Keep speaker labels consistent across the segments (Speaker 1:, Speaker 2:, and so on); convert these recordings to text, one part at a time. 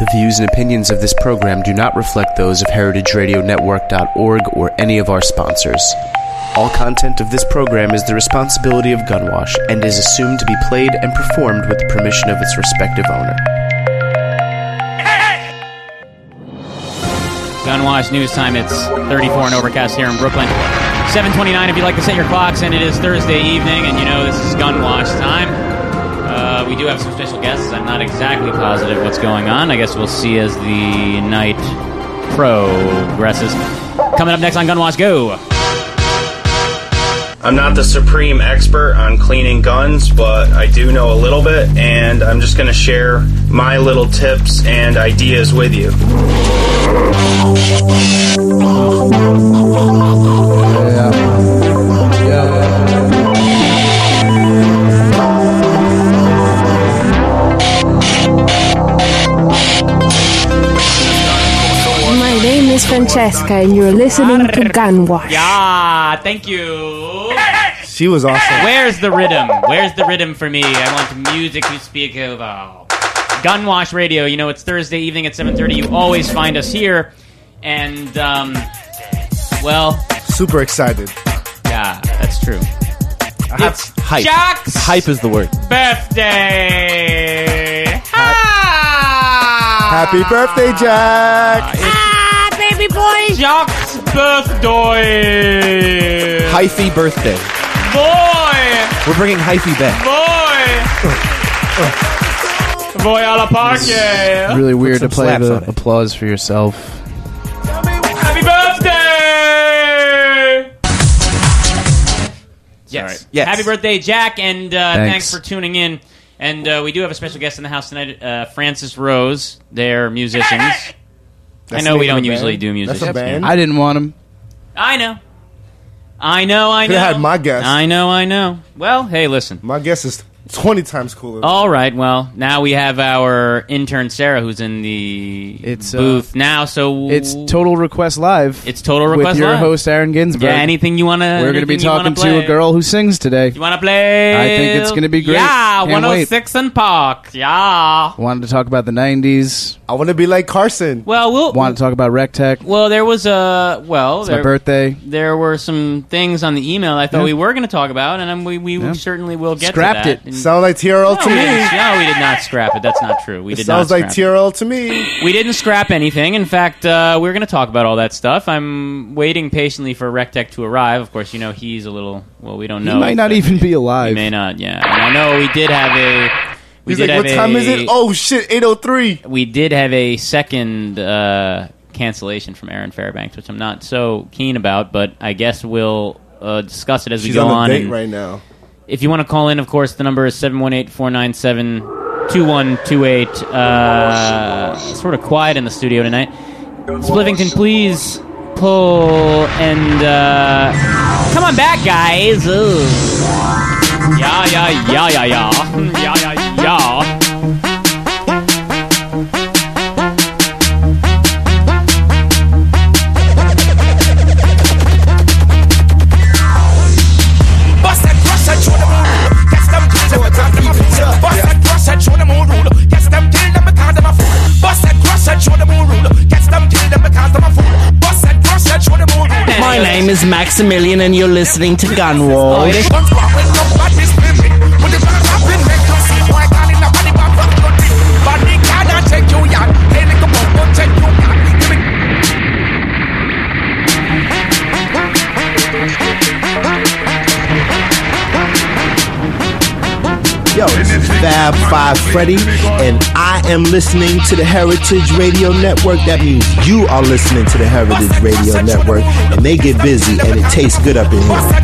Speaker 1: The views and opinions of this program do not reflect those of heritageradionetwork.org or any of our sponsors. All content of this program is the responsibility of Gunwash and is assumed to be played and performed with the permission of its respective owner.
Speaker 2: Gunwash News Time. It's 34 and overcast here in Brooklyn. 7:29. If you'd like to set your clocks, and it is Thursday evening, and you know this is Gunwash time. Uh, we do have some special guests. I'm not exactly positive what's going on. I guess we'll see as the night progresses. Coming up next on Gunwash Go.
Speaker 3: I'm not the supreme expert on cleaning guns, but I do know a little bit, and I'm just going to share my little tips and ideas with you.
Speaker 4: My name is Francesca, and you're listening to Gunwash.
Speaker 2: Yeah, thank you.
Speaker 5: She was awesome.
Speaker 2: Where's the rhythm? Where's the rhythm for me? I want music to speak over. Gunwash Radio. You know it's Thursday evening at seven thirty. You always find us here, and um, well,
Speaker 5: Super excited.
Speaker 2: yeah, that's true. It's
Speaker 6: hype.
Speaker 2: Jack's
Speaker 6: Hype is the word.
Speaker 2: birthday. Ha! Ah,
Speaker 5: Happy birthday, Jack.
Speaker 2: Jack's birthday.
Speaker 6: Hyphy birthday.
Speaker 2: Boy,
Speaker 6: We're bringing hyphy back.
Speaker 2: boy, boy, a la parque.
Speaker 1: Really weird to
Speaker 6: some
Speaker 1: play
Speaker 6: slaps
Speaker 1: the
Speaker 6: on it.
Speaker 1: applause for yourself.
Speaker 2: Happy birthday! Yes.
Speaker 6: Yes.
Speaker 2: Happy birthday, Jack, and uh,
Speaker 1: Thanks.
Speaker 2: thanks. for tuning in. And uh, we do have a special guest in the house tonight, uh, Francis Rose. They're musicians. I know
Speaker 5: the name
Speaker 2: we
Speaker 5: of
Speaker 2: don't
Speaker 5: the
Speaker 2: usually
Speaker 5: band?
Speaker 2: do
Speaker 5: That's
Speaker 2: musicians.
Speaker 5: a band.
Speaker 1: I didn't want him.
Speaker 2: I know. I know, I know.
Speaker 5: Could've had my guess.
Speaker 2: I know, I know. Well, hey, listen. Oh,
Speaker 5: My guess is 20 times cooler.
Speaker 2: All right, well, now we have our intern, Sarah, who's in the
Speaker 1: It's, uh,
Speaker 2: booth now, so...
Speaker 1: It's Total Request Live.
Speaker 2: It's Total Request
Speaker 1: with your
Speaker 2: Live.
Speaker 1: host Aaron Ginsberg.
Speaker 2: Yeah, anything you want to...
Speaker 1: We're going to be talking to a girl who sings today.
Speaker 2: You want to play?
Speaker 1: I think it's gonna be great.
Speaker 2: Yeah,
Speaker 1: Can't
Speaker 2: 106 and Park. Yeah.
Speaker 1: Wanted to talk about the '90s.
Speaker 5: I want to be like Carson.
Speaker 2: Well, we'll.
Speaker 1: Wanted to talk about Rectech.
Speaker 2: well, there was a well.
Speaker 1: It's
Speaker 2: there,
Speaker 1: my birthday.
Speaker 2: there were some things on the email I thought
Speaker 1: Yeah.
Speaker 2: we were going to talk about, and um, we we
Speaker 1: Yeah.
Speaker 2: certainly will get
Speaker 1: Scrapped
Speaker 2: to
Speaker 1: it.
Speaker 2: that. And-
Speaker 5: Sound like TRL
Speaker 2: no,
Speaker 5: to
Speaker 2: we
Speaker 5: me.
Speaker 2: didn't, no, we did not scrap it. That's not true. We did
Speaker 5: Sounds
Speaker 2: not.
Speaker 5: like
Speaker 2: scrap
Speaker 5: TRL to me.
Speaker 2: it. We didn't scrap anything. In fact, uh, we're going to talk about all that stuff. I'm waiting patiently for Rectech to arrive. Of course, you know he's a little. Well, we don't know.
Speaker 1: he might not
Speaker 2: but
Speaker 1: even be alive.
Speaker 2: He may not. Yeah. And I know we did have a. We
Speaker 5: He's
Speaker 2: did
Speaker 5: like,
Speaker 2: have
Speaker 5: what time
Speaker 2: a,
Speaker 5: is it? Oh, shit, 803.
Speaker 2: we did have a second uh, cancellation from Aaron Fairbanks, which I'm not so keen about, but I guess we'll uh, discuss it as
Speaker 5: She's
Speaker 2: we go
Speaker 5: on a
Speaker 2: on.
Speaker 5: date
Speaker 2: and
Speaker 5: right now.
Speaker 2: If you want to call in, of course, the number is 718 497 2128. Uh, Sort of quiet in the studio tonight. Splivington, please pull and uh, come on back, guys. Ooh. Yeah, yeah, yeah, yeah, yeah. Yeah, yeah, yeah.
Speaker 7: Bust that crush that show them all rule. Yes, them kill them because them a fool. Bust that crush that show them all rule. Yes, them kill them because them a fool. Bust that crush that show them all rule. Yes, them kill them because them a fool. Bust that crush that show them all rule.
Speaker 8: My name is Maximilian, and you're listening to Gunwall.
Speaker 7: Once rock with your body's swimming. When the band rapping, make you see why God in a body bag from your team. Body cannot take you yard. Hey, nigga, won't won't take you yard. Give me
Speaker 8: Yo, it's Fab Five Freddy, and I am listening to the Heritage Radio Network. That means you are listening to the Heritage Radio Network, and they get busy, and it tastes good up in
Speaker 7: Bust
Speaker 8: here.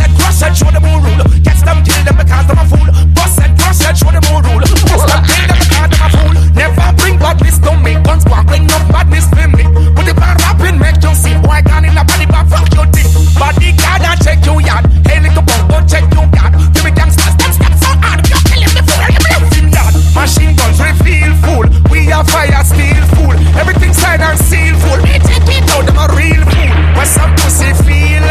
Speaker 7: that crush that show them all rule. Yes, them kill them because them a fool. Bust that crush that show them all rule. Yes, them kill them because them a fool. Bust that crush that show them all rule. Yes, them kill them because them a fool. Never bring badness to me. Guns sparkling, no badness for me. With the band rapping, make you see why can in a body bag fuck your dick. Body card and check your yard. Hey, little bum, don't check your yard. Give me gangsters, that's that's so hard. You kill him before you blow him yard. Machine guns refill full. We are fire steel full. Everything signed and sealed full. Me take it out, them a real fool. When some pussy feel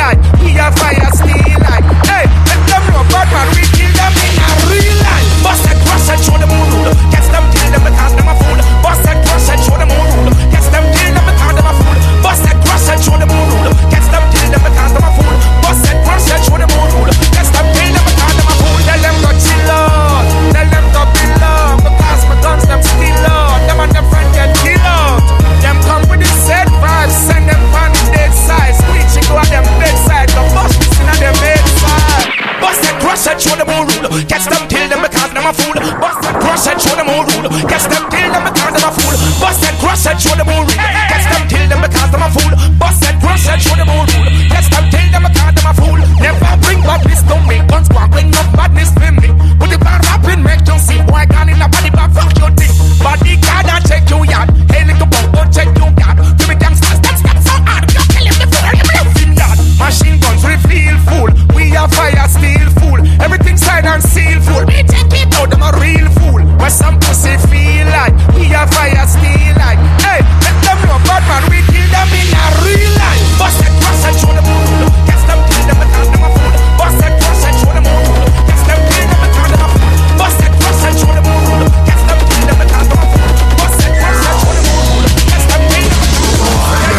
Speaker 7: show them who rule. Catch them, kill them because them a fool. Bust that crush that show them who rule. Catch them, kill them because them a fool. Never bring badness to me. Guns go and bring no badness to me. Put the bar up in make you see. Boy, gone in a body bag, fuck your thing. Body card, I check your yard. Hey, little boy, go check your yard. Give me gangsters, that's not so hard. You kill him, the fire, you blow him yard. Machine guns, refill full. We are fire, steel full. Everything signed and sealed full. Me take it out, them a real fool. Where some pussy feel like we are fire, steel like. Hey, let them know, bad man, we kill them in a real life. Bust that cross and show them who rule. Catch them, kill them, because them a fool. Bust that cross and show them who rule. Catch them, kill them, because them a fool. Bust that cross and show them who rule. Catch them, kill them, because them a fool. Bust that cross and show them who rule. Catch them, kill them,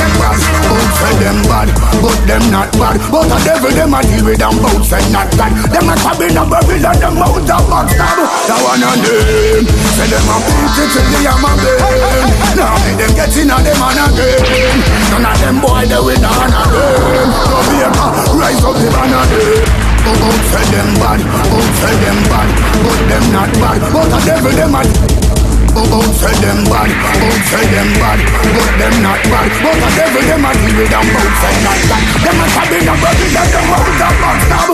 Speaker 9: them bad, both of them bad, but them not bad. But the devil them a deal with them both say not bad. Them a crab in a barrel and them mouth a backstab. That one a name, say them a beat it till they a my bane. Now make them get in a them and again. None of them boy they with none of them. So be a rise up the banner them. Oh, oh, say them bad, oh, say them bad, but them not bad. But the devil them a Oh, oh, say them bad, oh, say them bad, but them not bad. But the devil, them a deal with them, both say not bad. Them a stab in the body, them the mouth a backstab.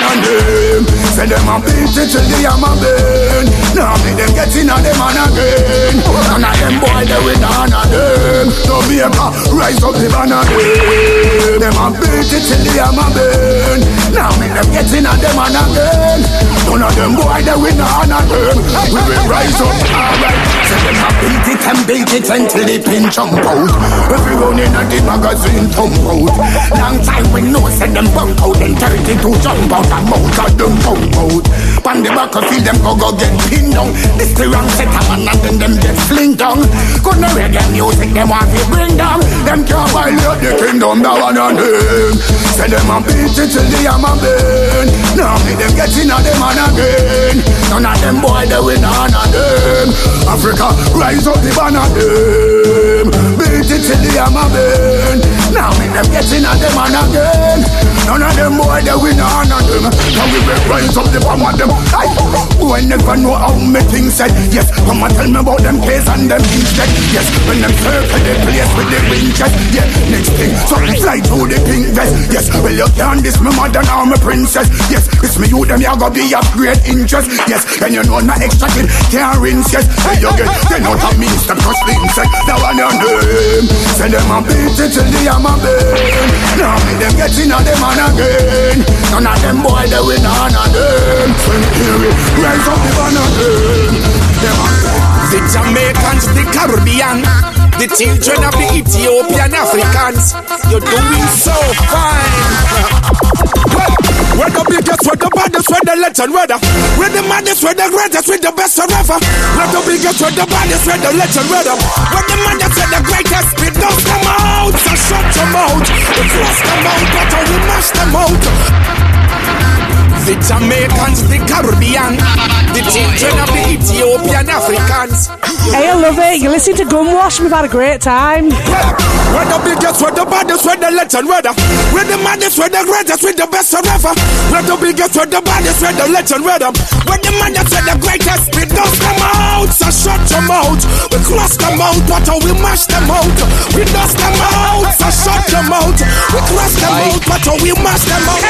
Speaker 9: Now them, say them a beat it till they am a burn. Now make them get in a them and again. None of them boy, they with none of them. So be a pa- rise up the banner them. Them a beat it till they am a burn. Now make them get in a them and again. None of them boy, they with none of them. We will rise up, alright. Say them a beat it and beat it until the pin jump out. Every round in a the magazine thump out. Long time we know, say them bump out. Then 32 jump out and mouth of them pump out. Pan the back of feel them go go get pinned down. This the wrong set up and then them get fling down. Gonna read them music, them want to bring down. Them can't violate the kingdom, that one on him. Say them a beat it till they am a burn. Now make them get in a them and again. None of them boy, they win none of them. Africa, rise up the banner them. Beat it till the hammer burn. Now make them get in at them and again. None of them boy they win none of them. Now we will rise up the bomb on them. I boy never know how me things said. Yes, come and tell me about them case and them instead. Yes, when them circle the place with the winches. Yeah, next thing something fly through the pink vest. Yes, well you can't this me mother now me princess. Yes, it's me you them you gonna be of great interest. Yes, and you know my extra kid can't rinse. Yes, hey, you get they know that means them trust the insect. Now I know them. Send them a beat it till they am a burn. Now make them get in on them and again. None of them boy they win none of them. When here it rise up the banner them. Them a
Speaker 7: The Jamaicans, the Caribbean, the children of the Ethiopian Africans. You're doing so fine. Well, We're the biggest, we're the baddest, we're the legend, we're the, we're the maddest, we're the greatest, we're the best forever. We're the biggest, we're the baddest, we're the legend, we're the, we're the maddest, we're the greatest. It don't come out, so shut your mouth. The force come out, but we mash them out. The Jamaicans, the Caribbean, the children of the Ethiopian Africans.
Speaker 10: Hey, I love it. You listen to Gunwash. We've had a great time.
Speaker 7: We're the biggest, we're the baddest, we're the legend, we're the, we're the maddest, we're the greatest, we're the best forever. We're the biggest, we're the baddest, we're the legend, we're the, we're the maddest, we're the greatest. We don't come out, so shut your mouth. We cross them out, but we mash them out. We dust them out, so shut your mouth. We cross them out, but we mash them out.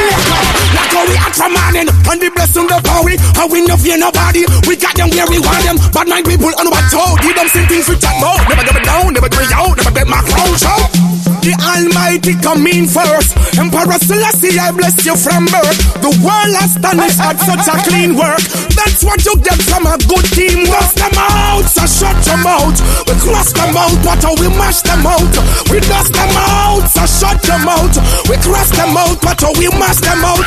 Speaker 7: Like how we are from morning, and the blessing the power, how we no fear nobody. We got them where we want them, but mind people on what told. Give them same things we chat about. Never give it down, never do it out, never get my crown show. The Almighty come in first. Emperor Selassie, I bless you from birth. The world astonished at such a clean work. That's what you get from a good team. Cross them out, so shut your mouth. We cross them out, but we mash them out. We dust them out, so shut your mouth. We cross them out, but we mash them out.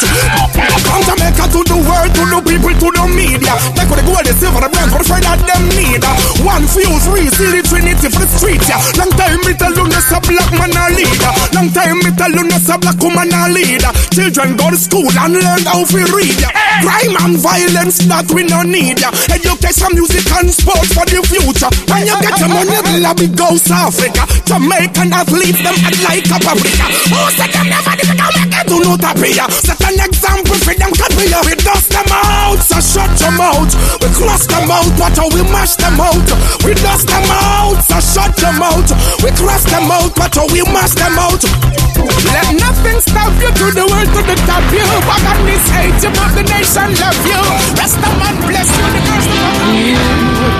Speaker 7: From Jamaica to the world, to the people, to the media. Take all the gold, the silver, the bronze, for the friend that them need. One few, three, see the Trinity for the street. Yeah. Long time me tell you, this a
Speaker 11: black man a leader. Long time me tell you, no say black woman a leader. Children go to school and learn how to read. ya. Crime and violence that we no need. ya. Education, music and sports for the future. When you get your money, the lobby goes Africa. Jamaican athletes them act like a paprika. Who said them never did go make it to no tapia? Set an example for them copy ya. We dust them out, so shut your mouth. We cross them out, watch how we mash them out. We dust them out, so shut your mouth. We cross them out, watch how we mash them out. Let nothing stop you to the world to the top you. Fuck on this hate you, but the nation love you. Rest the man bless you, the girls the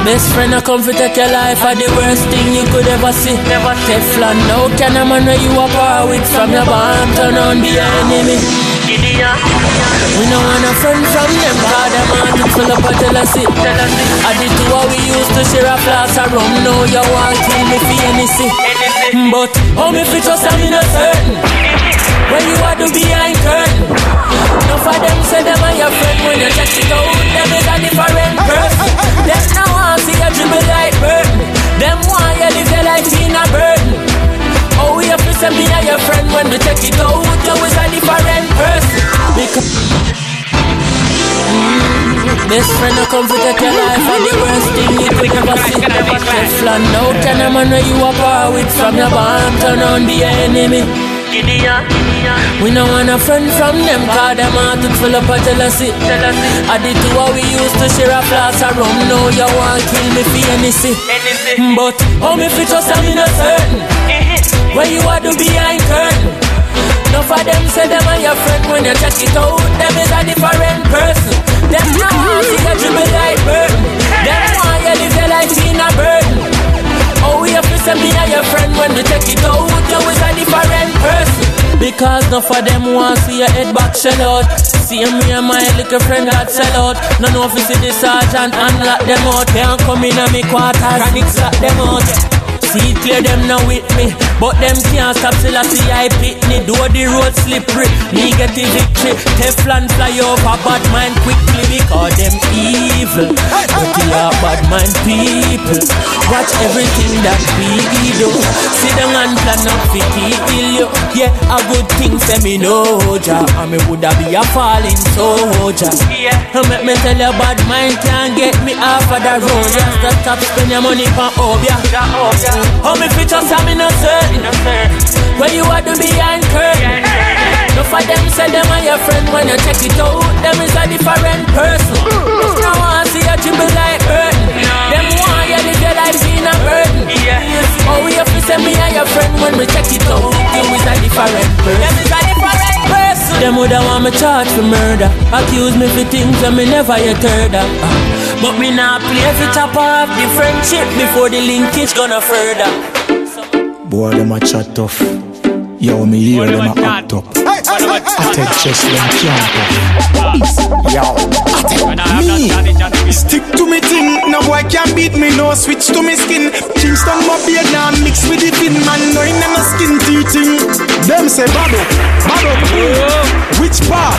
Speaker 12: Best friend, I come for take your life. Are the worst thing you could ever see. Never Teflon. Now can a man where you are par with from your barn turn on the enemy. We don't want a friend from them, cause them are to full up of jealousy. I did two what we used to share a flask of rum. Now you want to kill me for anything. But how me fit just I'm in a certain. Where you are to behind curtain. No for them say them are your friend when you check it out. Them is a different person. Them now want see you dribble like burden. Them want you live your life in a burden. Oh, we have to send me and your friend when we check it out. You is a different person. Because Best friend will come to take your life and the worst thing you could ever see. Teflon, no can a man where you are par with from your barn turn on the enemy. We no want a friend from them, cause them are to full up of jealousy. I did to what we used to share a flask of rum, now you want kill me for anything. But how me fit just I'm in a certain. Where you are do behind curtain. No for them say them are your friend when you check it out. Them is a different person. Them no want see you dribble like burden. Them want you live your life in a burden. Oh, we have to send me and your friend when we check it out. You is a different person. Because no for them want see your head back shell out. See me and my little friend that sell out. No no if you see the sergeant unlock them out. They don't come in and me quarters, can it slap them out. See it clear them now with me, but them can't stop till I see I pitney. Do the road slippery, negative victory. Teflon fly over bad mind quickly because them evil. But you are bad mind people. Watch everything that we do. See them and plan up to kill you. Yeah, a good thing say me know ja. I me woulda be a falling soldier. Yeah, make me tell you bad mind can't get me off of the road. Just the top spend your money for obia. How me fit just I'm in a certain. Where you are do behind curtain. No for them say them are your friend when you check it out. Them is a different person. Just now I see a dribble like curtain. Them want you live your life in a burden. Oh, we have to send me and your friend when we check it out. You is a different person. Them is a different person. Them woulda want me charge for murder. Accuse me for things that me never yet heard of. Ah, But me not play for chop off the friendship before the linkage gonna further.
Speaker 13: Boy, them a chat tough. Yo, me hear them a act up. I take chest them can't puff. Yo,
Speaker 7: Me. Stick to me thing, no boy can beat me, no switch to me skin. Kingston my beard now mix with the thin man, no in no skin teaching. Them say bad up, bad up. Which part?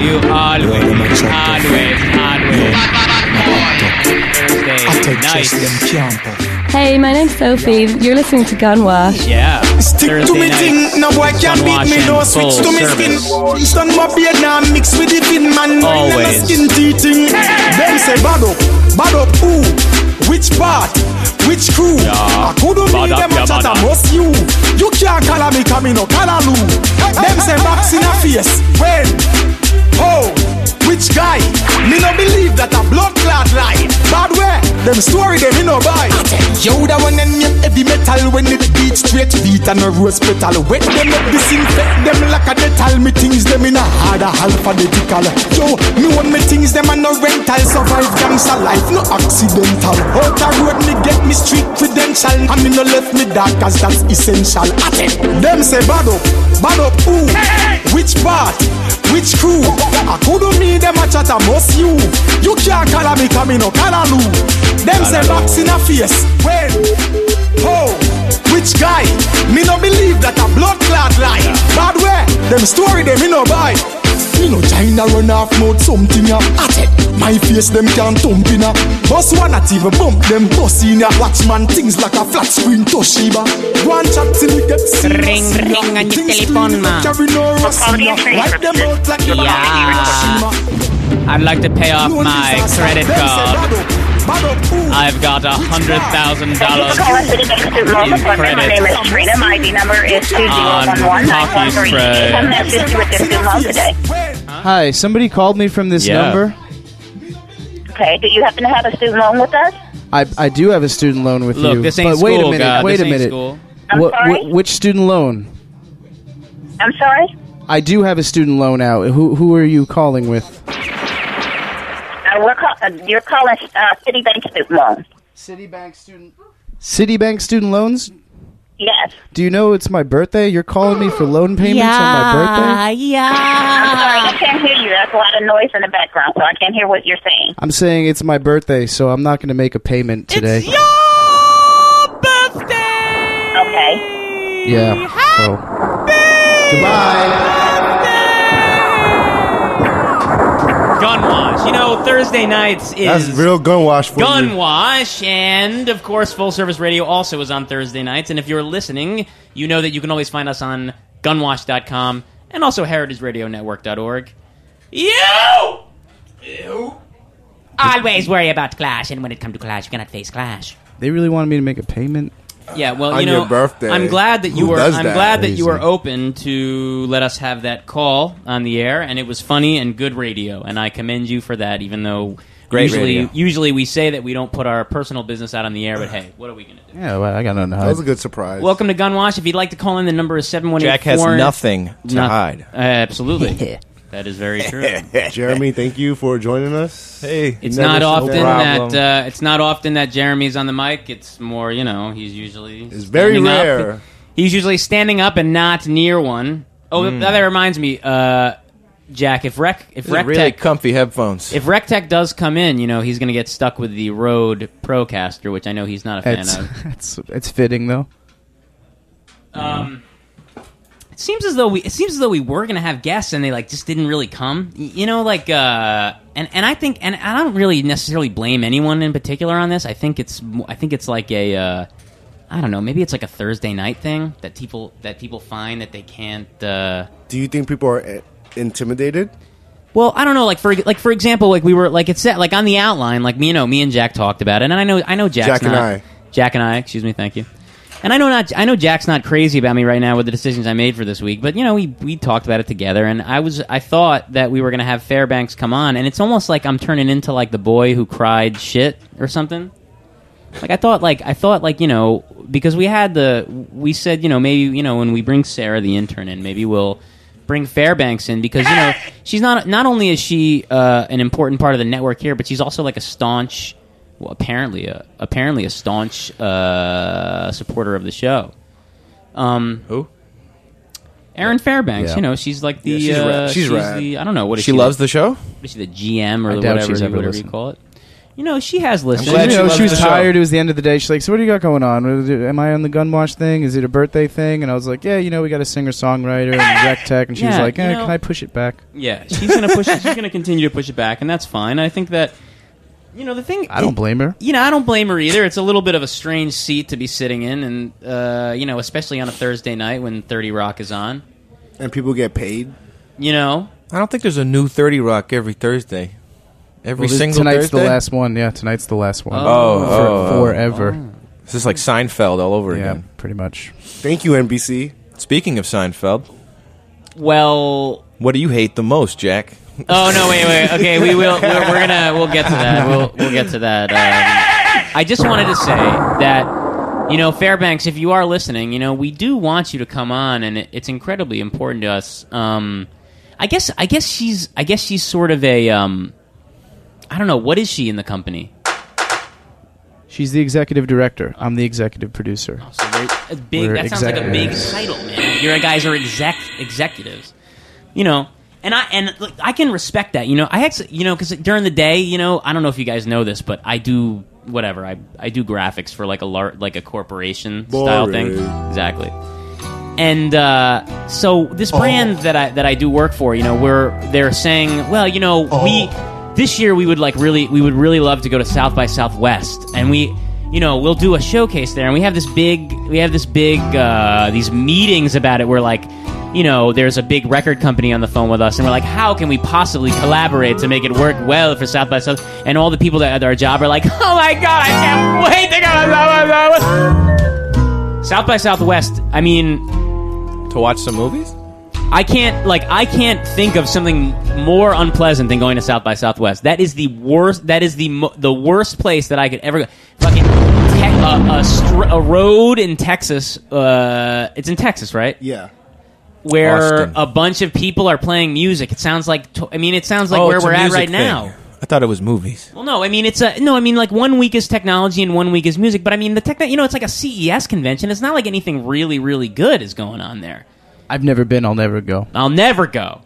Speaker 4: You always, always, always.
Speaker 13: I take
Speaker 4: Nice.
Speaker 13: chest them can't puff.
Speaker 14: Hey, my name's Sophie. You're listening to Gunwash.
Speaker 4: Yeah.
Speaker 7: Stick to me thing, no boy can beat me, no switch to me skin. Kingston my beard now mix with the thin man, no in no
Speaker 4: Always.
Speaker 7: skin teaching. Them say bad up, bad up. Who? Which part? Which crew? I couldn't
Speaker 4: bad
Speaker 7: be
Speaker 4: up,
Speaker 7: them
Speaker 4: yeah,
Speaker 7: a chat
Speaker 4: bad up.
Speaker 7: across you. You can't call me, come in, no call Lou. Them say box in a face. When? Oh, which guy? Me no believe that a blood clot lie. Bad where? Them story them me no buy. Yo, that one and me heavy metal when it beat straight beat and a rose petal. Wet them up, disinfect them like a dental. Me things them in a harder alphabetical. Yo, me want me things them and no rental. Survive gangster life, no accidental. Out a road me get me street credential. And me no left me dark cause that's essential. At it. Them say bad up, bad up who? Which part? Which crew? I couldn't mean them a chat amongst you. You can't call me coming no call a loo. Them say box in a face. When? How? Which guy? Me no believe that a blood clot lie. Bad way. Them story them me no buy. Me no China run off mouth something ya At it, my face them can't thump in ya Bus one at even bump them bus in ya Watchman things like a flat screen Toshiba One chat till we get serious Ring ring on your telephone ma Carry no rust in ya Wipe them out like a
Speaker 2: Yeah. Uh, I'd like to pay off my credit card. I've got a hundred thousand
Speaker 4: Thank you
Speaker 2: dollars
Speaker 4: for calling City Bank Student Loan
Speaker 2: in
Speaker 4: Department. My name
Speaker 2: credit.
Speaker 4: is Trina. My ID number is two zero one
Speaker 2: On
Speaker 4: one nine one
Speaker 2: Hockey
Speaker 4: three.
Speaker 2: Fred.
Speaker 4: Come and assist you with your student loan today.
Speaker 1: Hi, somebody called me from this
Speaker 2: Yeah.
Speaker 1: number.
Speaker 4: Okay. Do you happen to have a student loan with us?
Speaker 1: I, I do have a student loan with
Speaker 2: Look,
Speaker 1: you.
Speaker 2: this ain't
Speaker 1: but wait
Speaker 2: school,
Speaker 1: a minute.
Speaker 2: God.
Speaker 1: Wait
Speaker 2: This
Speaker 1: a
Speaker 2: ain't
Speaker 1: minute.
Speaker 2: school.
Speaker 4: I'm
Speaker 1: What-
Speaker 4: sorry?
Speaker 1: what- which student loan?
Speaker 4: I'm sorry.
Speaker 1: I do have a student loan out. Who who are you calling with?
Speaker 4: Uh, we're call- uh, you're calling uh, City Bank Student Loan.
Speaker 1: Citibank student. Citibank student loans?
Speaker 4: Yes.
Speaker 1: Do you know it's my birthday? You're calling me for loan payments on my birthday?
Speaker 4: yeah. I'm sorry. I can't hear you. That's a lot of noise in the background, so I can't hear what you're saying.
Speaker 1: I'm saying it's my birthday, so I'm not going to make a payment today.
Speaker 4: Okay.
Speaker 1: yeah. Oh. So.
Speaker 2: Gun wash. You know, Thursday nights is
Speaker 5: That's real gun wash for
Speaker 2: Gun
Speaker 5: you.
Speaker 2: Wash, and of course, Full Service Radio also is on Thursday nights. And if you're listening, you know that you can always find us on gunwash.com and also heritageradionetwork.org. You! You! Always worry about clash, and when it comes to clash, you cannot face clash.
Speaker 1: They really wanted me to make a payment.
Speaker 2: Yeah, well,
Speaker 1: On
Speaker 2: you know,
Speaker 1: your birthday.
Speaker 2: I'm glad that you
Speaker 1: Who
Speaker 2: were.
Speaker 1: does
Speaker 2: I'm
Speaker 1: that?
Speaker 2: glad that you were
Speaker 1: Crazy.
Speaker 2: open to let us have that call on the air, and it was funny and good radio, and I commend you for that. Even though
Speaker 6: Great
Speaker 2: usually,
Speaker 6: radio.
Speaker 2: usually we say that we don't put our personal business out on the air, but hey, what are we gonna do?
Speaker 1: Yeah, well, I got nothing to hide.
Speaker 5: That was a good surprise.
Speaker 2: Welcome to Gunwash. If you'd like to call in, the number is seven one eight.
Speaker 6: Jack has nothing to hide.
Speaker 2: Absolutely, that is very true.
Speaker 5: Jeremy, thank you for joining us. Hey,
Speaker 2: It's not often that uh, it's not often that Jeremy's on the mic. It's more, you know, he's usually it's
Speaker 5: very rare.
Speaker 2: He's usually standing up and not near one. Oh,
Speaker 6: Mm.
Speaker 2: that, that reminds me, uh, Jack. If Rec, if
Speaker 6: These are
Speaker 2: Rectech,
Speaker 6: really comfy headphones.
Speaker 2: if Rectech does come in, you know, he's going to get stuck with the Rode Procaster, which I know he's not a fan
Speaker 1: It's,
Speaker 2: of.
Speaker 6: uh,
Speaker 1: it's, it's fitting, though.
Speaker 2: Um, it seems as though we it seems as though we were gonna have guests and they like just didn't really come. Y- You know, like uh, and and I think and I don't really necessarily blame anyone in particular on this. I think it's mo- I think it's like a uh, I don't know maybe it's like a Thursday night thing that people that people find that they can't. Uh,
Speaker 5: Do you think people are uh, intimidated?
Speaker 2: well, I don't know. Like for like for example, like we were like it's set like on the outline. Like me, you know, me and Jack talked about it, and I know I know Jack's
Speaker 5: Jack and
Speaker 2: not-
Speaker 5: I.
Speaker 2: Jack and I. Excuse me. Thank you. And I know not I know Jack's not crazy about me right now with the decisions I made for this week, but you know we we talked about it together, and I was I thought that we were gonna have Fairbanks come on, and it's almost like I'm turning into like the boy who cried shit or something. Like I thought, like I thought, like you know, because we had the we said, you know, maybe you know when we bring Sarah the intern in, maybe we'll bring Fairbanks in because you know she's not not only is she uh, an important part of the network here, but she's also like a staunch, well, apparently a apparently a staunch uh, supporter of the show. Um,
Speaker 6: Who?
Speaker 2: Erin Fairbanks.
Speaker 6: Yeah.
Speaker 2: You know, she's like the
Speaker 6: Yeah, she's
Speaker 2: uh,
Speaker 6: rad. She's rad.
Speaker 2: the- I don't know what is
Speaker 6: She loves the show?
Speaker 2: Is she the GM or
Speaker 1: I
Speaker 2: the
Speaker 1: doubt
Speaker 2: whatever,
Speaker 1: she's
Speaker 2: you-
Speaker 1: ever
Speaker 2: whatever you
Speaker 1: listened.
Speaker 2: call it? You know, she has listened.
Speaker 1: you know, she was tired. It was the end of the day. She's like, "So what do you got going on? What- Am I on the gun wash thing? Is it a birthday thing?" And I was like, "Yeah, you know, we got a singer songwriter and rec tech." And she was
Speaker 2: Yeah,
Speaker 1: like,
Speaker 2: you
Speaker 1: eh,
Speaker 2: know-
Speaker 1: "Can I push it back?"
Speaker 2: Yeah, she's gonna push. it- she's gonna continue to push it back, and that's fine. I think that you know the thing.
Speaker 1: I don't blame her.
Speaker 2: You know, I don't blame her either. It's a little bit of a strange seat to be sitting in, and uh, you know, especially on a Thursday night when Thirty Rock is on.
Speaker 5: And people get paid.
Speaker 2: You know,
Speaker 6: I don't think there's a new 30 Rock every Thursday. Every
Speaker 1: Well, this-
Speaker 6: single
Speaker 1: tonight's
Speaker 6: Thursday?
Speaker 1: the last one. Yeah, tonight's the last one.
Speaker 6: Oh,
Speaker 1: For-
Speaker 6: oh, oh.
Speaker 1: forever.
Speaker 6: This is like Seinfeld all over
Speaker 1: Yeah,
Speaker 6: again.
Speaker 1: pretty much.
Speaker 5: Thank you, NBC.
Speaker 6: Speaking of Seinfeld,
Speaker 2: well,
Speaker 6: what do you hate the most, Jack?
Speaker 2: Oh no! Wait, wait. Okay, we will. We're, we're gonna. We'll get to that. We'll, we'll get to that. Um, I just wanted to say that you know, Fairbanks, if you are listening, you know, we do want you to come on, and it, it's incredibly important to us. Um, I guess. I guess she's. I guess she's sort of a. Um, I don't know. What is she in the company?
Speaker 1: She's the executive director. I'm the executive producer.
Speaker 2: Oh, So very- a big.
Speaker 1: We're
Speaker 2: that sounds like a big
Speaker 1: executives.
Speaker 2: title, man. Your guys are exec executives. You know, and I and look, I can respect that. You know, I actually, you know, because during the day, you know, I don't know if you guys know this, but I do whatever. I I do graphics for like a lar- like a corporation style thing.
Speaker 6: Boring.
Speaker 2: Exactly. And uh, so this brand that I that I do work for, you know, we're they're saying, well, you know, we this year we would like really we would really love to go to South by Southwest, and we. You know, we'll do a showcase there, and we have this big, we have this big, uh, these meetings about it. Where like, you know, there's a big record company on the phone with us, and we're like, how can we possibly collaborate to make it work well for South by South? And all the people that at our job are like, oh my god, I can't wait to go to South by Southwest. South by Southwest. I mean,
Speaker 6: to watch some movies.
Speaker 2: I can't like I can't think of something more unpleasant than going to South by Southwest. That is the worst. That is the mo- the worst place that I could ever go. Fucking te- uh, a, a, str- a road in Texas. Uh, it's in Texas, right?
Speaker 5: Yeah.
Speaker 2: Where
Speaker 6: Austin.
Speaker 2: a bunch of people are playing music. It sounds like to- I mean, it sounds like
Speaker 6: Oh,
Speaker 2: where
Speaker 6: it's a
Speaker 2: we're at
Speaker 6: music
Speaker 2: right
Speaker 6: thing.
Speaker 2: now.
Speaker 6: I thought it was movies.
Speaker 2: Well, no, I mean it's a no. I mean like one week is technology and one week is music. But I mean the tech, you know, it's like a CES convention. It's not like anything really, really good is going on there.
Speaker 15: I've never been. I'll never go.
Speaker 2: I'll never go.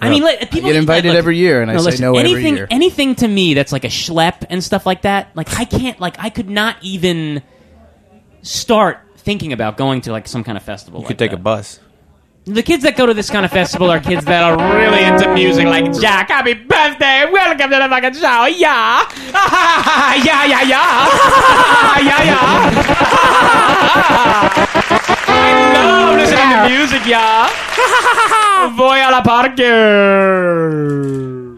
Speaker 2: I mean, like, people
Speaker 15: I get invited
Speaker 2: look,
Speaker 15: every year, and I say
Speaker 2: listen,
Speaker 15: no
Speaker 2: anything,
Speaker 15: every year.
Speaker 2: Anything to me that's like a schlep and stuff like that, like I can't, like I could not even start thinking about going to like some kind of festival.
Speaker 6: You could take a bus.
Speaker 2: The kids that go to this kind of festival are kids that are really into music, like Jack. Happy birthday! Welcome to the fucking show. Yeah, yeah, yeah, yeah, yeah, yeah. I love listening to music, yeah. Voy a la parque.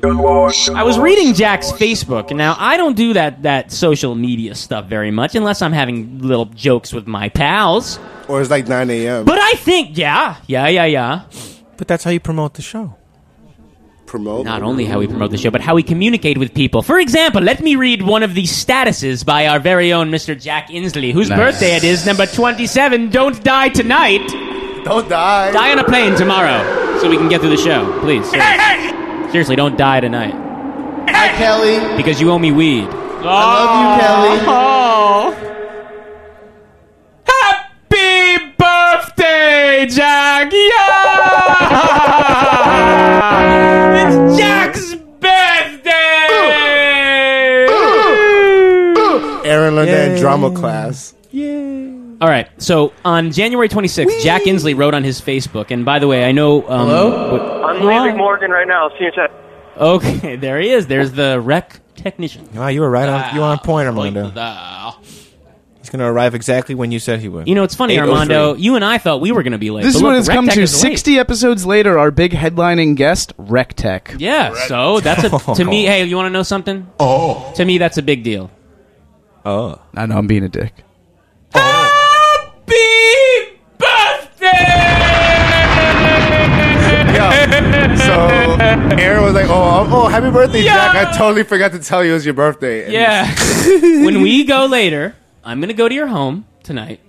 Speaker 2: I was reading Jack's Facebook. Now I don't do that that social media stuff very much, unless I'm having little jokes with my pals.
Speaker 5: Or it's like 9 a.m.
Speaker 2: But I think, yeah, yeah, yeah, yeah.
Speaker 6: But that's how you promote the show.
Speaker 5: Promote
Speaker 2: not only how we promote the show, but how we communicate with people. For example, let me read one of the statuses by our very own Mr. Jack Insley, whose
Speaker 15: Nice.
Speaker 2: birthday it is, number twenty-seven. Don't die tonight.
Speaker 5: Don't die.
Speaker 2: Die on a plane tomorrow, so we can get through the show, please. Seriously, Seriously, don't die tonight.
Speaker 5: Hi, Kelly.
Speaker 2: because you owe me weed.
Speaker 5: I
Speaker 2: love
Speaker 16: Oh.
Speaker 2: you, Kelly. Happy birthday, Jack! Yeah! it's Jack's birthday!
Speaker 5: Aaron learned that in drama class.
Speaker 2: All right, so on January 26th, Jack Insley wrote on his Facebook, and by the way, I know. Um, Hello?
Speaker 17: I'm leaving Morgan right now. See you in
Speaker 2: okay, there he is. There's the rec technician.
Speaker 6: Ah, you were right on. You were on point, Armando. He's going to arrive exactly when you said he would.
Speaker 2: You know, it's
Speaker 5: oh
Speaker 2: funny,
Speaker 6: 8:03.
Speaker 2: Armando. You and I thought we were going to be late.
Speaker 15: This
Speaker 2: but
Speaker 15: is
Speaker 2: look,
Speaker 15: what it's
Speaker 2: Rec
Speaker 15: come
Speaker 2: Tech
Speaker 15: to.
Speaker 2: is late.
Speaker 15: Sixty episodes later, our big headlining guest, Rectech.
Speaker 2: Yeah, so that's a to me. Hey, you want to know something? Oh, to me, that's a big deal.
Speaker 6: Oh,
Speaker 15: I know I'm being a dick.
Speaker 5: Yeah. So Aaron was like, "Oh, oh, happy birthday, Jack! I totally forgot to tell you it was your birthday." And
Speaker 2: Yeah. when we go later, I'm gonna go to your home tonight,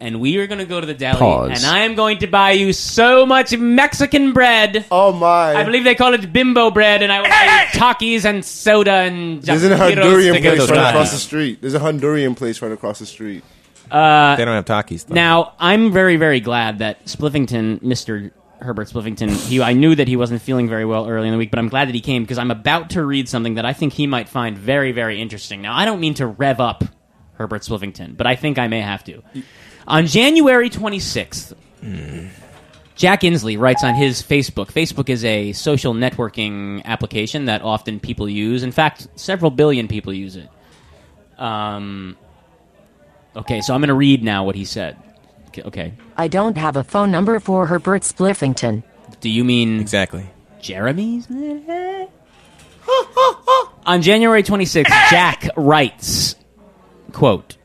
Speaker 2: and we are gonna go to the deli,
Speaker 15: Pause.
Speaker 2: and I am going to buy you so much Mexican bread.
Speaker 5: Oh my!
Speaker 2: I believe they call it bimbo bread, and I will buy you Takis and soda and.
Speaker 5: There's a
Speaker 2: Jalapenos to
Speaker 5: Honduran
Speaker 2: go
Speaker 5: place
Speaker 2: to
Speaker 5: right
Speaker 2: the-
Speaker 5: across the street. There's a Honduran place right across the street.
Speaker 2: Uh,
Speaker 6: they don't have Takis. Though.
Speaker 2: Now, I'm very, very glad that Spliffington, Mr. Herbert Spliffington, he, I knew that he wasn't feeling very well early in the week, but I'm glad that he came because I'm about to read something that I think he might find very, very interesting. Now, I don't mean to rev up Herbert Spliffington, but I think I may have to. On January 26th, Jack Insley writes on his Facebook. Facebook is a social networking application that often people use. In fact, several billion people use it. Um, okay, so I'm going to read now what he said. Okay- Okay.
Speaker 18: I don't have a phone number for Herbert Spliffington.
Speaker 2: Do you mean
Speaker 6: exactly
Speaker 2: Jeremy's? On January 26th, Jack writes, "Quote: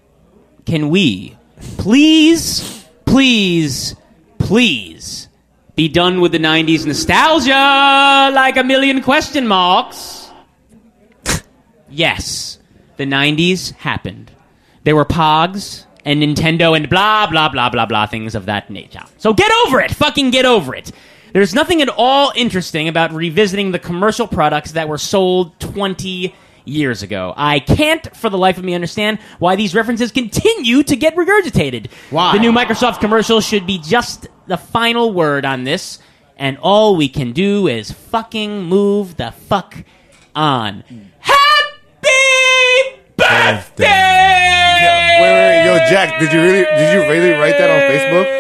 Speaker 2: Can we please, please, please be done with the '90s nostalgia like a million question marks?" yes, the '90s happened. There were Pogs and Nintendo and blah blah blah blah blah things of that nature. So get over it. Fucking get over it. There's nothing at all interesting about revisiting the commercial products that were sold 20 years ago. I can't for the life of me understand why these references continue to get regurgitated. Why? The new Microsoft commercial should be just the final word on this, and all we can do is fucking move the fuck on.
Speaker 5: Wait, wait, wait, yo, Jack, did you really, did you really write that on Facebook?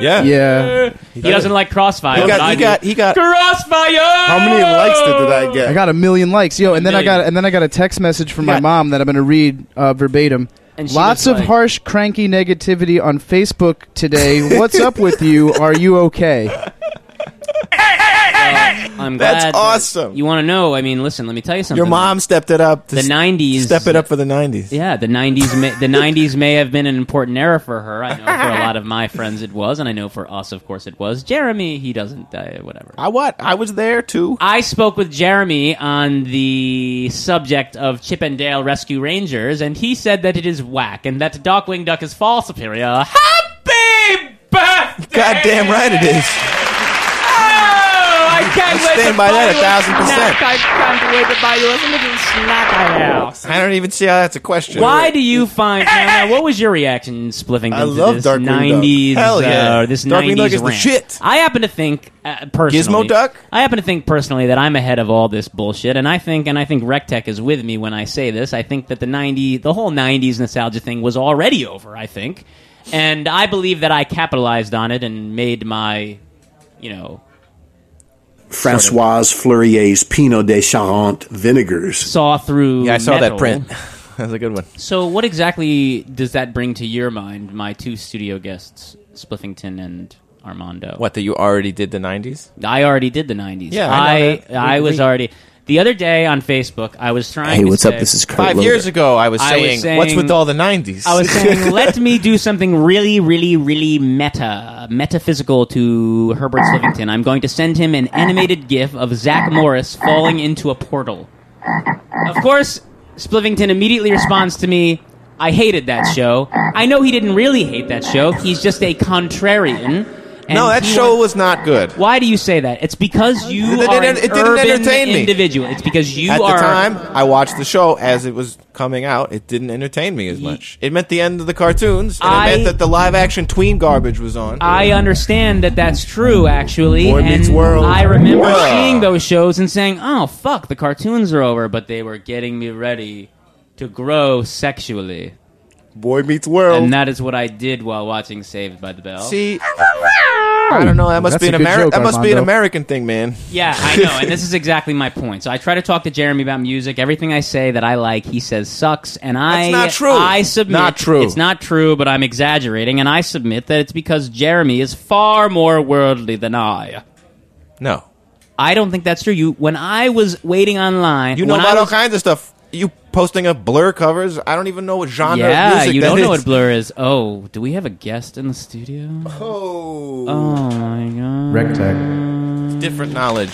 Speaker 6: Yeah.
Speaker 5: Yeah.
Speaker 2: He doesn't like crossfire.
Speaker 5: He got-
Speaker 2: but I
Speaker 5: he
Speaker 2: do.
Speaker 5: got- he got-
Speaker 2: crossfire.
Speaker 5: How many likes did, did I get?
Speaker 1: I got a million likes, yo, and then I got and then I got a text message from my mom that I'm going to read uh, verbatim.
Speaker 2: And she
Speaker 1: Lots
Speaker 2: was
Speaker 1: of
Speaker 2: like-
Speaker 1: harsh, cranky negativity on Facebook today. What's up with you? Are you okay?
Speaker 2: I'm
Speaker 6: That's
Speaker 2: glad awesome. You want to know? I mean, listen. Let me tell you something.
Speaker 6: Your mom stepped it up. to
Speaker 2: The
Speaker 6: s-
Speaker 2: 90s.
Speaker 6: Step it up for the 90s.
Speaker 2: Yeah, the '90s. May, the '90s may have been an important era for her. I know for a lot of my friends it was, and I know for us, of course, it was. Jeremy, he doesn't. Uh, whatever.
Speaker 6: I what? I was there too.
Speaker 2: I spoke with Jeremy on the subject of Chip and Dale Rescue Rangers, and he said that it is whack and that Darkwing Duck is far superior. Happy birthday!
Speaker 6: God damn right it is.
Speaker 2: Oh, I can't
Speaker 6: I
Speaker 2: wait
Speaker 6: stand
Speaker 2: to
Speaker 6: by
Speaker 2: buy
Speaker 6: that a
Speaker 2: you
Speaker 6: thousand percent.
Speaker 2: snack. I can't wait to buy you a little snack I have.
Speaker 6: I don't even see how that's a question.
Speaker 2: Why do you find? Now, now, what was your reaction, Spliffington?
Speaker 6: I
Speaker 2: to
Speaker 6: love
Speaker 2: this
Speaker 6: Darkwing Duck.
Speaker 2: 90s,
Speaker 6: Hell yeah.
Speaker 2: uh, this
Speaker 6: Darkwing
Speaker 2: 90s
Speaker 6: Duck is the
Speaker 2: rant?
Speaker 6: shit.
Speaker 2: I happen to think uh, personally,
Speaker 6: Gizmo Duck?
Speaker 2: I happen to think personally that I'm ahead of all this bullshit, and I think, and I think Rectech is with me when I say this. I think that the 90, the whole 90s nostalgia thing was already over. I think, and I believe that I capitalized on it and made my, you know,
Speaker 19: Francoise Fleurier's Pinot de Charente vinegars.
Speaker 2: Saw through.
Speaker 19: Yeah,
Speaker 2: I saw that metal. print.
Speaker 6: That's a good one.
Speaker 2: So, what exactly does that bring to your mind, my two studio guests, Spliffington and Armando?
Speaker 6: What, that you already did the 90s?
Speaker 2: I already did the 90s.
Speaker 6: Yeah, I know
Speaker 2: I
Speaker 6: that.
Speaker 2: I,
Speaker 6: We-
Speaker 2: was
Speaker 6: we-
Speaker 2: already. The other day on Facebook, I was trying.
Speaker 6: Hey,
Speaker 2: to
Speaker 6: what's up?
Speaker 2: say-
Speaker 6: This is Kurt Five Loder. years ago, I was saying, "What's with all the 90s?"
Speaker 2: I was saying, let me do something really, really, really meta, metaphysical to Herbert Slivington. I'm going to send him an animated GIF of Zach Morris falling into a portal. Of course, Splivington immediately responds to me, I hated that show. I know he didn't really hate that show. He's just a contrarian. and
Speaker 6: No, that
Speaker 2: he
Speaker 6: show
Speaker 2: wa-
Speaker 6: was not good.
Speaker 2: Why do you say that? It's because you
Speaker 6: It didn't-
Speaker 2: are an
Speaker 6: it didn't
Speaker 2: urban
Speaker 6: entertain me.
Speaker 2: individual. It's because you
Speaker 6: At
Speaker 2: are
Speaker 6: the time, I watched the show as it was coming out. It didn't entertain me as much. It meant the end of the cartoons, and
Speaker 2: I-
Speaker 6: it meant that the live action tween garbage was on.
Speaker 2: I understand that that's true, actually.
Speaker 6: Boy
Speaker 2: and
Speaker 6: Meets World.
Speaker 2: I remember
Speaker 6: Yeah.
Speaker 2: seeing those shows and saying, "Oh fuck, the cartoons are over," but they were getting me ready to grow sexually.
Speaker 5: Boy Meets World.
Speaker 2: And that is what I did while watching Saved by the Bell.
Speaker 6: See, I don't know. That must
Speaker 2: That's
Speaker 6: be an
Speaker 2: a good
Speaker 6: American.
Speaker 2: joke,
Speaker 6: That must be an
Speaker 2: Armando.
Speaker 6: American thing, man.
Speaker 2: Yeah, I know, and this is exactly my point. So I try to talk to Jeremy about music. Everything I say that I like, he says sucks, and I
Speaker 6: not true.
Speaker 2: I submit
Speaker 6: Not true.
Speaker 2: It's not true, but I'm exaggerating, and I submit that it's because Jeremy is far more worldly than I.
Speaker 6: No,
Speaker 2: I don't think that's true. You, when I was waiting online,
Speaker 6: you know
Speaker 2: when I
Speaker 6: about all
Speaker 2: was-
Speaker 6: kinds of stuff. You posting up Blur covers. I don't even know what genre.
Speaker 2: Yeah,
Speaker 6: of music
Speaker 2: you
Speaker 6: that
Speaker 2: don't know
Speaker 6: is.
Speaker 2: what Blur is. Oh, do we have a guest in the studio? Oh, oh my god,
Speaker 6: It's different knowledge.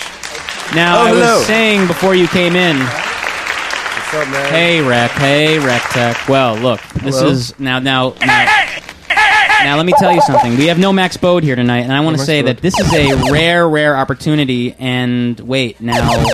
Speaker 2: Now
Speaker 6: Oh,
Speaker 2: I
Speaker 6: hello.
Speaker 2: was saying before you came in.
Speaker 5: What's up, man?
Speaker 2: Hey, Rec. Hey, Rec Tech. Well, look, this
Speaker 5: Hello?
Speaker 2: is now, now, now. Now, let me tell you something. We have no Max Bode here tonight, and I
Speaker 6: No
Speaker 2: want to
Speaker 6: Max
Speaker 2: say
Speaker 6: Bode.
Speaker 2: that this is a rare, rare opportunity. And wait, now.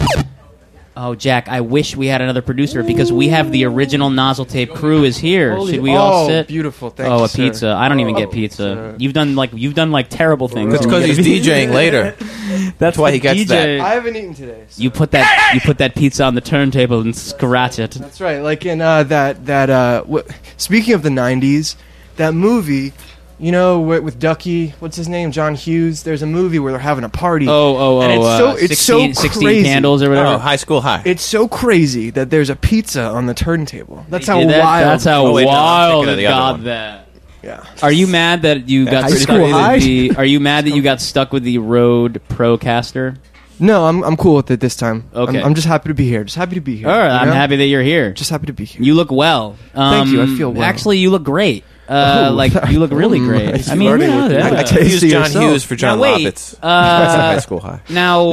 Speaker 2: Oh, Jack, I wish we had another producer because we have the original Nozzle Tape crew is here.
Speaker 16: Holy-
Speaker 2: Should we all
Speaker 16: oh,
Speaker 2: sit?
Speaker 16: beautiful. Thank
Speaker 2: oh,
Speaker 16: you,
Speaker 2: a
Speaker 16: sir.
Speaker 2: pizza. I don't even
Speaker 16: Oh,
Speaker 2: get pizza.
Speaker 16: sir.
Speaker 2: You've done like you've done like terrible things.
Speaker 6: That's 'cause he's DJing later.
Speaker 2: That's
Speaker 6: why he gets that.
Speaker 16: I haven't eaten today.
Speaker 2: You put that you put that pizza on the turntable and scratch it.
Speaker 16: That's right. Like in uh, that that uh, w- speaking of the '90s, that movie, you know, with, with Ducky, what's his name, John Hughes. There's a movie where they're having a party.
Speaker 2: Oh, oh, oh!
Speaker 16: And it's so
Speaker 2: uh,
Speaker 16: it's
Speaker 2: 16,
Speaker 16: so
Speaker 2: 16
Speaker 16: crazy. Oh,
Speaker 2: candles or whatever.
Speaker 6: school Oh, high.
Speaker 16: It's so crazy that there's a pizza on the turntable. That's
Speaker 2: They
Speaker 16: how
Speaker 2: did that?
Speaker 16: wild.
Speaker 2: That's how
Speaker 16: Oh, wait, no, I'm
Speaker 2: wild
Speaker 16: thinking of
Speaker 2: it
Speaker 16: the other
Speaker 2: got
Speaker 16: one.
Speaker 2: that.
Speaker 16: Yeah.
Speaker 2: Are you mad that you got
Speaker 16: High
Speaker 2: stuck
Speaker 16: school
Speaker 2: with
Speaker 16: high?
Speaker 2: the? Are you mad that you got stuck with the Rode Procaster?
Speaker 16: No, I'm I'm cool with it this time. I'm-
Speaker 2: Okay.
Speaker 16: I'm, just happy to be here. Just happy to be here.
Speaker 2: All right,
Speaker 16: you
Speaker 2: I'm
Speaker 16: know?
Speaker 2: happy that you're here.
Speaker 16: Just happy to be here.
Speaker 2: You look well.
Speaker 16: Thank you, I
Speaker 2: Um,
Speaker 16: feel well.
Speaker 2: Actually, you look great. Uh,
Speaker 16: Oh,
Speaker 2: like you look really
Speaker 16: Mm.
Speaker 2: great.
Speaker 16: He's
Speaker 2: I mean,
Speaker 16: flirting
Speaker 2: yeah,
Speaker 16: with me.
Speaker 2: yeah.
Speaker 16: I confused John Hughes for John
Speaker 2: now, wait,
Speaker 16: Lovitz.
Speaker 2: Uh,
Speaker 16: That's a high school high.
Speaker 2: Now,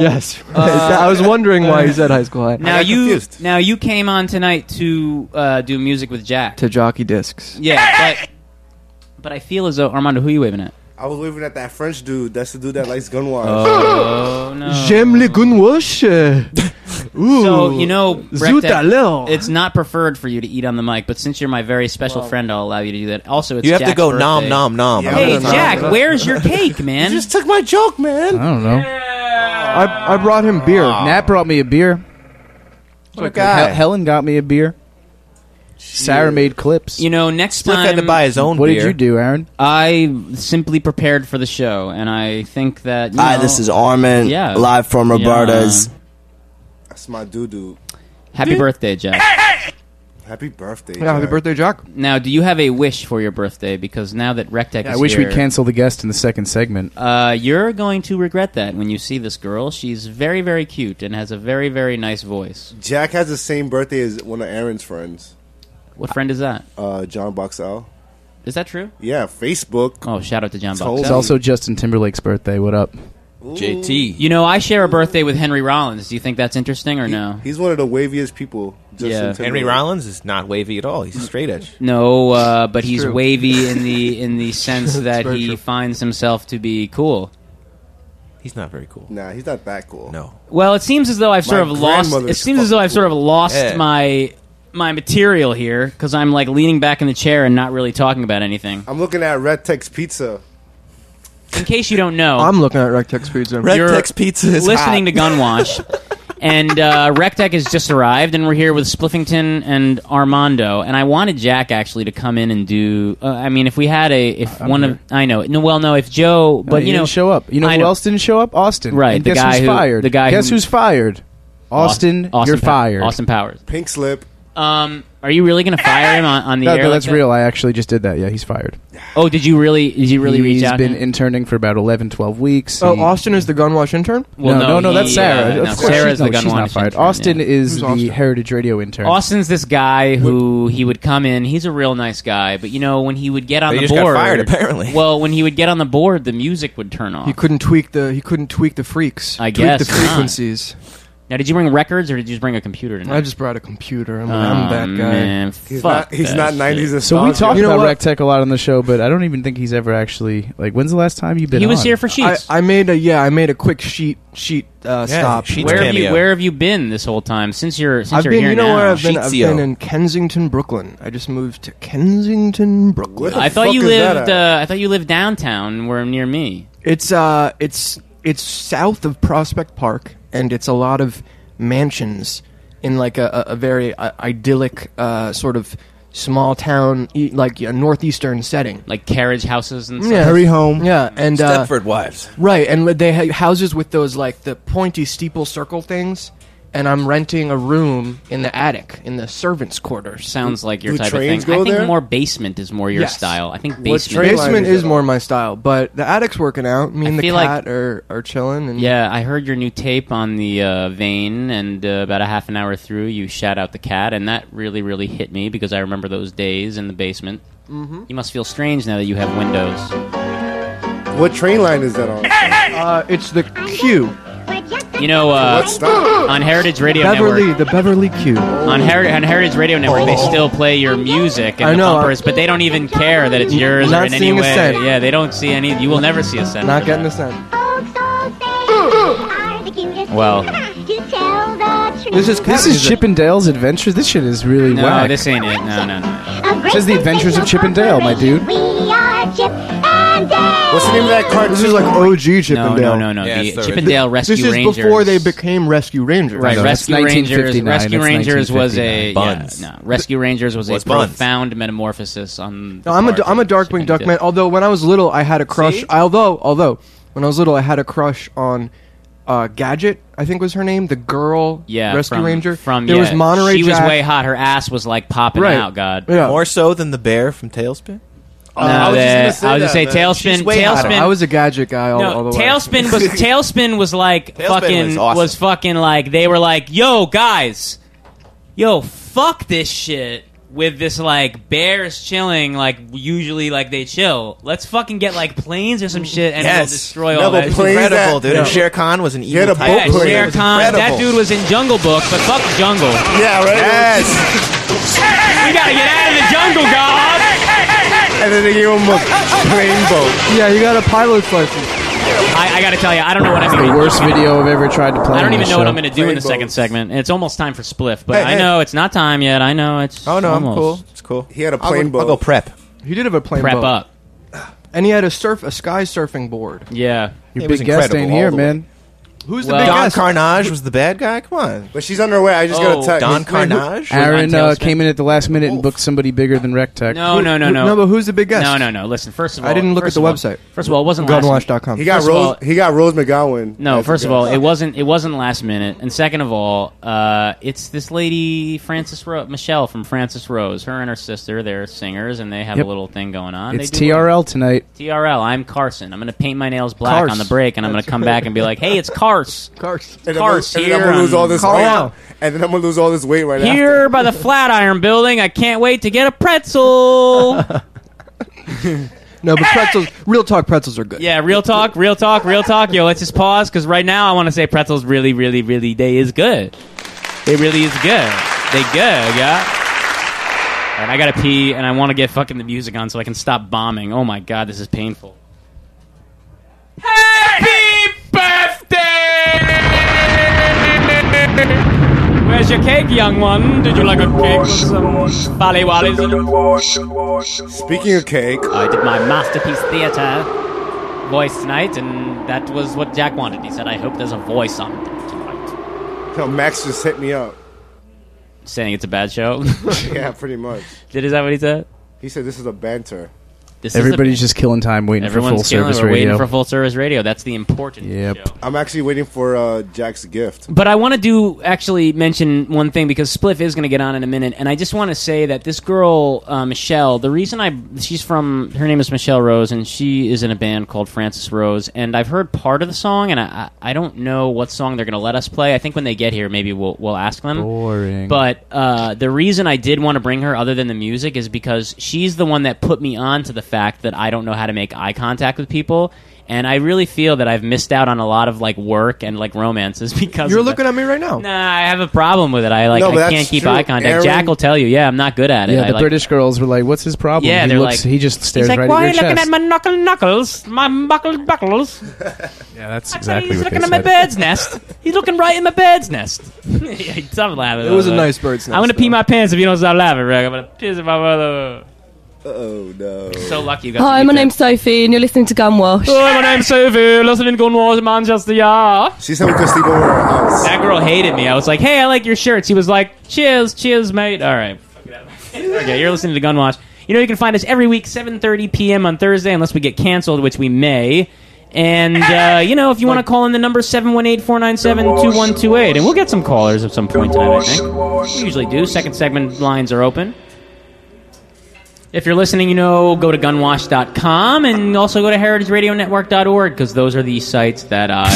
Speaker 16: Yes.
Speaker 2: uh,
Speaker 16: I was wondering why you said high school high.
Speaker 2: Now you now you came on tonight to uh, do music with Jack.
Speaker 16: to jockey discs.
Speaker 2: Yeah, but but I feel as though Armando, who you waving at?
Speaker 5: I was waving at that French dude. That's the dude that likes gun wash.
Speaker 2: Oh, no.
Speaker 16: J'aime les gunwash.
Speaker 1: Uh,
Speaker 16: Ooh.
Speaker 2: So you know,
Speaker 16: Zut
Speaker 2: Rectech,
Speaker 16: alors.
Speaker 2: it's not preferred for you to eat on the mic, but since you're my very special friend, I'll allow you to do that. Also, it's
Speaker 6: You have to
Speaker 2: Jack's
Speaker 6: go
Speaker 2: birthday.
Speaker 6: nom, nom, nom. Yeah,
Speaker 2: Hey,
Speaker 6: nom, nom,
Speaker 2: Jack,
Speaker 6: nom.
Speaker 2: where's your cake, man?
Speaker 5: just took my joke, man.
Speaker 1: I don't know.
Speaker 16: I, I brought him beer.
Speaker 1: Nat brought me a beer.
Speaker 6: What a guy.
Speaker 1: Hel- Helen got me a beer. Sarah made clips.
Speaker 2: You know, next time
Speaker 1: What did you do, Aaron?
Speaker 2: I simply prepared for the show, and I think that. you
Speaker 3: Hi,
Speaker 2: know-
Speaker 3: this is Armin,
Speaker 2: Yeah.
Speaker 3: live from
Speaker 2: Yeah.
Speaker 3: Roberta's.
Speaker 5: That's my doo doo.
Speaker 2: Happy
Speaker 5: Dude.
Speaker 2: birthday, Jack.
Speaker 5: Happy birthday. Jack.
Speaker 2: Jock. Now, do you have a wish for your birthday? Because now that Rectech
Speaker 1: I
Speaker 2: is
Speaker 1: wish
Speaker 2: here,
Speaker 1: we'd cancel the guest in the second segment.
Speaker 2: Uh, you're going to regret that when you see this girl. She's very, very cute and has a very, very nice voice.
Speaker 5: Jack has the same birthday as one of Aaron's friends.
Speaker 2: What friend is that?
Speaker 5: Uh, John Boxell.
Speaker 2: Is that true?
Speaker 5: Yeah, Facebook.
Speaker 2: Oh, shout out to John
Speaker 1: It's also Justin Timberlake's birthday. What up?
Speaker 2: JT. You know, I share a birthday with Henry Rollins. Do you think that's interesting or no?
Speaker 5: He's one of the waviest people. Justin
Speaker 2: Yeah.
Speaker 5: Timberlake.
Speaker 6: Henry Rollins is not wavy at all. He's straight edge.
Speaker 2: No, uh, but
Speaker 6: It's
Speaker 2: he's
Speaker 6: true.
Speaker 2: wavy in the in the sense
Speaker 6: It's
Speaker 2: that
Speaker 6: very
Speaker 2: he
Speaker 6: true.
Speaker 2: finds himself to be cool.
Speaker 6: He's not very cool.
Speaker 5: Nah, he's not that cool.
Speaker 6: No.
Speaker 2: Well, it seems as though I've sort
Speaker 6: My
Speaker 2: of lost. It
Speaker 6: grandmother's
Speaker 2: seems as though I've sort of lost
Speaker 6: Yeah.
Speaker 2: my my material here because I'm like leaning back in the chair and not really talking about anything.
Speaker 5: I'm looking at Red Tex Pizza.
Speaker 2: In case you don't know,
Speaker 16: I'm looking at Rectex Pizza.
Speaker 2: You're listening to Gunwash. and uh, Rectech has just arrived, and we're here with Spliffington and Armando. And I wanted Jack actually to come in and do. Uh, I mean, if we had a, if one of, I know, no, well, no, if Joe,
Speaker 1: Uh,
Speaker 2: but
Speaker 1: he
Speaker 2: you know,
Speaker 1: didn't show up. You know
Speaker 2: I
Speaker 1: who else didn't show up? Austin.
Speaker 2: Right,
Speaker 1: And
Speaker 2: the
Speaker 1: guess
Speaker 2: guy
Speaker 1: who's
Speaker 2: who-
Speaker 1: fired?
Speaker 2: the guy
Speaker 1: Guess
Speaker 2: who-
Speaker 1: who's fired? Austin, you're
Speaker 2: Pow-
Speaker 1: fired.
Speaker 2: Austin Powers.
Speaker 5: Pink slip.
Speaker 2: Um, are you really going to fire him on, on the
Speaker 1: No,
Speaker 2: air?
Speaker 1: no,
Speaker 2: like
Speaker 1: that's
Speaker 2: that?
Speaker 1: real. I actually just did that. Yeah, he's fired.
Speaker 2: Oh, did you really? Did you really reach
Speaker 1: He's
Speaker 2: out? to
Speaker 1: been
Speaker 2: him?
Speaker 1: interning for about 11, 12 weeks.
Speaker 16: Oh,
Speaker 1: He-
Speaker 16: Austin is the Gunwash intern.
Speaker 1: no, no, no, that's
Speaker 2: he,
Speaker 1: Sarah.
Speaker 2: uh,
Speaker 1: Of
Speaker 2: no,
Speaker 1: course
Speaker 2: Sarah's
Speaker 1: she's, no,
Speaker 2: the gun
Speaker 1: she's
Speaker 2: one
Speaker 1: not fired.
Speaker 2: intern,
Speaker 1: Austin is
Speaker 2: Who's
Speaker 1: the
Speaker 2: Austin?
Speaker 1: Heritage Radio intern.
Speaker 2: Austin's this guy who he would come in. He's a real nice guy, but you know when he would get on
Speaker 16: But he
Speaker 2: the
Speaker 16: just got
Speaker 2: board,
Speaker 16: fired, apparently.
Speaker 2: Well, when he would get on the board, the music would turn off.
Speaker 16: He couldn't tweak the he couldn't tweak the freaks.
Speaker 2: I
Speaker 16: tweak
Speaker 2: guess
Speaker 16: the frequencies.
Speaker 2: Now, did you bring records or did you just bring a computer tonight?
Speaker 16: I just brought a computer. I'm,
Speaker 2: Oh,
Speaker 16: I'm that guy.
Speaker 2: man, He's fuck not- he's that not shit. 90s
Speaker 1: So we
Speaker 16: nostalgia.
Speaker 1: talk
Speaker 16: You know
Speaker 1: about
Speaker 16: what?
Speaker 1: Rec Tech a lot on the show, but I don't even think he's ever actually like. When's the last time you've been? on?
Speaker 16: I, I made a yeah. I made a quick sheet sheet uh,
Speaker 1: Yeah,
Speaker 16: stop.
Speaker 1: sheets
Speaker 2: where have you Where have you been this whole time since you're since
Speaker 16: I've
Speaker 2: you're
Speaker 16: been,
Speaker 2: here
Speaker 16: you know
Speaker 2: now?
Speaker 16: where I've been. I've been in Kensington, Brooklyn. I just moved to Kensington, Brooklyn.
Speaker 2: I thought you lived. Uh, I thought you lived downtown, where near me.
Speaker 16: It's uh, it's it's south of Prospect Park, and it's a lot of mansions in like a, a a very uh, idyllic uh, sort of small town, e- like a northeastern setting,
Speaker 2: like carriage houses and stuff.
Speaker 16: home. Yeah, and uh,
Speaker 6: Stepford Wives.
Speaker 16: Right, and li- they had houses with those like the pointy steeple circle things. And I'm renting a room in the attic in the servants' quarters.
Speaker 2: Sounds like your type of thing. I think more basement is more your
Speaker 16: Yes.
Speaker 2: style. I think basement.
Speaker 16: basement is more my style, but the attic's working out. Me
Speaker 2: I
Speaker 16: and the
Speaker 2: feel like-
Speaker 16: cat are, are chilling. And
Speaker 2: Yeah, I heard your new tape on the uh, vein, and uh, about a half an hour through, you shout out the cat, and that really, really hit me because I remember those days in the basement.
Speaker 16: Mhm.
Speaker 2: You must feel strange now that you have windows.
Speaker 5: What train line is that on?
Speaker 16: Uh, it's the Q.
Speaker 2: You know, uh,
Speaker 16: What's that?
Speaker 2: on Heritage Radio
Speaker 16: Beverly,
Speaker 2: Network.
Speaker 16: the Beverly Q.
Speaker 2: On, Heri- on Heritage Radio Network, they
Speaker 16: Oh.
Speaker 2: still play your music and
Speaker 16: I
Speaker 2: the
Speaker 16: know, I-
Speaker 2: bumpers, but they don't even care that it's yours or
Speaker 16: Not
Speaker 2: in any
Speaker 16: seeing a
Speaker 2: way.
Speaker 16: cent.
Speaker 2: Yeah, they don't see any. You will never see a cent.
Speaker 16: Not getting a cent.
Speaker 2: Well,
Speaker 16: This is
Speaker 1: this is Chip and Dale's adventure. This shit is really
Speaker 2: no,
Speaker 1: whack.
Speaker 2: this ain't it. No, no, no.
Speaker 1: This is the adventures of Chip and Dale, my dude.
Speaker 5: What's the name of that cartoon?
Speaker 16: This is like OG Chip
Speaker 2: No,
Speaker 16: and Dale.
Speaker 2: no, no, no. Yeah, The it's the- Chip and Dale Rescue
Speaker 16: This is before
Speaker 2: Rangers.
Speaker 16: they became Rescue Rangers.
Speaker 2: Right, Rescue Rangers. Rescue Rangers was a yeah,
Speaker 16: Buns.
Speaker 2: no. Rescue Rangers was,
Speaker 16: Was
Speaker 2: a
Speaker 16: buns.
Speaker 2: profound metamorphosis on.
Speaker 16: No, I'm a I'm a Darkwing Duck man. Although when I was little, I had a crush. Although although when I was little, I had a crush on uh, Gadget. I think was her name, the girl
Speaker 2: yeah,
Speaker 16: rescue
Speaker 2: from,
Speaker 16: ranger.
Speaker 2: From
Speaker 16: there
Speaker 2: yeah,
Speaker 16: was Monterey
Speaker 2: She
Speaker 16: Jack.
Speaker 2: was way hot. Her ass was like popping
Speaker 16: Right.
Speaker 2: out. God.
Speaker 6: More so than the bear from Tailspin.
Speaker 2: No, I was just gonna that- say I was gonna that, say man. Tailspin-
Speaker 6: She's way
Speaker 2: Tailspin-
Speaker 6: hotter.
Speaker 2: I
Speaker 16: I was a Gadget guy all, all
Speaker 2: No,
Speaker 16: the way.
Speaker 2: Tailspin was Tailspin was like
Speaker 16: Tailspin
Speaker 2: fucking was,
Speaker 16: was awesome.
Speaker 2: fucking like they were like, "Yo, guys. Yo, fuck this shit." With this like bears chilling, like usually like they chill. Let's fucking get like planes or some shit, and we'll
Speaker 6: Yes.
Speaker 2: destroy
Speaker 6: No,
Speaker 2: all
Speaker 6: but
Speaker 2: that.
Speaker 6: planes Incredible, that- dude. And Shere Khan was an
Speaker 2: Yeah,
Speaker 6: evil
Speaker 2: the
Speaker 6: titan.
Speaker 2: boat
Speaker 6: Yeah,
Speaker 2: Shere
Speaker 6: it was
Speaker 2: Khan, that
Speaker 6: incredible.
Speaker 2: dude was in Jungle Book, but fuck Jungle.
Speaker 5: Yeah, right.
Speaker 2: we gotta get out of the jungle, God.
Speaker 5: And then they gave him a plane boat.
Speaker 16: Yeah, you got a pilot's license.
Speaker 2: I, I gotta tell you, I don't know what I'm
Speaker 1: It's
Speaker 2: gonna
Speaker 1: the worst video I've ever tried to play.
Speaker 2: I don't
Speaker 1: on
Speaker 2: even
Speaker 1: the
Speaker 2: know what
Speaker 1: show.
Speaker 2: I'm going to do in the second segment. It's almost time for Spliff, but
Speaker 16: Hey,
Speaker 2: I
Speaker 16: hey.
Speaker 2: know it's not time yet. I know it's. Oh
Speaker 16: no, I'm cool.
Speaker 6: It's cool.
Speaker 5: He had a
Speaker 16: I'll go-
Speaker 5: plane boat.
Speaker 16: I'll go
Speaker 6: prep.
Speaker 16: He did have a plane
Speaker 2: Prep
Speaker 16: boat.
Speaker 2: up.
Speaker 16: And he had a surf a sky surfing board.
Speaker 2: Yeah,
Speaker 1: Your big guest ain't here, man.
Speaker 6: Who's the Well, Don biggest? Carnage was the bad guy. Come on,
Speaker 5: but she's on her way. I just
Speaker 2: Oh.
Speaker 5: got to tell
Speaker 6: Don
Speaker 5: wait, who-
Speaker 6: Carnage?
Speaker 1: Oh, Aaron uh, came in at the last minute and booked somebody bigger than Rectech.
Speaker 2: No, no, no, no.
Speaker 6: but who's the big
Speaker 2: No, no, no. Listen, first of all,
Speaker 6: I didn't look at
Speaker 2: first
Speaker 6: the
Speaker 2: of all-
Speaker 6: website.
Speaker 2: First of all, it wasn't
Speaker 6: Godwatch.com.
Speaker 2: last.
Speaker 5: He got
Speaker 2: First of
Speaker 5: Rose.
Speaker 2: all-
Speaker 5: he got Rose McGowan.
Speaker 2: No,
Speaker 5: as
Speaker 2: first
Speaker 5: the
Speaker 2: of all,
Speaker 5: guest.
Speaker 2: it wasn't. It wasn't last minute, and second of all, uh, it's this lady Frances Ro- Michelle from Frances Rose. Her and her sister, they're singers, and they have
Speaker 1: Yep.
Speaker 2: a little thing going on.
Speaker 1: it's
Speaker 2: They do
Speaker 1: TRL tonight.
Speaker 2: TRL. I'm Carson. I'm going to paint my nails black
Speaker 1: Cars.
Speaker 2: on the break, and I'm going to come back and be like, "Hey, it's Cars. Cars.
Speaker 5: And then I'm-
Speaker 2: Cars
Speaker 5: and then I'm
Speaker 2: here.
Speaker 5: gonna lose
Speaker 2: on-
Speaker 5: all this weight, and then I'm gonna lose all this weight right
Speaker 2: Here by the Flatiron Building. I can't wait to get a pretzel.
Speaker 16: No, but pretzels, real talk pretzels are good.
Speaker 2: yeah, real talk, real talk, real talk. Yo, let's just pause because right now I want to say pretzels really, really, really they is good. They really is good. They good, yeah. And I gotta pee, and I want to get fucking the music on so I can stop bombing. Oh my god, this is painful. Happy birthday! Where's your cake, young one? Did you like a cake with some bally wallies in it?
Speaker 5: Speaking of cake,
Speaker 2: I did my masterpiece theater voice tonight, and that was what Jack wanted. He said, "I hope there's a voice on tonight."
Speaker 5: now. No, Max just hit me up.
Speaker 2: Saying it's a bad show.
Speaker 5: yeah, pretty much.
Speaker 2: Did is that what he said?
Speaker 5: He said this is a banter.
Speaker 2: This
Speaker 1: Everybody's just killing time waiting for
Speaker 2: Everyone's
Speaker 1: full
Speaker 2: killing
Speaker 1: service
Speaker 2: it. We're waiting
Speaker 1: radio.
Speaker 2: for full service radio. That's the important.
Speaker 1: yep.
Speaker 5: I'm actually waiting for uh, Jack's gift.
Speaker 2: But I want to do actually mention one thing because Spliff is going to get on in a minute, and I just want to say that this girl uh, Michelle, the reason I she's from her name is Michelle Rose, and she is in a band called Francis Rose, and I've heard part of the song, and I I I don't know what song they're going to let us play. I think when they get here, maybe we'll we'll ask them.
Speaker 1: Boring.
Speaker 2: But uh, the reason I did want to bring her, other than the music, is because she's the one that put me on to the fact that I don't know how to make eye contact with people. And I really feel that I've missed out on a lot of like work and like romances because
Speaker 16: You're
Speaker 2: of that.
Speaker 16: looking at me right now.
Speaker 2: Nah, I have a problem with it. I like
Speaker 16: No, but
Speaker 2: I
Speaker 16: that's
Speaker 2: can't keep
Speaker 16: true.
Speaker 2: eye contact.
Speaker 16: Aaron-
Speaker 2: Jack will tell you, yeah, I'm not good at it.
Speaker 1: Yeah,
Speaker 2: I,
Speaker 1: the
Speaker 2: like-
Speaker 1: British girls were like, "What's his problem?"
Speaker 2: Yeah,
Speaker 1: he
Speaker 2: they're
Speaker 1: looks,
Speaker 2: like-
Speaker 1: he just stares
Speaker 2: He's like,
Speaker 1: right
Speaker 2: why are
Speaker 1: at
Speaker 2: you
Speaker 1: your
Speaker 2: looking
Speaker 1: chest.
Speaker 2: at my knuckle knuckles, my knuckle buckles?
Speaker 1: yeah, that's
Speaker 2: He's
Speaker 1: exactly what
Speaker 2: looking
Speaker 1: they
Speaker 2: at my
Speaker 1: said.
Speaker 2: bird's nest. He's looking right in my bird's nest. yeah, something like that.
Speaker 16: It was a nice bird's
Speaker 2: I'm
Speaker 16: nest,
Speaker 2: gonna pee my pants if you don't stop laughing, Rick. I'm gonna piss in my mother.
Speaker 5: Oh no!
Speaker 2: So lucky you
Speaker 12: Oh,
Speaker 2: got.
Speaker 20: Hi,
Speaker 2: to
Speaker 20: my
Speaker 2: meet
Speaker 20: name's Sophie, and you're listening to Gunwash.
Speaker 2: them. Hi, Oh, my name's Sophie. Listening to Gunwars in Manchester. Yeah.
Speaker 5: She said we could sleep over her house.
Speaker 2: That girl hated me. I was like, "Hey, I like your shirt." She was like, "Cheers, cheers, mate." All right. Okay, you're listening to Gunwash. You know you can find us every week 7:30 p.m. on Thursday unless we get canceled, which we may. And uh, you know, if you want to call in the number 718-497-2128 and we'll get some callers at some point tonight, I think. We usually do. Second segment lines are open. If you're listening, you know, go to gunwash.com and also go to heritageradionetwork.org because those are the sites that I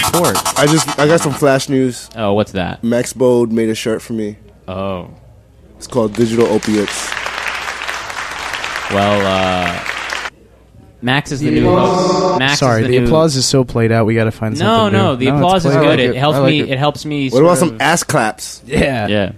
Speaker 2: support.
Speaker 5: I just I got some flash news.
Speaker 2: Oh, what's that?
Speaker 5: Max Bode made a shirt for me.
Speaker 2: Oh,
Speaker 5: it's called Digital Opiates.
Speaker 2: Well, uh, Max is the new host. Max
Speaker 1: Sorry,
Speaker 2: is the,
Speaker 1: the,
Speaker 2: new-
Speaker 1: applause is so played out. We got to find
Speaker 2: No,
Speaker 1: something.
Speaker 2: no,
Speaker 1: new.
Speaker 2: the
Speaker 1: it's
Speaker 2: applause is
Speaker 1: played.
Speaker 2: good. It helps me. It. helps me.
Speaker 5: What
Speaker 2: sort
Speaker 5: about
Speaker 2: of-
Speaker 5: some ass claps?
Speaker 1: Yeah.
Speaker 2: Yeah.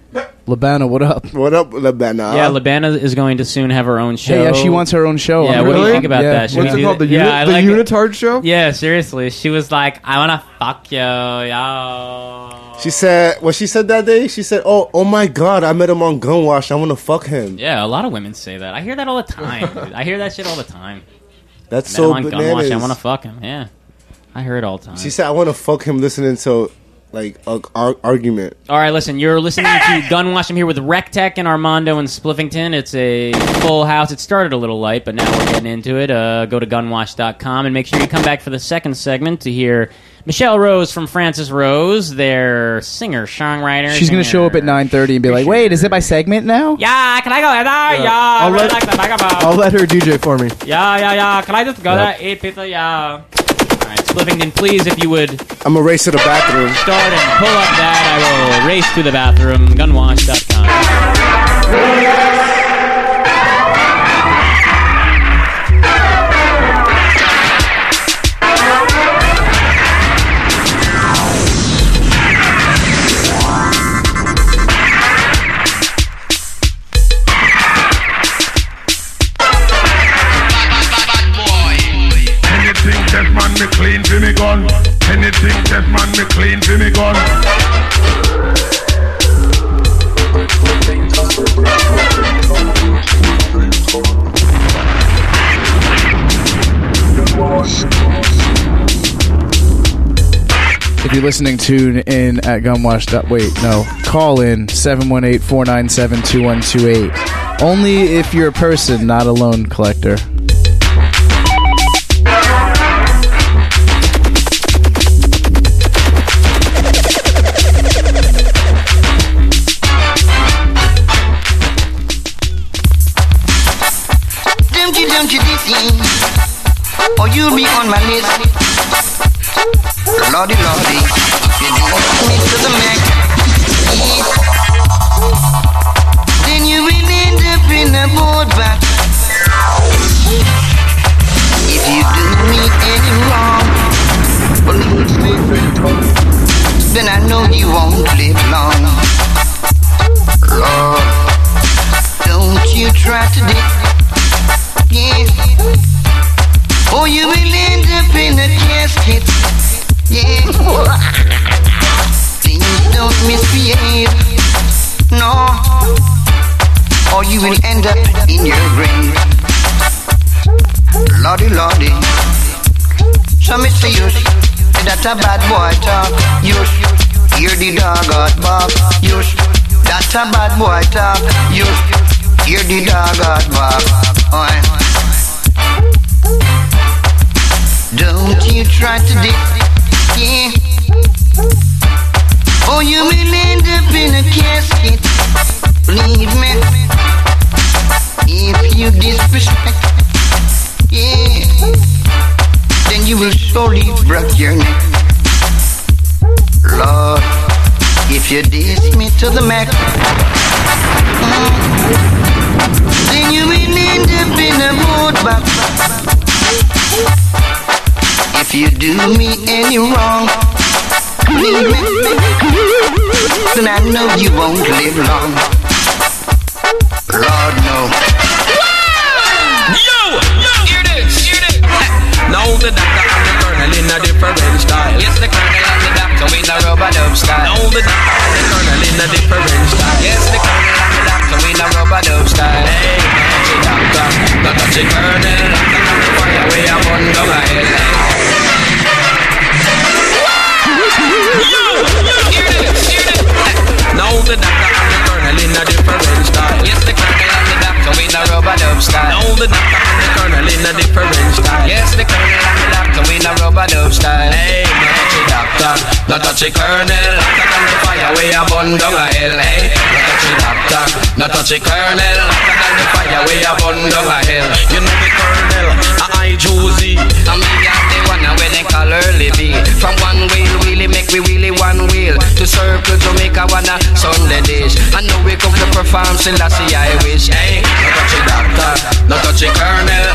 Speaker 1: Labana, what up?
Speaker 5: What up, Labana?
Speaker 2: Yeah, Labana is going to soon have her own show.
Speaker 1: Hey, yeah, she wants her own show.
Speaker 2: Yeah,
Speaker 1: I'm
Speaker 2: what do you
Speaker 1: really-
Speaker 2: think about
Speaker 1: yeah.
Speaker 2: that? Should we do that? yeah, I like
Speaker 16: Unitard show?
Speaker 2: Yeah, seriously. She was like, I want to fuck you, yo.
Speaker 5: She said what she said that day. She said, "Oh, oh my God! I met him on Gunwash. I want to fuck him."
Speaker 2: Yeah, a lot of women say that. I hear that all the time. dude. I hear that shit all the time.
Speaker 5: That's
Speaker 2: I met
Speaker 5: so
Speaker 2: him on
Speaker 5: bananas.
Speaker 2: Gunwash. I want to fuck him. Yeah. I hear it all the time.
Speaker 5: She said, "I want to fuck him." Listening to like a ar- argument.
Speaker 2: All right, listen, you're listening to Gunwash. I'm here with Rectech and Armando and Spliffington. It's a full house. It started a little light, but now we're getting into it. Uh, go to gunwash.com and make sure you come back for the second segment to hear Michelle Rose from Francis Rose, their singer, songwriter.
Speaker 1: She's gonna
Speaker 2: singer.
Speaker 1: show up at 9:30 and be like, "Wait, is it my segment now?"
Speaker 2: Yeah, can I go? Yeah, yeah, I
Speaker 16: I'll
Speaker 2: really
Speaker 16: let-
Speaker 2: like the microphone.
Speaker 16: I'll let her DJ for me.
Speaker 2: Yeah, yeah, yeah. Can I just go
Speaker 16: Yep.
Speaker 2: there? Eat pizza, yeah. All right, Spliffington, please, if you would
Speaker 5: I'm gonna race to the bathroom.
Speaker 2: start and pull up that, I will race to the bathroom. Gunwash.com.
Speaker 3: Anything that man me clean for me gun. Anything that man me clean for me gun.
Speaker 1: If If you're listening, tune in at Gumwash. dot- Wait, no. Call in 718 497 2128. Only if you're a person, not a loan collector.
Speaker 21: Dumpty dumpty dippy, or you'll be on my list. Lordy lordy, you do me to the max. Then you will end up in a boardwalk. If you do me any wrong, then I know you won't live long. Lord, don't you try to dip again. Or Oh, you will end up in a casket. Yeah. Things don't misbehave. No. Or you will end up in your grave. Lordy, lordy. Some is serious. That's a bad boy talk. Yes. Hear the dog out bark. Yes. That's a bad boy talk. Yes. Hear the dog out bark. Oi. Don't you try to dig, yeah. Or Oh, you will end up in a casket. Believe me, if you disrespect, yeah, then you will surely break your neck. Lord, if you diss me to the max, mm, then you will end up in a boardwalk. If you do me any wrong, believe me, then I know you won't live long. Lord, no.
Speaker 4: Yo, yo, here it is, here it is. Now the doctor and the colonel in a different style. Yes, the colonel and the doctor in a rubber dub style. Now the doctor and the colonel in a different style. Yes, the colonel and the doctor in a rubber dub style. Hey, touch the doctor, not touch the colonel. Doctor, come and fire away a bun down a hill. Yo, yo, here it is, here it is. Now the doctor and the colonel in a different style. Yes, the colonel and the doctor in a rubber dub style. Now the doctor and the colonel in a different style. Yes, the colonel and the doctor in a rubber dub style. Hey, not touch the doctor, not touch the colonel. Doctor come to fire, we a bun down a hill. Hey, not touch the doctor, not touch the colonel. Doctor come to fire, we a bun down a hill. You know the colonel, I, I Josie. And me and the one where they call early B. From one wheel, wheelie make we wheelie one wheel to circle Jamaica wanna Sunday dish. I know we come to perform Selassie I wish. Hey, no touch the doctor, no touch the colonel.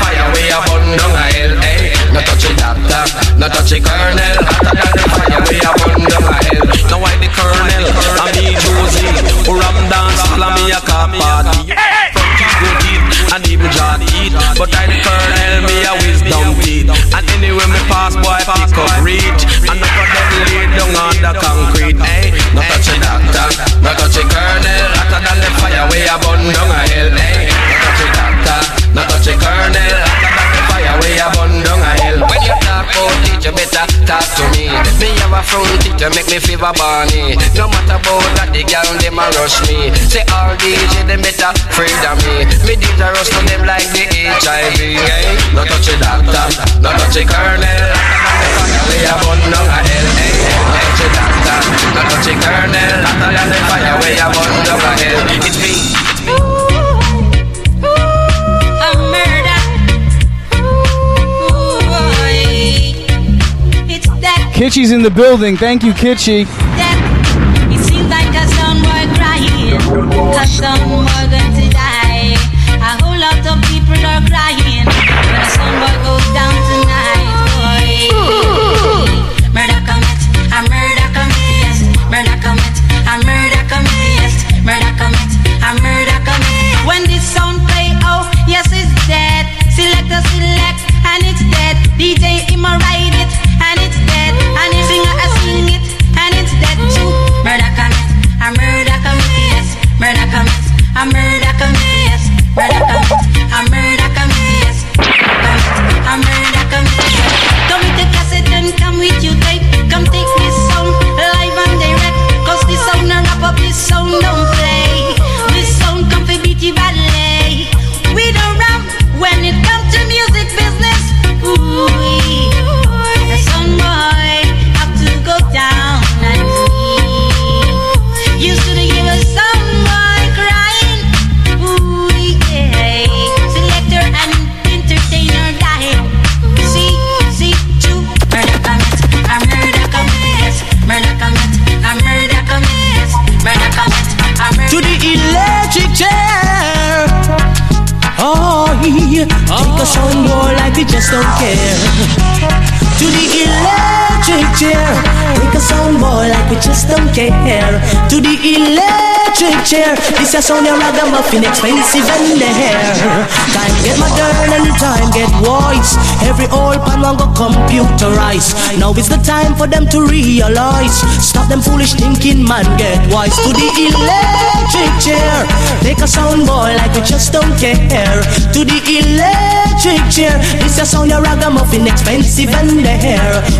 Speaker 4: Hotter than the fire we a burn down a hell. Hey, no touch the doctor, no touch the colonel. Hotter than the fire we a burn down a hell. Now I the colonel, I me Josie, who ram dance, slam me a car party. From deep go deep, and even John eat. But I the colonel, me a wisdom teeth. And anyway me pass boy pick up reach, and none of them lay down on the concrete. Hey, no touch the doctor, no touch the colonel. Hotter than the fire we a burn down a hell. Hey, no touch the doctor, no touch the colonel. Hotter than the fire we a burn down a hell. When you talk about it, you better talk to me. Me have a front teacher make me fever Barney. No matter about that, the girl them a rush me. Say all DJ them better afraid of me. Me dangerous to them like the HIV. Hey, no eh? touch the doctor, no touch the colonel. Fire we a burn down a hell. Hey, no touch the doctor, no touch the colonel. Hotter than the fire we a burn down a hell. It's me.
Speaker 21: A murder.
Speaker 10: It's that,
Speaker 1: Kitchy's in the building. Thank you, Kitchy.
Speaker 10: that. It seems like a son boy crying. A son boy going to die. A whole lot of people are crying. But a son boy goes down tonight, boy. Murder commit, a murder commit, yes. Murder commit, a murder commit, yes. Murder commit, a murder commit. When this sound play, oh, yes, it's dead. Selector select, and it's dead. DJ Ima ride it, and it's dead. And the singer I sing it, and it's dead too. Murder commit, a murder commit, yes. Murder commit, a murder commit.
Speaker 22: percussion boy like he just don't care. To the electric chair, make a sound boy like we just don't care. To the electric chair, this a sound a ragamuffin, expensive and there. Time get modern and time get wise. Every old pan one go computerized. Now is the time for them to realize. Stop them foolish thinking, man, get wise. To the electric chair, make a sound boy like we just don't care. To the electric chair, this a sound a ragamuffin, expensive and there.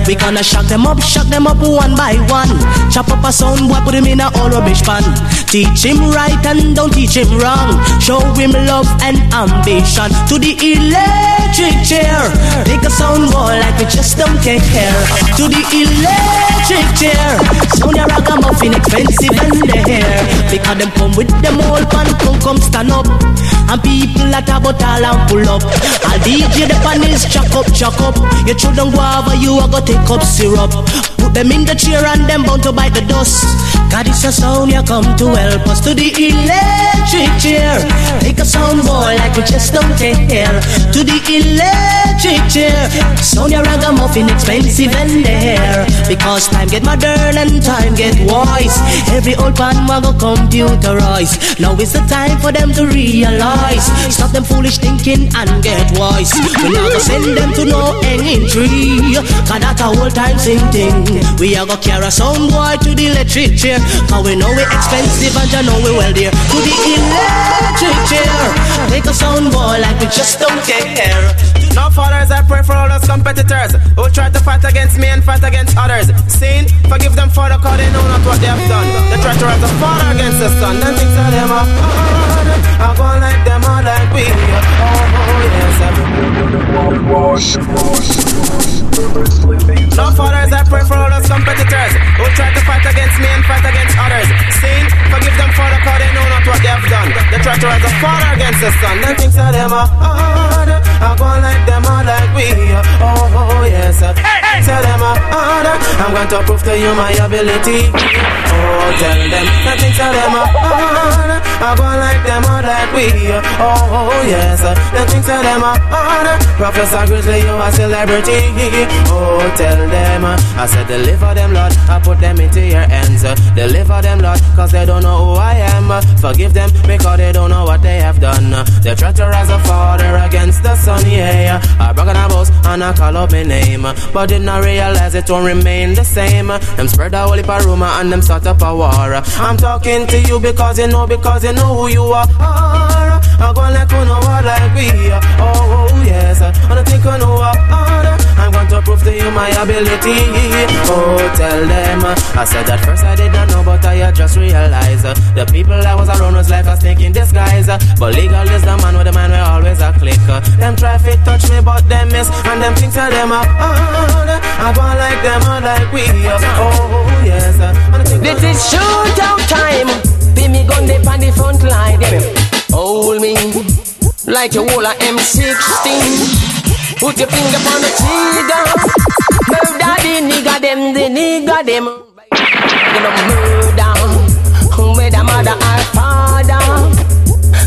Speaker 22: We gonna shock them up, shock them up one by one. Chop up a sound boy, put him in a all rubbish pan. Teach him right and don't teach him wrong. Show him love and ambition. To the electric chair, make a sound boy like we just don't care. To the electric chair, sound a ragamuffin, expensive and there. Because them come with them all pan, come come stand up. And people at a bottle and pull up. I'll DJ the panels, chuck up, chuck up. You children go over, you are gonna take up syrup. Put them in the chair and them bound to bite the dust. God is a sound you come to help us to the electric chair. Make a sound boy like we just don't care. To the electric chair. Sound your ragamuffin expensive and there. Because time get modern and time get wise. Every old pan go computerized. Now is the time for them to realize. Stop them foolish thinking and get wise. We now go send them to no hanging tree. Cause that a whole time same thing. We are gonna carry some boy to the electric chair. Cause we know we expensive and you know we well dear. To the electric chair. Make a sound boy like we just don't care.
Speaker 23: Now, fathers, I pray for all those competitors who try to fight against me and fight against others. Sin, forgive them for the cause they know not what they have done. They try to rise a father against the son, then things are them up. I go like them all like we. Oh, yes. Now, fathers, I pray for all those competitors who try to fight against me and fight against others. Sin, forgive them for the cause they know not what they have done. They try to rise a father against the son, then things are them up. I go like them all like we. Oh, oh yes. Tell them I order. I'm going to prove to you my ability. Oh, tell them. Nothing tell them I order. I go like them all like we. Oh, oh yes. Nothing tell them I order. Professor Grizzly, you a celebrity. Oh, tell them. I said deliver them, Lord. I put them into your hands. Deliver them, Lord. Cause they don't know who I am. Forgive them because they don't know what they have done. They try to rise a father against the son, yeah. I broke on a boss and I call up my name. But did not realize it won't remain the same. Them spread a whole heap of rumor and them start up a war. I'm talking to you because you know, because you know who you are. I go like you know what like we are. Oh, oh yes, I don't think you know what I'm going to prove to you my ability. Oh, tell them. I said that first I did not know, but I had just realized the people that was around was like a snake in disguise. But legal is the man with the man we always a click. Them try fi touch me, but them miss, and them things tell them apart. I go like them, I like we. Oh yes,
Speaker 22: This is shootout time. Be me gun dip on the front line. Hold me like you hold a M16. Put your finger on the trigger. Murder the nigga them, the nigga them. You know murder, whether mother or father.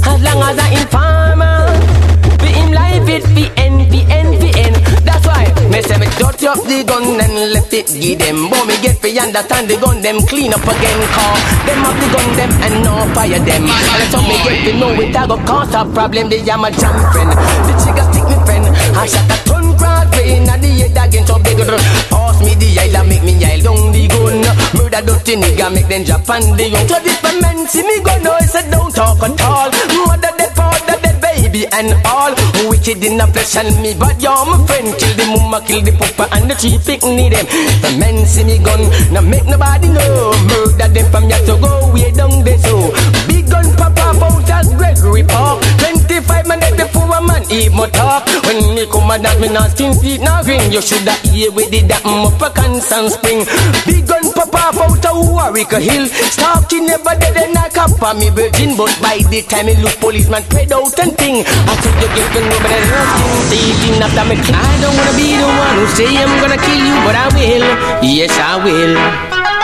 Speaker 22: As long as I informer, be in life it be end, be end, be end. That's why me say me dirty up the gun and left it give them. But me get fi understand the gun them clean up again. Call them up the gun them and no fire them. All the time me get fi know it I go cause a problem. They am a jam friend, the trigger stick me friend. I shot a ton crowd pain and the head against a big drum. Pass me the yell and make me yell down the gun. Murder dirty nigga make them drop on the gun. So this my man see me go no, he said don't talk at all. Mother dead, father dead, baby and all. Wicked in the flesh and me, but you're my friend. Kill the mumma, kill the papa and the three pick need them. The men see me gun, now make nobody know. Murder them from here to go, way down there so. Big gun papa out as Gregory Park. 25 man dead before a man eat more talk. When me come a dance, me not skin feet now green. You shoulda hear with the that up a constant spring. Big gun papa out of Warwick Hill. Stalky never dead and I cap on me virgin, but by the time me look policeman spread out and thing. I took the gift and over the rusting stage after me. I don't wanna be the one who say I'm gonna kill you, but I will. Yes, I will.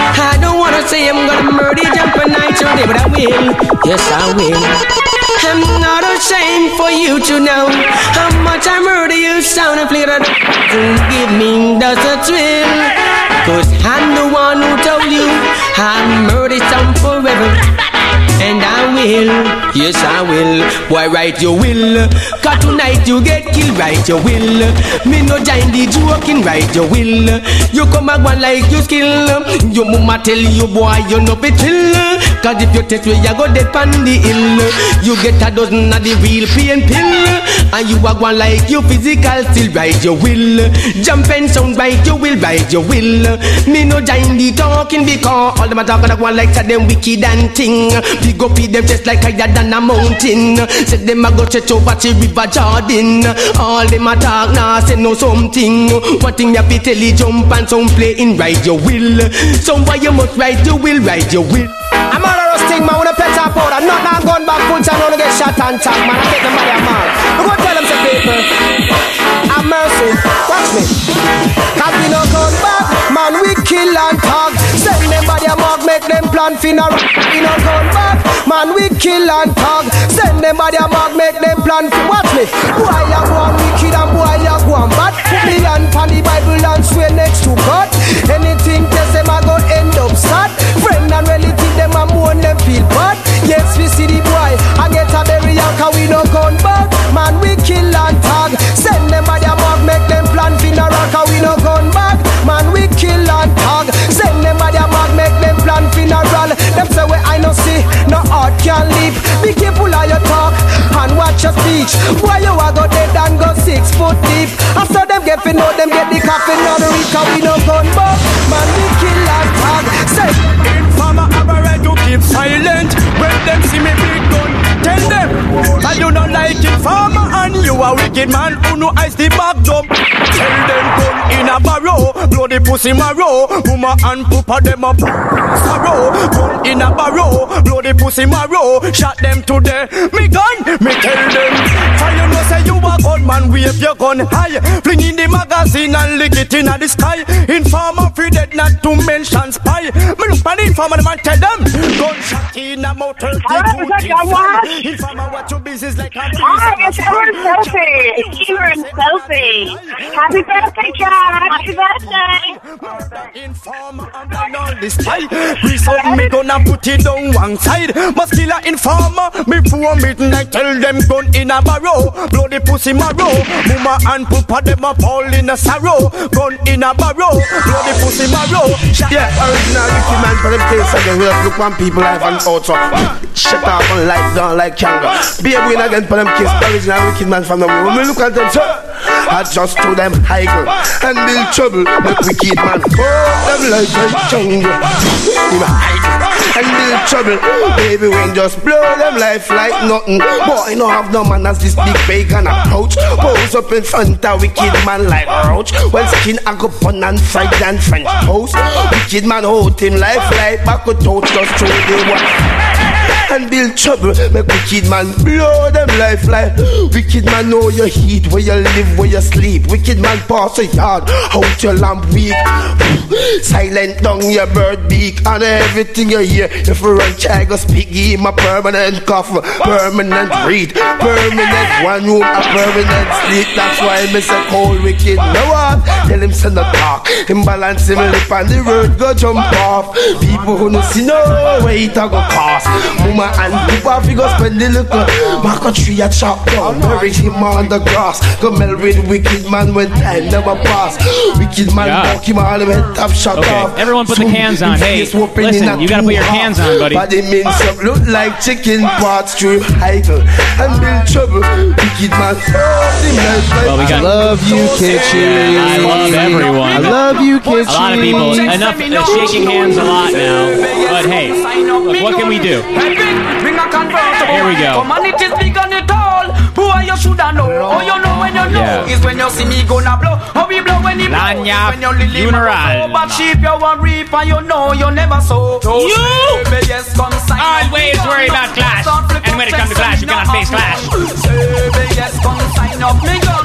Speaker 22: I don't wanna say I'm gonna murder, jump a night, but I will. Yes, I will. I
Speaker 24: am not ashamed for you to know how much I murder you. Sound and play that don't give me just a thrill. Cause I'm the one who told you I murder some forever. And I will, yes I will. Why right you will? Cause tonight you get killed, right you will. Me no join the joking, right you will. You come and go like you skill. Your mama tell you boy you no be chill. Cause if you test way you go dead on the hill. You get a dozen of the real pain pill. And you are one like you physical still right you will. Jump and sound right you will, right you will. Me no join the talking because all them a talk and one like say them wicked and thing. Big up in them just like higher than a mountain. Said them a go church over to River Jordan. All them a talk now say no something. One thing you be tell you jump and some playing right you will. Some why you must right you will, right you will.
Speaker 25: I'm on a roasting man with a pet up powder. Not now gone back full time, gonna get shot and tag, man. I take them by their mouth. We go tell them to people. I'm mercy. Watch me. Cause we no come back, man. We kill and tag. Send them by their mouth, make them plan funeral. We no come back, man. We kill and tag. Send them by their mouth, make them plan for watch me. Boy, you go on wicked and boy, you go on bad. Me and Panny Bible and swear next to God. Anything test them, I go end up sad. Friend and relative, them a moan, them feel bad. Yes, we see the boy, I get a burial, cause we no gone back. Man, we kill and tag. Send them by their mouth, make them plan funeral, cause we no gone back. Man, we kill and tag. Send them by their mouth, make them plan funeral. Them say we I no see, no heart can live. Be careful how you talk and watch your speech. Why you a go dead and go six foot deep? I saw them get fi know them get the coffin on the reek, cause we no gone back. Man, we kill and tag. Send
Speaker 7: Informer have a right to keep silent when them see me big gun. Tell them that you don't like informer and you a wicked man who no eyes the back door. Tell them gun in a barrow, blow the pussy marrow, Puma and poopa them up sorrow. Gun in a barrow, blow the pussy marrow, shot them to death. Me gun, me tell them. For you know say you a gun man, wave your gun high, fling in the magazine and lick it in the sky. Informer free dead, not to mention spy. Me look on the informer, the man tell them. Gunshot in a motor,
Speaker 4: Hello, is that Gunwash?
Speaker 7: Informer what your business like a
Speaker 4: Hi, Oh, it's Erin Sophie. It's Erin Sophie. Happy birthday, John. Happy birthday.
Speaker 7: on this tie. Reason me gonna put it on one side. Must kill a informer. Me poor midnight tell them gun in a barrow. Blow the pussy marrow. Mama and papa them up all in a sorrow. Gun in a barrow. Blow the pussy marrow. Shut
Speaker 8: Yeah, original Ricky man for them things again. We have look one people life and out of Shut up and light down like Kanga. Be a win again for them kids. Original Ricky man from the world. We look at them, so I just to them high girl and build trouble. But wicked man, oh, them life and jungle. Him a high girl and build trouble. Baby, when just blow them life like nothing. Boy, no have no manners. This big bacon approach. Pose up in front of wicked man like roach. Well, skin a go pun and fried and French toast. Wicked man hold him life like back a toast just through the one and build trouble. Make wicked man blow them life like wicked man know your heat, where you live, where you sleep. Wicked man pass a yard, out your lamp weak. Silent down your bird beak and everything you hear. If you run child, go speak, give him a permanent coffin, permanent read, permanent one room, a permanent sleep. That's why I miss a cold wicked. No one tell him send a talk. Him balance him lip on the road, go jump off. People who no see no way it a go cost. Mama and Papa fi go spend the liquor. Back a tree a chop down, bury him on the grass. Go melt with wicked man when time never pass. Wicked man
Speaker 2: Yeah.
Speaker 8: walk him all the way top shot
Speaker 2: Okay,
Speaker 8: off.
Speaker 2: everyone put the
Speaker 8: Soon
Speaker 2: cans on.
Speaker 8: him
Speaker 2: Hey,
Speaker 8: face whooping
Speaker 2: listen,
Speaker 8: in a
Speaker 2: you gotta put your
Speaker 8: two-hop.
Speaker 2: cans on, buddy.
Speaker 8: Body mince up, look like chicken parts through Heichel and build trouble. Wicked man, oh, the man.
Speaker 2: Well, we got.
Speaker 8: love you,
Speaker 2: Kitchen. I love everyone.
Speaker 8: I love you,
Speaker 2: A lot of
Speaker 8: Kitchen.
Speaker 2: people. Enough uh, shaking hands a lot now. But hey, look, what can we do?
Speaker 7: Bring a convertible.
Speaker 2: Here we go.
Speaker 7: Come on, it is big on it all. Boy, you shoulda know. Oh, you know when you know
Speaker 2: Yeah.
Speaker 7: is when you see me gonna blow. How we blow when it blows. is When you lily
Speaker 2: funeral.
Speaker 7: But sheep you want reap and you know you never sow.
Speaker 2: You
Speaker 7: Baby, yes, come sign up.
Speaker 2: always worry about clash. And when it comes to clash, you cannot face clash.
Speaker 7: Baby, yes, come sign up me gun.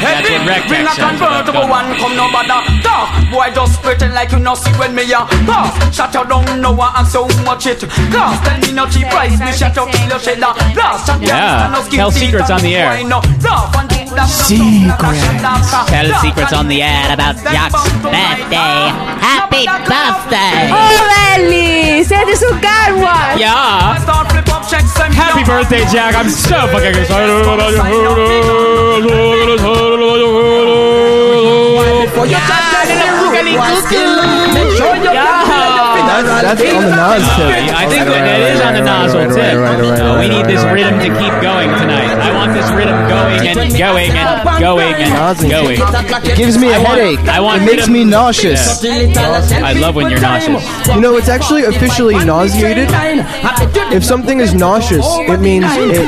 Speaker 2: That's what Rec Tech
Speaker 7: bring a
Speaker 2: sounds about
Speaker 7: convertible
Speaker 2: gun.
Speaker 7: one.
Speaker 24: come no bother Talk, boy just pretend like you not see when me a pass Shut you down no one and so much it Cause tell me no cheap price, me shut up till you shed a Last and
Speaker 2: Yeah, tell secrets on the air.
Speaker 24: Secrets
Speaker 2: Tell secrets on the ad about Jack's birthday. Happy birthday!
Speaker 14: Órale, se hace su car wash.
Speaker 2: Yeah. Happy birthday, Jack! I'm so fucking excited.
Speaker 6: That's, that's on the nozzle.
Speaker 2: I think that it is on the nozzle tip. Uh, we need this rhythm to keep going tonight. I want this rhythm going and going and going and going.
Speaker 1: It gives me a
Speaker 2: I want-
Speaker 1: headache.
Speaker 2: I want
Speaker 1: it makes
Speaker 2: rhythm-
Speaker 1: me nauseous.
Speaker 2: Yeah. I love when you're nauseous.
Speaker 16: You know, it's actually officially nauseated. If something is nauseous, it means it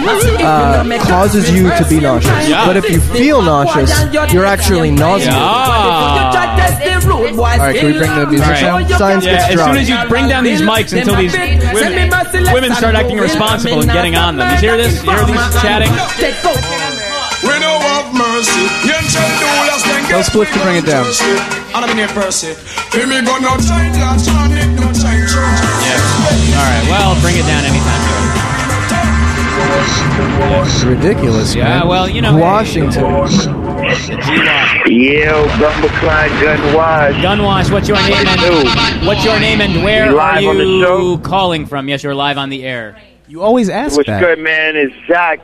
Speaker 16: uh, causes you to be nauseous.
Speaker 24: Yeah.
Speaker 16: But if you feel nauseous, you're actually nauseated.
Speaker 24: All
Speaker 16: right, can we bring the music down? Science
Speaker 2: yeah,
Speaker 16: gets
Speaker 2: as
Speaker 16: strong.
Speaker 2: soon as you bring down these mics until these women, women start acting responsible and getting on them. You hear this? You hear these chatting?
Speaker 7: Widow of mercy, you shall do less than
Speaker 1: Tell Spliff to bring it down.
Speaker 7: And I'm in here, Percy. Hear me go, no change, I shall need no change.
Speaker 2: Yeah. All right. Well, bring it down anytime.
Speaker 1: It's ridiculous,
Speaker 2: Yeah,
Speaker 1: man.
Speaker 2: well, you know-
Speaker 1: Washington.
Speaker 4: Yo, Gumbo Klein Gunwash.
Speaker 2: Gunwash, what's your name and what's your name and where
Speaker 4: You
Speaker 2: are
Speaker 4: live on the
Speaker 2: you calling from? Yes, you're live on the air.
Speaker 1: You always ask
Speaker 4: What's
Speaker 1: that.
Speaker 4: good, man? It's Zach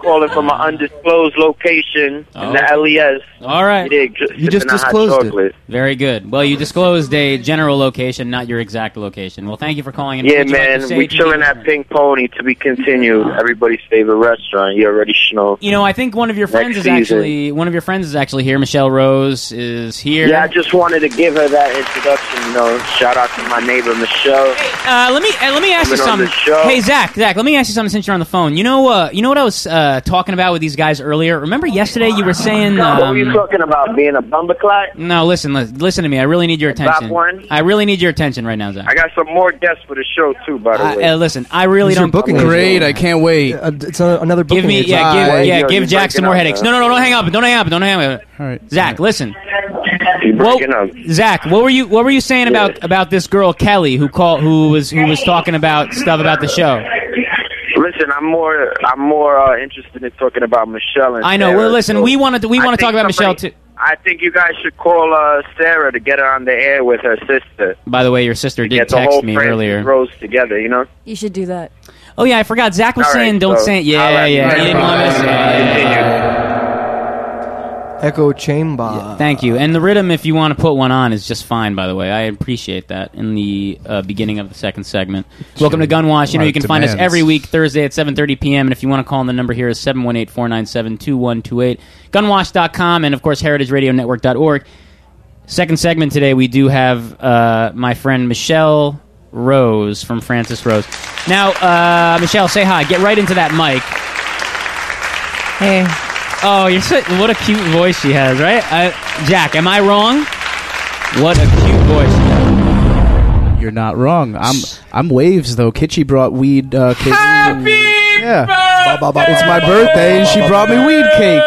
Speaker 4: calling from an undisclosed location in the E LES.
Speaker 2: Oh. All right.
Speaker 4: You,
Speaker 2: just disclosed it. Very good. Well, you disclosed a general location, not your exact location. Well, thank you for calling. in.
Speaker 4: Yeah,
Speaker 2: What would you like to
Speaker 4: man.
Speaker 2: say
Speaker 4: we
Speaker 2: to the
Speaker 4: chilling at Pink Pony to be continued. Everybody's favorite restaurant. You already know.
Speaker 2: You know, I think one of your friends
Speaker 4: Next
Speaker 2: is
Speaker 4: season.
Speaker 2: actually one of your friends is actually here. Michelle Rose is here.
Speaker 4: Yeah, I just wanted to give her that introduction. You know, shout out to my neighbor Michelle.
Speaker 2: Uh, let me uh, let me ask you
Speaker 4: Coming on
Speaker 2: something.
Speaker 4: the show.
Speaker 2: Hey Zach, Zach, let me ask you something since you're on the phone. You know, uh, you know what I was uh, talking about with these guys earlier. Remember yesterday you were saying. Um,
Speaker 4: what were you talking about? Being a bumperclot?
Speaker 2: No, listen, listen, listen to me. I really need your attention.
Speaker 4: one?
Speaker 2: I really need your attention right now, Zach.
Speaker 4: I got some more guests for the show too. By the way,
Speaker 2: Uh, listen, I really don't.
Speaker 1: Great, I can't wait.
Speaker 16: it's another
Speaker 2: Give me, yeah, give, yeah, give Jack some more headaches. No, no, no, don't hang up, don't hang up, don't hang up.
Speaker 1: All right,
Speaker 2: Zach, listen,
Speaker 4: Keep
Speaker 2: Well-
Speaker 4: breaking up.
Speaker 2: Zach, what were you, what were you saying about about this girl Kelly who called, who was, who was talking about stuff about the show?
Speaker 4: Listen, I'm more I'm more uh, interested in talking about Michelle. And
Speaker 2: I know. Well,
Speaker 4: Sarah,
Speaker 2: listen,
Speaker 4: so
Speaker 2: we want to, we
Speaker 4: I
Speaker 2: want to
Speaker 4: think
Speaker 2: talk about Michelle
Speaker 4: somebody-
Speaker 2: too.
Speaker 4: I think you guys should call uh, Sarah to get her on the air with her sister.
Speaker 2: By the way, your sister did
Speaker 4: Get the whole
Speaker 2: text me
Speaker 4: friends
Speaker 2: earlier.
Speaker 4: Rose together, you know.
Speaker 14: You should do that.
Speaker 2: Oh yeah, I forgot. Zach was
Speaker 4: All right,
Speaker 2: saying, "Don't
Speaker 4: so
Speaker 2: say it." Yeah,
Speaker 4: I'll let
Speaker 2: yeah.
Speaker 4: you
Speaker 2: He didn't
Speaker 4: know.
Speaker 2: want me to say it.
Speaker 16: Echo chamber.
Speaker 2: Thank you. And the rhythm, if you want to put one on, is just fine. By the way, I appreciate that in the uh, beginning of the second segment. Welcome to Gunwash. You know
Speaker 15: Right,
Speaker 2: you can find us
Speaker 15: demands.
Speaker 2: every week Thursday at 7:30 p.m. And if you want to call in, the number here is 718-497-2128. Gunwash.com and of course heritageradionetwork.org. Second segment today, we do have uh, my friend Michelle Rose from Francis Rose. Now, uh, Michelle, say hi. Get right into that mic.
Speaker 14: Hey.
Speaker 2: Oh, you're so, what a cute voice she has, right? I, Jack, am I wrong? What a cute voice. She has.
Speaker 1: You're not wrong. I'm I'm waves though. Kitschy brought weed uh, cake. Happy yeah. It's my birthday and she brought me weed cake.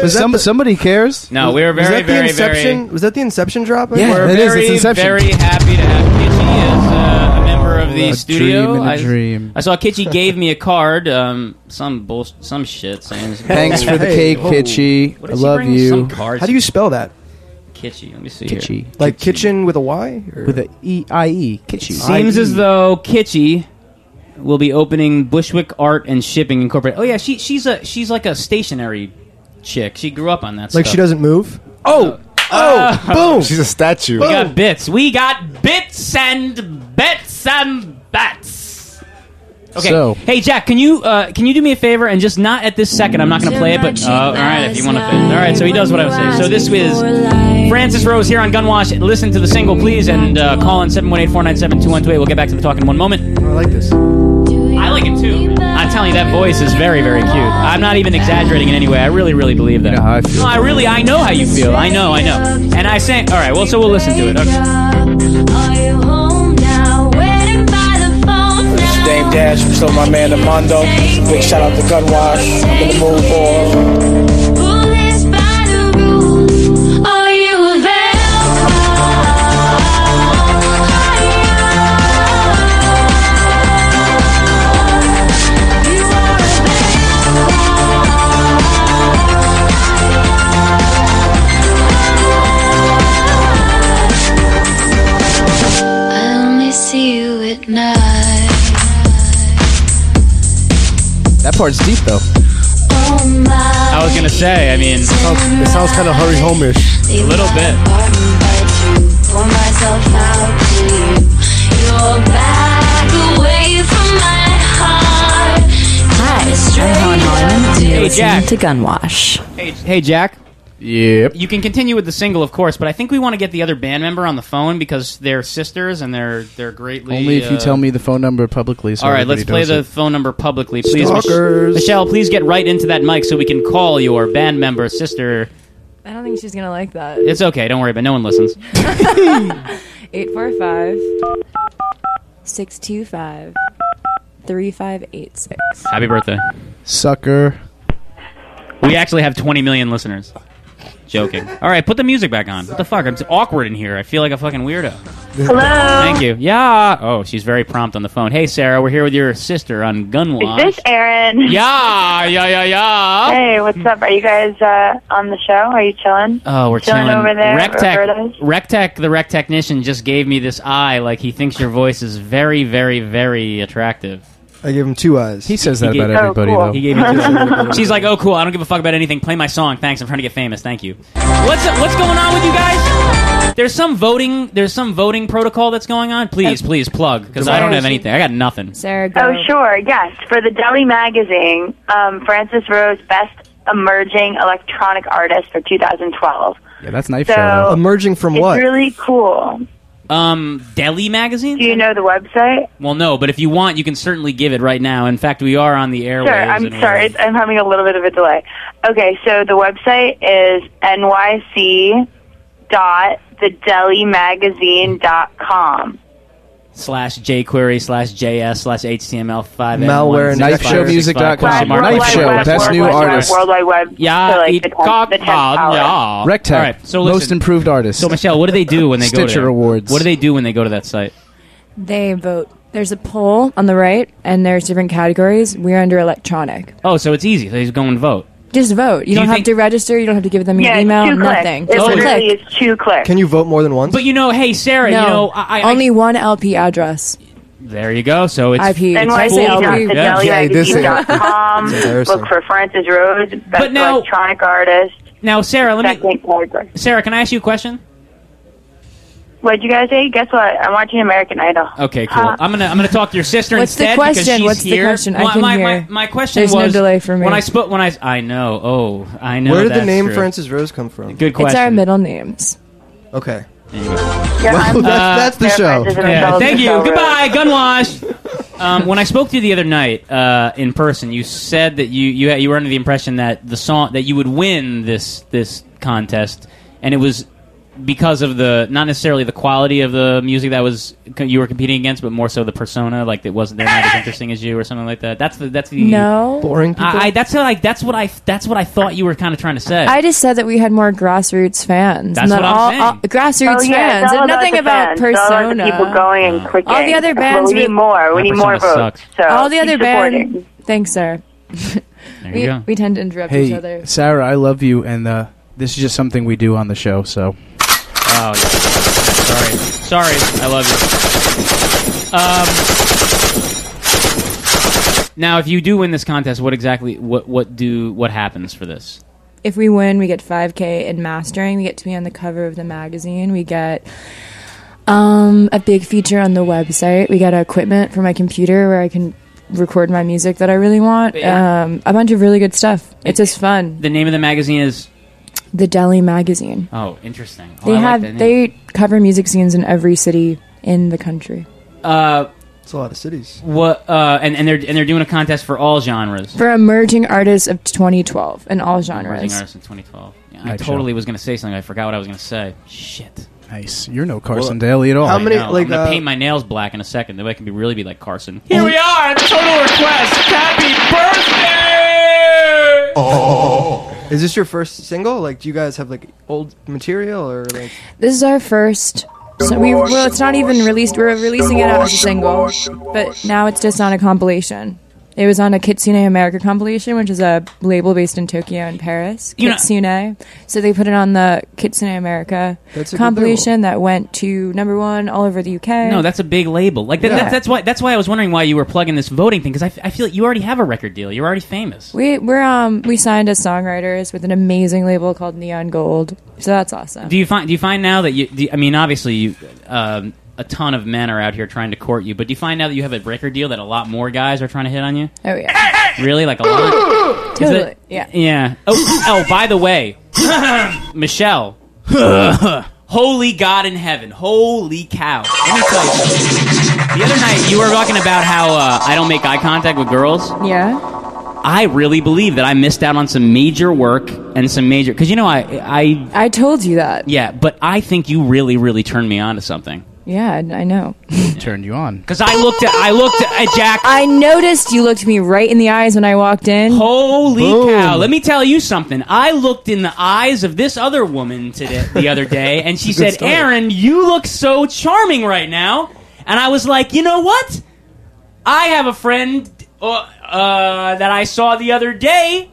Speaker 16: Was that
Speaker 1: Some,
Speaker 16: the-
Speaker 1: somebody cares.
Speaker 2: No, we were
Speaker 16: was
Speaker 2: very,
Speaker 16: that the
Speaker 2: very,
Speaker 16: inception?
Speaker 2: very.
Speaker 16: Was that the inception drop?
Speaker 1: Yeah,
Speaker 2: we're
Speaker 1: it is.
Speaker 2: very,
Speaker 1: It's Inception.
Speaker 2: very happy to have Kitschy as uh, a member of the
Speaker 1: A
Speaker 2: studio.
Speaker 1: dream in a
Speaker 2: I-
Speaker 1: dream.
Speaker 2: I, saw Kitschy gave me a card, um, some bullsh- some shit saying.
Speaker 1: Thanks for the
Speaker 2: Hey,
Speaker 1: cake,
Speaker 2: whoa.
Speaker 1: Kitschy.
Speaker 2: What
Speaker 1: I
Speaker 2: did she
Speaker 1: love
Speaker 2: bring?
Speaker 1: you.
Speaker 2: Some cards.
Speaker 16: How do you spell that?
Speaker 2: Kitschy. Let me see
Speaker 1: Kitschy.
Speaker 2: here.
Speaker 16: Like kitchen with a Y? Or?
Speaker 1: With a E I E. Kitschy.
Speaker 2: Seems as though Kitschy will be opening Bushwick Art and Shipping Incorporated. Oh yeah, she she's a she's like a stationary chick. She grew up on that.
Speaker 16: Like
Speaker 2: stuff.
Speaker 16: she doesn't move?
Speaker 2: Oh,
Speaker 16: oh, boom!
Speaker 5: She's a statue.
Speaker 2: We got bits. We got bits and bits and bats. Okay.
Speaker 5: So-
Speaker 2: Hey Jack, can you uh, can you do me a favor and just not at this second? I'm not going to play it, but oh, all right, if you want to play. it. All right, so he does what I was saying. So this was Francis Rose here on Gunwash. Listen to the single, please, and uh, call in 718-497-2128. We'll get back to the talk in one moment.
Speaker 16: Oh, I like this.
Speaker 2: I like it too. I'm telling you, that voice is very, very cute. I'm not even exaggerating in any way. I really, really believe that. I No, I really, I know how you feel. I know, I know. And I say, all right, well, so we'll listen to it. Okay.
Speaker 26: This is Dame Dash, so my man Armando. Big shout out to Gunwash. I'm in the mood for.
Speaker 10: Pull this by the rule, or you
Speaker 1: part's deep though.
Speaker 2: I was gonna say. I mean, it sounds,
Speaker 5: kind of hurry homeish.
Speaker 2: A little bit.
Speaker 4: Pour myself out to you. You're back away from my heart. Hi, I'm
Speaker 14: and you're
Speaker 2: Hey,
Speaker 14: listening
Speaker 2: Jack.
Speaker 14: to Gunwash.
Speaker 2: Hey, hey, Jack.
Speaker 1: Yep.
Speaker 2: You can continue with the single, of course, but I think we want to get the other band member on the phone because they're sisters and they're they're greatly.
Speaker 1: Only if you
Speaker 2: uh,
Speaker 1: tell me the phone number publicly. So
Speaker 2: all right, let's play
Speaker 1: everybody
Speaker 2: the
Speaker 1: knows
Speaker 2: phone number publicly, please. Mich-
Speaker 1: Stalkers.
Speaker 2: Michelle, please get right into that mic so we can call your band member sister.
Speaker 14: I don't think she's gonna like that.
Speaker 2: It's okay, don't worry, but no one listens.
Speaker 14: 845 625 3586.
Speaker 2: Happy birthday.
Speaker 1: it. Sucker.
Speaker 2: We actually have 20 million listeners. Joking. All right, put the music back on. What the fuck? I'm so awkward in here. I feel like a fucking weirdo.
Speaker 27: Hello?
Speaker 2: Thank you. Yeah. Oh, she's very prompt on the phone. Hey, Sarah, we're here with your sister on
Speaker 27: Is
Speaker 2: Gunwash.
Speaker 27: this Aaron?
Speaker 2: Yeah, yeah, yeah, yeah.
Speaker 27: Hey, what's up? Are you guys uh, on the show? Are you chilling?
Speaker 2: Oh, we're
Speaker 27: chilling,
Speaker 2: chilling.
Speaker 27: over there.
Speaker 2: Rectech,
Speaker 27: Roberta's?
Speaker 2: Rectech, the rec technician just gave me this eye, like he thinks your voice is very, very, very attractive.
Speaker 16: I gave him two eyes. He
Speaker 1: says
Speaker 2: that He
Speaker 27: Oh,
Speaker 2: about gave-
Speaker 16: everybody, though.
Speaker 2: He gave me two. She's like, "Oh, cool. I don't give a fuck about anything. Play my song. Thanks. I'm trying to get famous. Thank you." What's what's going on with you guys? There's some voting. There's some voting protocol that's going on. Please, please plug because I don't have anything. I got nothing.
Speaker 14: Sarah,
Speaker 27: Oh, sure. Yes. For the Deli Magazine, um, Francis Rose Best Emerging Electronic Artist for 2012.
Speaker 1: Yeah, that's knife
Speaker 27: So-
Speaker 1: show.
Speaker 16: Emerging from
Speaker 27: it's really cool.
Speaker 2: Um, Delhi magazine.
Speaker 27: Do you know the website?
Speaker 2: Well, no, but if you want, you can certainly give it right now. In fact, we are on the airwaves.
Speaker 27: Sure, I'm
Speaker 2: and we're-
Speaker 27: sorry. It's- I'm having a little bit of a delay. Okay, so the website is nyc dot dot com.
Speaker 2: slash jQuery slash JS slash HTML five
Speaker 16: Malware and
Speaker 1: knifeshowmusic.com. Knife show, best new artist.
Speaker 27: World Wide Web.
Speaker 2: Yeah,
Speaker 27: so like
Speaker 2: it
Speaker 27: the, ten-
Speaker 2: cock
Speaker 27: the tenth
Speaker 2: pod,
Speaker 27: power.
Speaker 2: yeah.
Speaker 1: Rectech.
Speaker 2: All right, so listen.
Speaker 1: most improved artist.
Speaker 2: So Michelle, what do they do when they go to
Speaker 1: Stitcher
Speaker 2: there?
Speaker 1: Awards.
Speaker 2: What do they do when they go to that site?
Speaker 14: They vote. There's a poll on the right, and there's different categories. We're under electronic.
Speaker 2: Oh, so it's easy. They just go and vote.
Speaker 14: Just vote. You
Speaker 2: Do
Speaker 14: don't
Speaker 2: you
Speaker 14: have
Speaker 2: think-
Speaker 14: to register. You don't have to give them your
Speaker 27: Yeah, it's
Speaker 14: email.
Speaker 27: two clicks.
Speaker 14: Nothing.
Speaker 27: It
Speaker 14: Just
Speaker 27: literally
Speaker 14: click.
Speaker 27: is two clicks.
Speaker 16: Can you vote more than once?
Speaker 2: But you know, hey Sarah,
Speaker 14: no,
Speaker 2: you know, I, I
Speaker 14: only one LP address.
Speaker 2: there you go. So it's
Speaker 14: IP.
Speaker 2: It's
Speaker 14: And why say
Speaker 2: full-
Speaker 14: not the
Speaker 2: yeah.
Speaker 14: Delhi
Speaker 27: Yeah, this is- Um,
Speaker 2: It's embarrassing.
Speaker 27: look for Francis Rose, best electronic artist.
Speaker 2: Now, Sarah, let
Speaker 27: me. Category.
Speaker 2: Sarah, can I ask you a question?
Speaker 27: What'd you guys say? Guess what? I'm watching American Idol.
Speaker 2: Okay, cool.
Speaker 27: Huh.
Speaker 2: I'm gonna I'm gonna talk to your sister
Speaker 27: Uh, What's the
Speaker 2: instead because
Speaker 27: question?
Speaker 2: she's
Speaker 27: What's the
Speaker 2: here.
Speaker 27: question? I
Speaker 2: My,
Speaker 27: can
Speaker 2: my,
Speaker 27: hear.
Speaker 2: My, my question
Speaker 14: There's no
Speaker 2: was
Speaker 14: delay for me.
Speaker 2: when I spoke when I I know. Oh, I know.
Speaker 16: Where did the
Speaker 2: that's
Speaker 16: name
Speaker 2: true.
Speaker 16: Francis Rose come from?
Speaker 2: Good
Speaker 14: It's our
Speaker 2: question.
Speaker 14: middle names.
Speaker 16: Okay.
Speaker 27: Yeah,
Speaker 16: Well, that's-
Speaker 27: I'm-
Speaker 16: that's the
Speaker 27: Yeah,
Speaker 16: show.
Speaker 27: Francis and
Speaker 2: Uh, Yeah,
Speaker 27: Michelle
Speaker 2: thank you.
Speaker 27: Rose.
Speaker 2: Goodbye. Gunwash. Um, when I spoke to you the other night uh, in person, you said that you you you were under the impression that the song that you would win this this contest, and it was because of the not necessarily the quality of the music that was you were competing against, but more so the persona, like it wasn't they're not as interesting as you or something like that. That's the that's the
Speaker 14: No.
Speaker 16: boring.
Speaker 2: I, I that's how, like that's what I that's what I thought you were kind of trying to say.
Speaker 14: I just said that we had more grassroots fans.
Speaker 2: That's
Speaker 14: and that
Speaker 2: what I'm
Speaker 14: all,
Speaker 2: saying.
Speaker 14: all- grassroots
Speaker 27: Oh, yeah,
Speaker 14: fans.
Speaker 27: it's all
Speaker 14: and nothing
Speaker 27: the
Speaker 14: about
Speaker 27: fans. It's all about
Speaker 14: persona.
Speaker 27: the people going and clicking.
Speaker 14: All the other
Speaker 27: But
Speaker 14: bands
Speaker 27: We need
Speaker 14: we-
Speaker 27: more. We
Speaker 2: That
Speaker 27: need more
Speaker 2: persona
Speaker 27: votes.
Speaker 2: sucks.
Speaker 27: So
Speaker 14: all the
Speaker 27: keep
Speaker 14: other
Speaker 27: supporting.
Speaker 14: band. Thanks, sir.
Speaker 2: There
Speaker 14: we,
Speaker 2: you go.
Speaker 14: we tend to interrupt each
Speaker 1: Hey,
Speaker 14: other.
Speaker 1: Sarah, I love you, and uh, this is just something we do on the show. So
Speaker 2: Oh, yeah. Sorry. Sorry. I love you. Um, now, if you do win this contest, what exactly what what do what happens for this?
Speaker 14: If we win, we get 5K in mastering. We get to be on the cover of the magazine. We get um, a big feature on the website. We get equipment for my computer where I can record my music that I really want.
Speaker 2: Yeah.
Speaker 14: Um, a bunch of really good stuff. It's just fun.
Speaker 2: The name of the magazine is
Speaker 14: The Delhi Magazine.
Speaker 2: oh, interesting. Oh,
Speaker 14: They
Speaker 2: I like
Speaker 14: have
Speaker 2: that name.
Speaker 14: they cover music scenes in every city in the country.
Speaker 2: uh,
Speaker 16: it's a lot of cities.
Speaker 2: What uh, and and they're and they're doing a contest for all genres.
Speaker 14: For emerging artists of 2012 in all
Speaker 2: Emerging
Speaker 14: genres.
Speaker 2: artists in 2012. Yeah, I
Speaker 1: Nice
Speaker 2: totally was going to say something. I forgot what I was going to say. Shit.
Speaker 1: nice. You're no Carson Daly at all.
Speaker 2: I know. I'm gonna paint my nails black in a second. That way I can be really be like Carson.
Speaker 11: Here we are at Total Request. Happy birthday!
Speaker 16: Oh. Is this your first single? Like, do you guys have like old material or like?
Speaker 14: This is our first. So we well, it's not even released. We're releasing it out as a single, but now it's just on a compilation. It was on a Kitsune America compilation, which is a label based in Tokyo and Paris.
Speaker 2: You know-
Speaker 14: Kitsune. so they put it on the Kitsune America
Speaker 2: That's a good
Speaker 14: compilation that went to number one all over the UK.
Speaker 2: No, that's a big label. Like that,
Speaker 14: Yeah.
Speaker 2: that- that's why that's why I was wondering why you were plugging this voting thing because I, f- I feel like you already have a record deal. You're already famous.
Speaker 14: we we're um we signed as songwriters with an amazing label called Neon Gold. So that's awesome.
Speaker 2: Do you find do you find now that you? Do you- I mean, obviously, you, um, a ton of men are out here trying to court you, but do you find now that you have a record deal that a lot more guys are trying to hit on you?
Speaker 14: Oh yeah.
Speaker 2: Really, like a lot. Is
Speaker 14: totally.
Speaker 2: it-
Speaker 14: yeah.
Speaker 2: Yeah. Oh, oh by the way, Michelle. Holy God in heaven. Holy cow. Let me tell you. something. The other night, you were talking about how uh, I don't make eye contact with girls.
Speaker 14: Yeah.
Speaker 2: I really believe that I missed out on some major work and some major. Because, you know, I, I.
Speaker 14: I told you that.
Speaker 2: Yeah, but I think you really, really turned me on to something.
Speaker 14: Yeah, I- I know.
Speaker 2: Turned you on. Because I looked at. I looked at Jack.
Speaker 14: I noticed you looked me right in the eyes when I walked in.
Speaker 2: Holy cow! Let me tell you something. I looked in the eyes of this other woman today, the other day, and she
Speaker 27: It's a good
Speaker 2: said,
Speaker 27: start.
Speaker 2: "Aaron, you look so charming right now." And I was like, "You know what? I have a friend uh, uh, that I saw the other day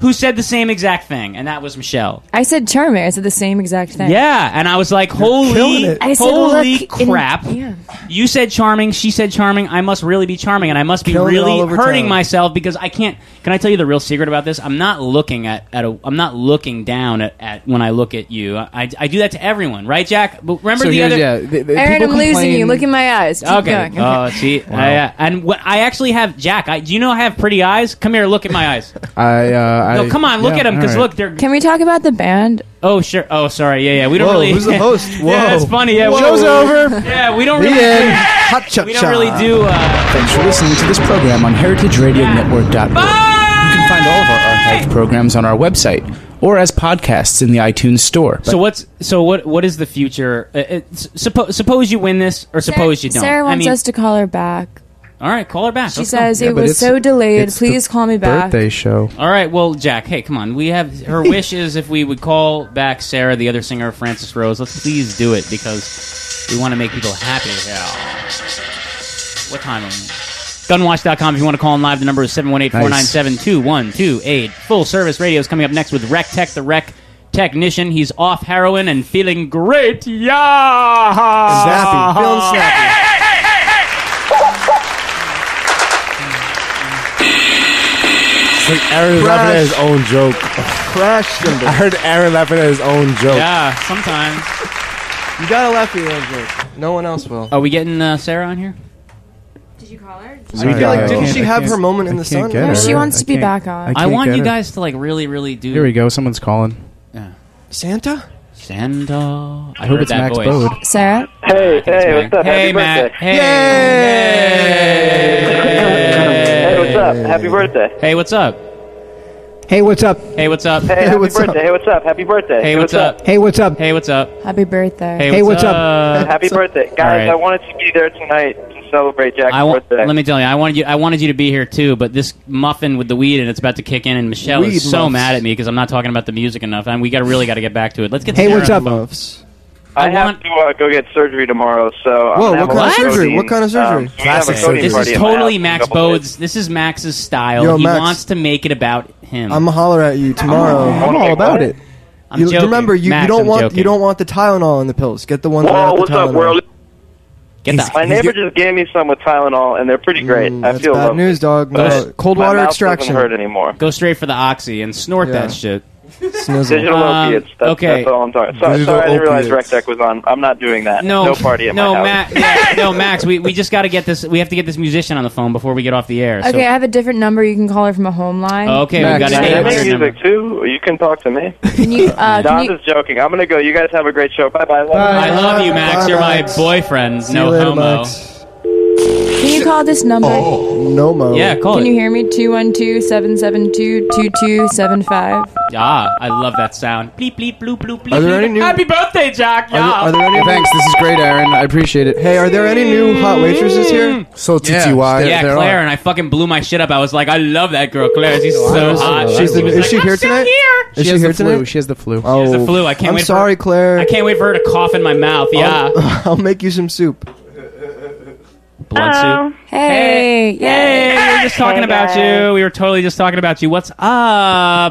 Speaker 2: who said the same exact thing, and that was Michelle."
Speaker 14: I said charming. I said the same exact thing.
Speaker 2: Yeah, and I was like,
Speaker 14: killing
Speaker 2: "Holy,
Speaker 14: it. I said,
Speaker 2: holy
Speaker 14: look in-
Speaker 2: crap!"
Speaker 14: yeah.
Speaker 2: You said charming. She said charming. I must really be charming, and I must be
Speaker 16: Killing it all
Speaker 2: really
Speaker 16: over
Speaker 2: hurting
Speaker 16: town.
Speaker 2: myself because I can't. Can I tell you the real secret about this? I'm not looking at, at a. I'm not looking down at, at when I look at you. I, I do that to everyone, right, Jack? But remember
Speaker 1: So
Speaker 2: the
Speaker 1: here's-
Speaker 2: other.
Speaker 1: yeah, the- the
Speaker 14: Aaron, I'm losing you. Look in my eyes. Keep
Speaker 2: Okay.
Speaker 14: going.
Speaker 2: Oh, see, I, uh, and what I actually have, Jack. I, do you know I have pretty eyes? Come here, look at my eyes.
Speaker 1: I, uh,
Speaker 2: No,
Speaker 1: I-
Speaker 2: come on, look
Speaker 1: yeah,
Speaker 2: at them because
Speaker 1: all right.
Speaker 2: look, they're.
Speaker 14: Can we talk about the band?
Speaker 2: Oh sure. Oh sorry. Yeah, yeah. We don't
Speaker 1: Whoa,
Speaker 2: really.
Speaker 1: who's the host?
Speaker 2: yeah,
Speaker 1: Whoa.
Speaker 2: it's funny. Yeah, we-
Speaker 1: Show's over.
Speaker 2: Yeah, we don't
Speaker 1: The
Speaker 2: really.
Speaker 1: end.
Speaker 2: we don't really do. Uh,
Speaker 15: Thanks for listening to this program on heritageradionetwork.org. You can find all of our archived programs on our website or as podcasts in the iTunes store.
Speaker 2: So what's so what what is the future? Uh, it's, suppo- suppose you win this, or suppose you don't.
Speaker 14: Sarah
Speaker 2: I
Speaker 14: wants
Speaker 2: mean,
Speaker 14: us to call her back.
Speaker 2: all right, call her back.
Speaker 14: She
Speaker 2: Let's go.
Speaker 14: says it
Speaker 1: but
Speaker 14: was
Speaker 1: it's-
Speaker 14: so delayed.
Speaker 1: it's the
Speaker 14: Please call me back.
Speaker 1: Birthday show.
Speaker 2: All right, well, Jack, hey, come on. We have her wish is if we would call back Sarah, the other singer of Francis Rose. Let's please do it because we want to make people happy. Yeah. What time are we? Gunwash.com if you want to call in live. The number is 718 497 2128. Full service radio is coming up next with Rec Tech, the Rec Technician. He's off heroin and feeling great. Yeah! Zappy.
Speaker 16: Feeling
Speaker 2: zappy.
Speaker 5: Like Aaron laughing at his own joke.
Speaker 16: Crash them.
Speaker 5: I heard Aaron laughing at his own joke.
Speaker 2: Yeah, sometimes.
Speaker 16: You gotta laugh at your own joke. No one else will.
Speaker 2: Are we getting uh, Sarah on here?
Speaker 16: I feel like didn't she have her moment in
Speaker 1: I
Speaker 16: the
Speaker 1: can't
Speaker 16: sun?
Speaker 1: get
Speaker 14: No,
Speaker 1: her.
Speaker 14: she wants
Speaker 1: I
Speaker 14: to be
Speaker 1: can't-
Speaker 14: back on.
Speaker 2: I,
Speaker 1: can't
Speaker 2: want
Speaker 1: get
Speaker 2: you
Speaker 1: her.
Speaker 2: guys to like really, really do.
Speaker 1: Here we go. Someone's calling.
Speaker 16: Santa?
Speaker 2: Santa. I
Speaker 1: hope
Speaker 2: heard
Speaker 1: it's
Speaker 2: that
Speaker 1: Max
Speaker 2: voice.
Speaker 1: Bode.
Speaker 14: Sarah?
Speaker 4: Hey, hey, what's up?
Speaker 2: Hey,
Speaker 4: Happy
Speaker 2: Matt.
Speaker 4: birthday.
Speaker 2: Hey.
Speaker 4: Hey, what's up? Happy birthday.
Speaker 2: Hey, what's up?
Speaker 17: Hey, what's up?
Speaker 2: Hey, what's up?
Speaker 4: Hey, happy birthday. Hey, what's up? Happy birthday.
Speaker 2: Hey, what's up?
Speaker 17: Hey, what's up?
Speaker 2: Hey, what's up?
Speaker 14: Happy birthday.
Speaker 2: Hey, Hey, what's what's up? up?
Speaker 4: Happy
Speaker 2: What's up?
Speaker 4: birthday.
Speaker 2: All
Speaker 4: Guys,
Speaker 2: right.
Speaker 4: I wanted to be there tonight to celebrate Jack's
Speaker 2: I want,
Speaker 4: birthday.
Speaker 2: let me tell you, I wanted you. I wanted you to be here too, but this muffin with the weed and it's about to kick in, and Michelle
Speaker 16: Weed
Speaker 2: is so
Speaker 16: muffs.
Speaker 2: mad at me because I'm not talking about the music enough, and we got to really got to get back to it. Let's get.
Speaker 4: Hey,
Speaker 2: Sarah
Speaker 4: what's
Speaker 2: on
Speaker 4: up?
Speaker 2: the phone.
Speaker 4: I, have to uh, go get surgery tomorrow, so I'm
Speaker 2: Whoa,
Speaker 4: gonna have a
Speaker 2: what kind of
Speaker 4: lot
Speaker 2: surgery?
Speaker 4: codeine.
Speaker 2: What kind of surgery?
Speaker 4: Um, we have a codeine
Speaker 2: This
Speaker 4: party
Speaker 2: is
Speaker 4: at my
Speaker 2: totally
Speaker 4: house.
Speaker 2: Max Bode's. This is Max's style.
Speaker 16: Yo,
Speaker 2: he
Speaker 16: Max.
Speaker 2: wants to make it about him.
Speaker 16: I'm gonna holler at you tomorrow.
Speaker 2: I'm all about it. I'm
Speaker 16: you,
Speaker 2: joking.
Speaker 16: Remember, you,
Speaker 2: Max,
Speaker 16: you don't
Speaker 2: I'm
Speaker 16: want
Speaker 2: joking.
Speaker 16: you don't want the Tylenol in the pills. Get the one
Speaker 4: Whoa,
Speaker 16: without the
Speaker 4: what's
Speaker 16: Tylenol.
Speaker 4: up, world?
Speaker 2: Get
Speaker 16: that.
Speaker 4: My neighbor just gave me some with Tylenol, and they're pretty great. I feel
Speaker 16: bad
Speaker 4: lovely.
Speaker 16: news, dog. No,
Speaker 4: But
Speaker 16: cold
Speaker 4: my
Speaker 16: water
Speaker 4: mouth
Speaker 16: extraction.
Speaker 4: Doesn't hurt anymore.
Speaker 2: Go straight for the oxy and snort that shit.
Speaker 4: Digital
Speaker 2: Um,
Speaker 4: opiates. That's,
Speaker 2: okay.
Speaker 4: that's all I'm talking. Sorry,
Speaker 2: Digital
Speaker 4: sorry, I didn't realize Rec
Speaker 2: opiates.
Speaker 4: Deck was on. I'm not doing that.
Speaker 2: No,
Speaker 4: no party at
Speaker 2: no,
Speaker 4: my house.
Speaker 2: Max. yeah, no, Max. We, we just got to get this. We have to get this musician on the phone before we get off the air. so- Oh,
Speaker 14: Okay, I have a different number. You can call her from a home line.
Speaker 2: Okay, we got an
Speaker 4: Can I make
Speaker 2: 800 number.
Speaker 4: music too. You can talk to me.
Speaker 14: Can you? Uh,
Speaker 4: no,
Speaker 14: can
Speaker 4: I'm
Speaker 14: you
Speaker 4: just joking. I'm gonna go. You guys have a great show. Bye bye.
Speaker 2: I love you, Max. You're my boyfriend.
Speaker 4: See
Speaker 2: no
Speaker 4: you later,
Speaker 2: homo.
Speaker 4: Max.
Speaker 14: can you call this number?
Speaker 27: Oh,
Speaker 16: No mo.
Speaker 2: Yeah, call
Speaker 14: can
Speaker 2: it.
Speaker 14: you hear me? 212-772-2275.
Speaker 2: Ah, I love that sound. Bleep bleep bloop bloop bleep.
Speaker 16: Are there
Speaker 2: bleep.
Speaker 16: any new-
Speaker 2: Happy birthday, Jack! Yeah.
Speaker 1: Thanks. This is great, Aaron. I appreciate it.
Speaker 16: Hey, are there any new hot waitresses here?
Speaker 5: So
Speaker 1: TTY.
Speaker 2: yeah, Claire and I fucking blew my shit up. I was like, I love that girl, Claire. She's so
Speaker 16: Honestly,
Speaker 2: hot.
Speaker 16: She's the,
Speaker 2: was
Speaker 16: is
Speaker 2: like,
Speaker 16: she
Speaker 2: I'm
Speaker 16: here
Speaker 2: still
Speaker 16: tonight?
Speaker 2: Here.
Speaker 16: Is she, here tonight?
Speaker 1: She has the flu.
Speaker 16: Oh,
Speaker 2: has the flu. I can't
Speaker 16: I'm
Speaker 2: wait for-
Speaker 16: sorry, Claire.
Speaker 2: I can't wait for her to cough in my mouth. Yeah.
Speaker 16: I'll, I'll make you some soup.
Speaker 2: Blood
Speaker 16: Hello.
Speaker 2: soup.
Speaker 14: Hey,
Speaker 2: Hey, we were just talking about you. We were totally just talking about you. What's up?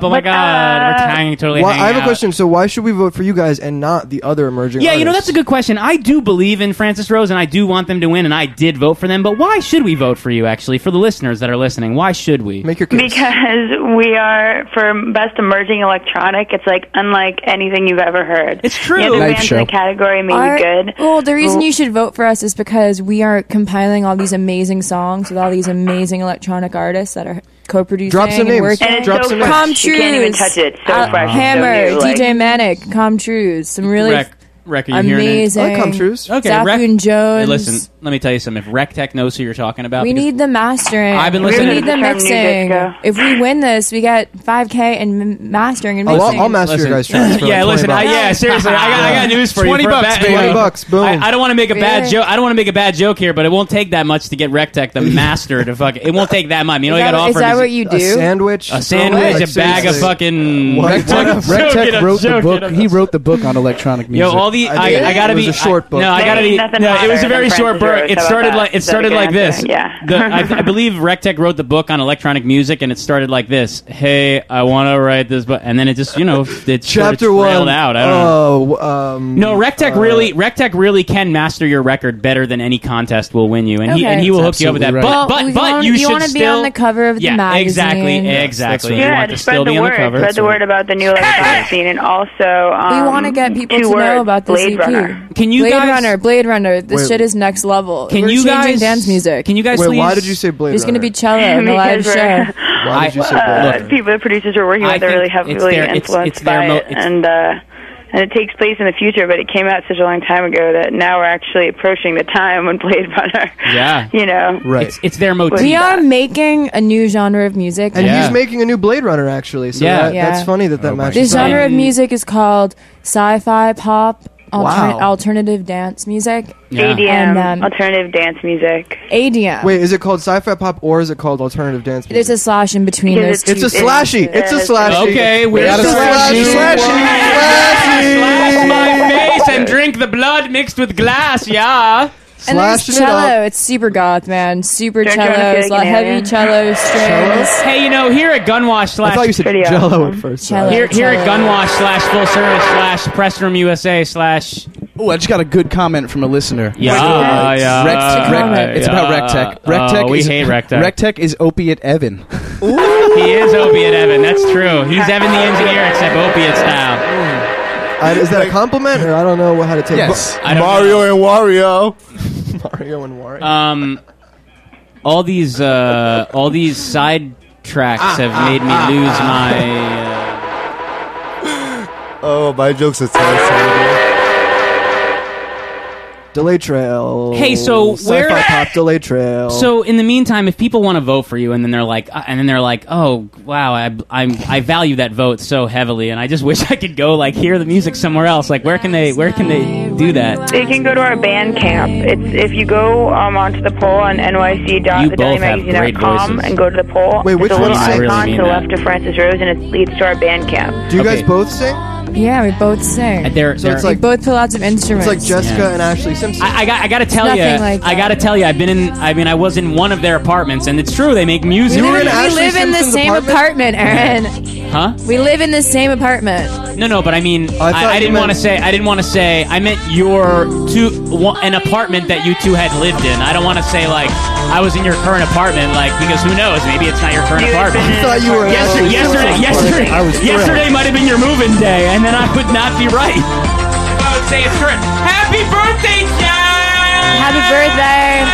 Speaker 2: Oh my god, we're hanging totally.
Speaker 16: Why-
Speaker 2: hanging
Speaker 16: I have a
Speaker 2: out.
Speaker 16: question. So why should we vote for you guys and not the other emerging?
Speaker 2: Yeah, you know that's
Speaker 16: artists?
Speaker 2: a good question. I do believe in Francis Rose, and I do want them to win, and I did vote for them. But why should we vote for you? Actually, for the listeners that are listening, why should we? Make your
Speaker 27: Because we are for best emerging electronic, it's like unlike anything you've ever heard. It's true. The other
Speaker 14: Night
Speaker 27: bands
Speaker 14: show.
Speaker 27: in the category may
Speaker 14: Our-
Speaker 27: be good.
Speaker 14: Well, the reason you should vote for us is because we are compiling all these amazing songs with all these amazing electronic artists that are co-producing.
Speaker 27: Drop some names.
Speaker 14: And working.
Speaker 27: And it's Drop so some fresh.
Speaker 14: Calm
Speaker 27: You can't even
Speaker 14: Trues,
Speaker 27: touch it. It's so
Speaker 14: Al-
Speaker 27: fresh, it's so
Speaker 14: Hammer,
Speaker 27: new, like-
Speaker 14: DJ Manic, Calm Trues, some really
Speaker 2: Rec- Rec, are you hearing it?
Speaker 14: amazing.
Speaker 27: Oh,
Speaker 2: I like Calm Trues. Okay,
Speaker 14: Zaphune
Speaker 2: Rec-
Speaker 14: Jones.
Speaker 2: Hey, listen, let me tell you something. If Rec Tech knows who you're talking about,
Speaker 14: we
Speaker 2: because-
Speaker 14: need the mastering.
Speaker 2: I've been listening
Speaker 14: We
Speaker 2: to
Speaker 14: need the
Speaker 2: the term new
Speaker 14: mixing.
Speaker 27: uh,
Speaker 14: If we win this, we get 5K and m- mastering and
Speaker 16: I'll-
Speaker 14: mixing.
Speaker 16: I'll master your guys' tracks for like
Speaker 2: yeah,
Speaker 16: 20
Speaker 2: listen. I,
Speaker 16: bucks.
Speaker 2: yeah, seriously. I got, I got news for you.
Speaker 16: 20
Speaker 2: For a
Speaker 16: bucks,
Speaker 2: bad-
Speaker 16: baby. 20 bucks, boom.
Speaker 2: I, I don't want to make a bad
Speaker 16: Really?
Speaker 2: joke. I don't want to make a bad joke here, but it won't take that much to get Rectech the master to fuck. It won't take that much. You know,
Speaker 16: Is
Speaker 2: you
Speaker 16: that
Speaker 2: got to
Speaker 16: what-
Speaker 2: offer
Speaker 16: is that
Speaker 2: him-
Speaker 16: what you A do? sandwich?
Speaker 2: a sandwich,
Speaker 16: Like,
Speaker 2: a bag of
Speaker 16: seriously.
Speaker 2: fucking.
Speaker 1: Rec Tech-
Speaker 2: Joking,
Speaker 1: Rec Tech
Speaker 2: I'm
Speaker 1: wrote the
Speaker 2: joking.
Speaker 1: book. He wrote the book on electronic music.
Speaker 2: Yo, all the I, I, gotta be I, No, I gotta
Speaker 27: There ain't
Speaker 2: be.
Speaker 27: nothing
Speaker 2: No, it was
Speaker 27: hotter
Speaker 2: a very
Speaker 27: than
Speaker 2: short
Speaker 27: Francis Rose.
Speaker 2: book. It
Speaker 27: How about
Speaker 2: started
Speaker 27: that?
Speaker 2: like it
Speaker 27: Is that a
Speaker 2: started
Speaker 27: good
Speaker 2: like this.
Speaker 27: answer? Yeah.
Speaker 2: The- I, I believe Rectech wrote the book on electronic music, and it started like this. Hey, I want to write this, book, and then it just you know
Speaker 16: Chapter
Speaker 2: it sort of
Speaker 16: one.
Speaker 2: trailed out. I don't know.
Speaker 16: oh, um,
Speaker 2: No, Rectech really, Rectech really can master your record better than any contest will win you, and he
Speaker 14: Okay.
Speaker 2: and he will hook you up with that.
Speaker 14: Absolutely right.
Speaker 2: But but
Speaker 14: Well,
Speaker 2: but
Speaker 14: wanna-
Speaker 2: you, should
Speaker 14: wanna be
Speaker 2: still
Speaker 14: on the cover of the
Speaker 2: yeah
Speaker 14: magazine.
Speaker 2: exactly exactly.
Speaker 27: Yeah,
Speaker 2: You want to
Speaker 27: and spread
Speaker 2: still
Speaker 27: the
Speaker 2: be
Speaker 27: word.
Speaker 2: on the cover.
Speaker 27: Spread the word about the new electronic scene, and also um,
Speaker 14: we want to get people
Speaker 27: two
Speaker 14: to
Speaker 27: words,
Speaker 14: know about this
Speaker 27: Blade
Speaker 14: EP.
Speaker 27: Runner.
Speaker 2: Can you
Speaker 14: Blade
Speaker 2: guys-
Speaker 14: Runner, Blade Runner. This
Speaker 27: Wait.
Speaker 14: shit is next level.
Speaker 2: Can
Speaker 14: We're
Speaker 2: you
Speaker 14: changing
Speaker 2: guys-
Speaker 14: dance music?
Speaker 2: can you guys Wait, why please- did you say Blade
Speaker 14: There's gonna be
Speaker 2: Runner?
Speaker 14: cello in uh, the live
Speaker 27: Because we're-
Speaker 14: show.
Speaker 27: Why did you say
Speaker 2: Blade
Speaker 27: uh,
Speaker 2: Runner?
Speaker 27: people, the producers we're working with, are really heavily
Speaker 2: it's their- it's-
Speaker 27: influenced
Speaker 2: it's their
Speaker 27: by
Speaker 2: mo-
Speaker 27: it,
Speaker 2: it's-
Speaker 27: and uh, and it takes place in the future. But it came out such a long time ago that now we're actually approaching the time when Blade Runner,
Speaker 2: yeah,
Speaker 27: you know,
Speaker 16: right.
Speaker 2: It's, it's their motif.
Speaker 14: We are making a new genre of music,
Speaker 16: and he's making a new Blade Runner actually. So
Speaker 2: Yeah. Oh
Speaker 16: that,
Speaker 14: Yeah.
Speaker 16: that's funny that that
Speaker 14: This
Speaker 16: matches. up.
Speaker 14: genre of music is called sci-fi pop. Altern-
Speaker 16: Wow.
Speaker 14: Alternative dance music.
Speaker 27: ADM,
Speaker 14: And, um,
Speaker 27: alternative dance music.
Speaker 14: ADM.
Speaker 16: Wait, is it called sci-fi pop or is it called alternative dance?
Speaker 14: There's a slash in between
Speaker 27: Because
Speaker 14: those two.
Speaker 16: It's a slashy. It's a slashy.
Speaker 2: Okay, we're
Speaker 16: It's a
Speaker 2: slashy.
Speaker 16: slashy. Slashy.
Speaker 2: Slash my face and drink the blood mixed with glass. Yeah.
Speaker 14: And there's cello. It's super goth, man. Super
Speaker 2: Don't you wanna feel
Speaker 14: cellos,
Speaker 2: like
Speaker 14: like
Speaker 2: an
Speaker 14: heavy
Speaker 2: alien?
Speaker 14: cello strings.
Speaker 2: Hey, you know, here at Gunwash slash.
Speaker 16: I thought you said
Speaker 2: Pretty
Speaker 16: Jello
Speaker 2: awesome.
Speaker 16: at first.
Speaker 14: Jello.
Speaker 2: Here, here at
Speaker 14: Jello.
Speaker 2: Gunwash slash full service slash press room USA slash.
Speaker 1: Oh, I just got a good comment from a listener.
Speaker 2: Yeah, yeah, yeah.
Speaker 1: Rec- Rec-
Speaker 2: Comment.
Speaker 1: it's about Rec Tech.
Speaker 2: Yeah.
Speaker 1: Rec Tech
Speaker 2: Oh, we
Speaker 1: is,
Speaker 2: hate Rec Tech.
Speaker 1: Rec Tech is opiate Evan.
Speaker 2: He is opiate Evan. That's true. He's Evan the engineer, except opiate style.
Speaker 16: I, Uh, is that a compliment or I don't know how to take
Speaker 2: Yes.
Speaker 16: it?
Speaker 2: I don't Mario
Speaker 16: and Wario. Mario and Wario.
Speaker 2: Um, all these uh, all these side tracks
Speaker 16: Ah,
Speaker 2: have made me lose my. Uh,
Speaker 5: Oh, my jokes are terrible.
Speaker 16: Delay trail.
Speaker 2: Hey, so
Speaker 16: Sci-fi
Speaker 2: where-
Speaker 16: pop delay trail.
Speaker 2: So in the meantime, if people want to vote for you, and then they're like, uh, and then they're like, oh wow, I I'm, I value that vote so heavily, and I just wish I could go like hear the music somewhere else. Like, where can they where can they do that? Uh,
Speaker 27: They can go to our band camp. It's if you go um, onto the poll on
Speaker 2: You both have great
Speaker 27: nyc.thedailymagazine.com
Speaker 2: voices.
Speaker 27: and go to the poll.
Speaker 2: Wait, which
Speaker 27: There's a little
Speaker 2: one is it? I
Speaker 27: icon
Speaker 2: really mean
Speaker 27: to the
Speaker 2: that.
Speaker 27: left of Francis Rose, and it leads to our band camp.
Speaker 16: Do you guys both sing?
Speaker 14: Yeah, we both sing.
Speaker 2: Uh, they're- So it's they're-
Speaker 14: we
Speaker 2: like-
Speaker 14: both play lots of instruments.
Speaker 16: It's like Jessica and Ashley Simpson.
Speaker 2: I, I got I got to
Speaker 14: It's
Speaker 2: tell you,
Speaker 14: nothing like
Speaker 2: I got to tell you, I've been in. I mean, I was in one of their apartments, and it's true they make music.
Speaker 14: we live, in, we live in the same apartment, Aaron.
Speaker 2: Huh?
Speaker 14: We live in the same apartment.
Speaker 2: No, no, but I mean,
Speaker 14: I
Speaker 2: I,
Speaker 14: thought
Speaker 2: I,
Speaker 14: you
Speaker 2: didn't
Speaker 14: meant-
Speaker 2: want to say. I didn't want to say. I meant your two, one, an apartment that you two had lived in. I don't want to say like I was in your current apartment, like because who knows? Maybe it's not your current apartment.
Speaker 16: I thought you were-
Speaker 2: yesterday. Yesterday, yesterday,
Speaker 16: I was thrilled.
Speaker 2: yesterday might have been your moving day, and then I would not be right. I would say it's current. Happy birthday, Jack!
Speaker 14: Happy birthday!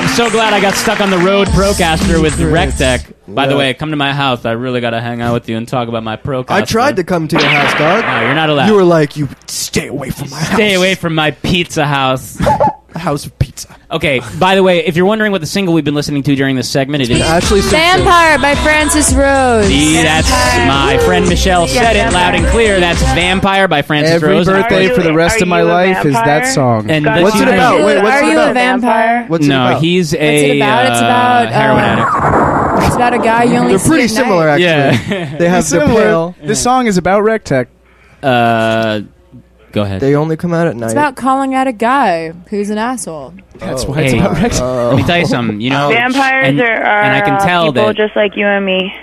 Speaker 2: I'm so glad I got stuck on the road procaster with Rectech. By the way, come to my house. I really got to hang out with you and talk about my procaster.
Speaker 16: I tried to come to your house, dog.
Speaker 2: No, you're not allowed.
Speaker 16: You were like, you stay away from my
Speaker 2: Stay away from my pizza house.
Speaker 16: house of pizza.
Speaker 2: Okay, by the way, if you're wondering what the single we've been listening to during this segment, it is
Speaker 16: Ashley
Speaker 14: Vampire by Francis Rose.
Speaker 2: See, that's my friend Michelle
Speaker 14: Yeah,
Speaker 2: said it loud and clear. That's Vampire by Francis
Speaker 1: Every
Speaker 2: Rose.
Speaker 1: birthday for the rest of my life is that song.
Speaker 2: And
Speaker 1: what's
Speaker 2: this
Speaker 1: it
Speaker 2: year-
Speaker 1: about? Wait, what's
Speaker 14: Are
Speaker 1: it
Speaker 14: you
Speaker 1: about?
Speaker 14: a vampire?
Speaker 1: What's it
Speaker 2: no,
Speaker 1: about?
Speaker 2: he's a
Speaker 14: it about? It's
Speaker 2: uh,
Speaker 14: about,
Speaker 2: heroin
Speaker 14: uh,
Speaker 2: addict.
Speaker 14: It's about a guy you only
Speaker 16: They're
Speaker 14: see
Speaker 16: pretty
Speaker 14: at night.
Speaker 16: similar, actually.
Speaker 2: Yeah.
Speaker 16: They have the
Speaker 1: Similar.
Speaker 16: pale.
Speaker 1: This song is about Rectech.
Speaker 2: Uh, Go ahead.
Speaker 16: They only come out at night.
Speaker 14: It's about calling out a guy who's an asshole.
Speaker 2: That's why it's about Rex. Let me tell you something. You know,
Speaker 27: Vampires
Speaker 2: Oh, and,
Speaker 27: are, are
Speaker 2: and I can
Speaker 27: uh,
Speaker 2: tell
Speaker 27: people
Speaker 2: that
Speaker 27: just like you and me.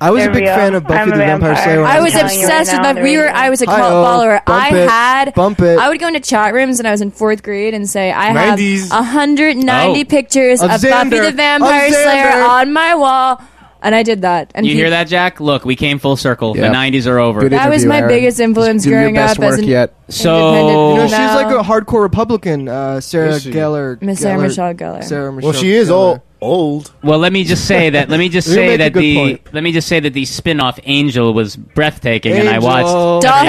Speaker 16: I was a
Speaker 27: They're
Speaker 16: big
Speaker 27: real.
Speaker 16: fan of Buffy
Speaker 27: I'm a
Speaker 16: the Vampire
Speaker 27: vampire.
Speaker 16: Slayer. when
Speaker 14: I
Speaker 16: was
Speaker 14: was
Speaker 27: I'm telling you
Speaker 14: obsessed
Speaker 27: right
Speaker 14: with my.
Speaker 27: now,
Speaker 14: We were. I was a cult
Speaker 16: Hi-oh,
Speaker 14: follower. I
Speaker 16: bump it,
Speaker 14: had.
Speaker 16: bump it.
Speaker 14: I would go into chat rooms, and I was in fourth grade, and say I
Speaker 16: 90s.
Speaker 14: have 190
Speaker 2: Oh.
Speaker 14: pictures
Speaker 2: Of
Speaker 14: of, Buffy
Speaker 2: Xander.
Speaker 14: the Vampire
Speaker 16: Of
Speaker 14: Slayer
Speaker 16: Xander.
Speaker 14: on my wall, and I did that. And
Speaker 2: you
Speaker 14: peop-
Speaker 2: hear that, Jack? Look, we came full circle.
Speaker 1: Yeah.
Speaker 2: The '90s are over.
Speaker 14: That was my biggest influence growing up as an
Speaker 2: So
Speaker 16: you know, she's like a hardcore Republican. Uh, Sarah
Speaker 14: Is she?
Speaker 16: Geller,
Speaker 14: Miss Sarah
Speaker 16: Gellar-
Speaker 14: Michelle Gellar.
Speaker 16: Sarah Michelle.
Speaker 5: Well, she is
Speaker 16: Gellar.
Speaker 5: old. Old.
Speaker 2: Well, let me just say that. Let me just
Speaker 16: You make
Speaker 2: say
Speaker 16: a
Speaker 2: that
Speaker 16: good
Speaker 2: the
Speaker 16: point.
Speaker 2: let me just say that the spin-off Angel was breathtaking, and I watched
Speaker 16: Angel.
Speaker 2: every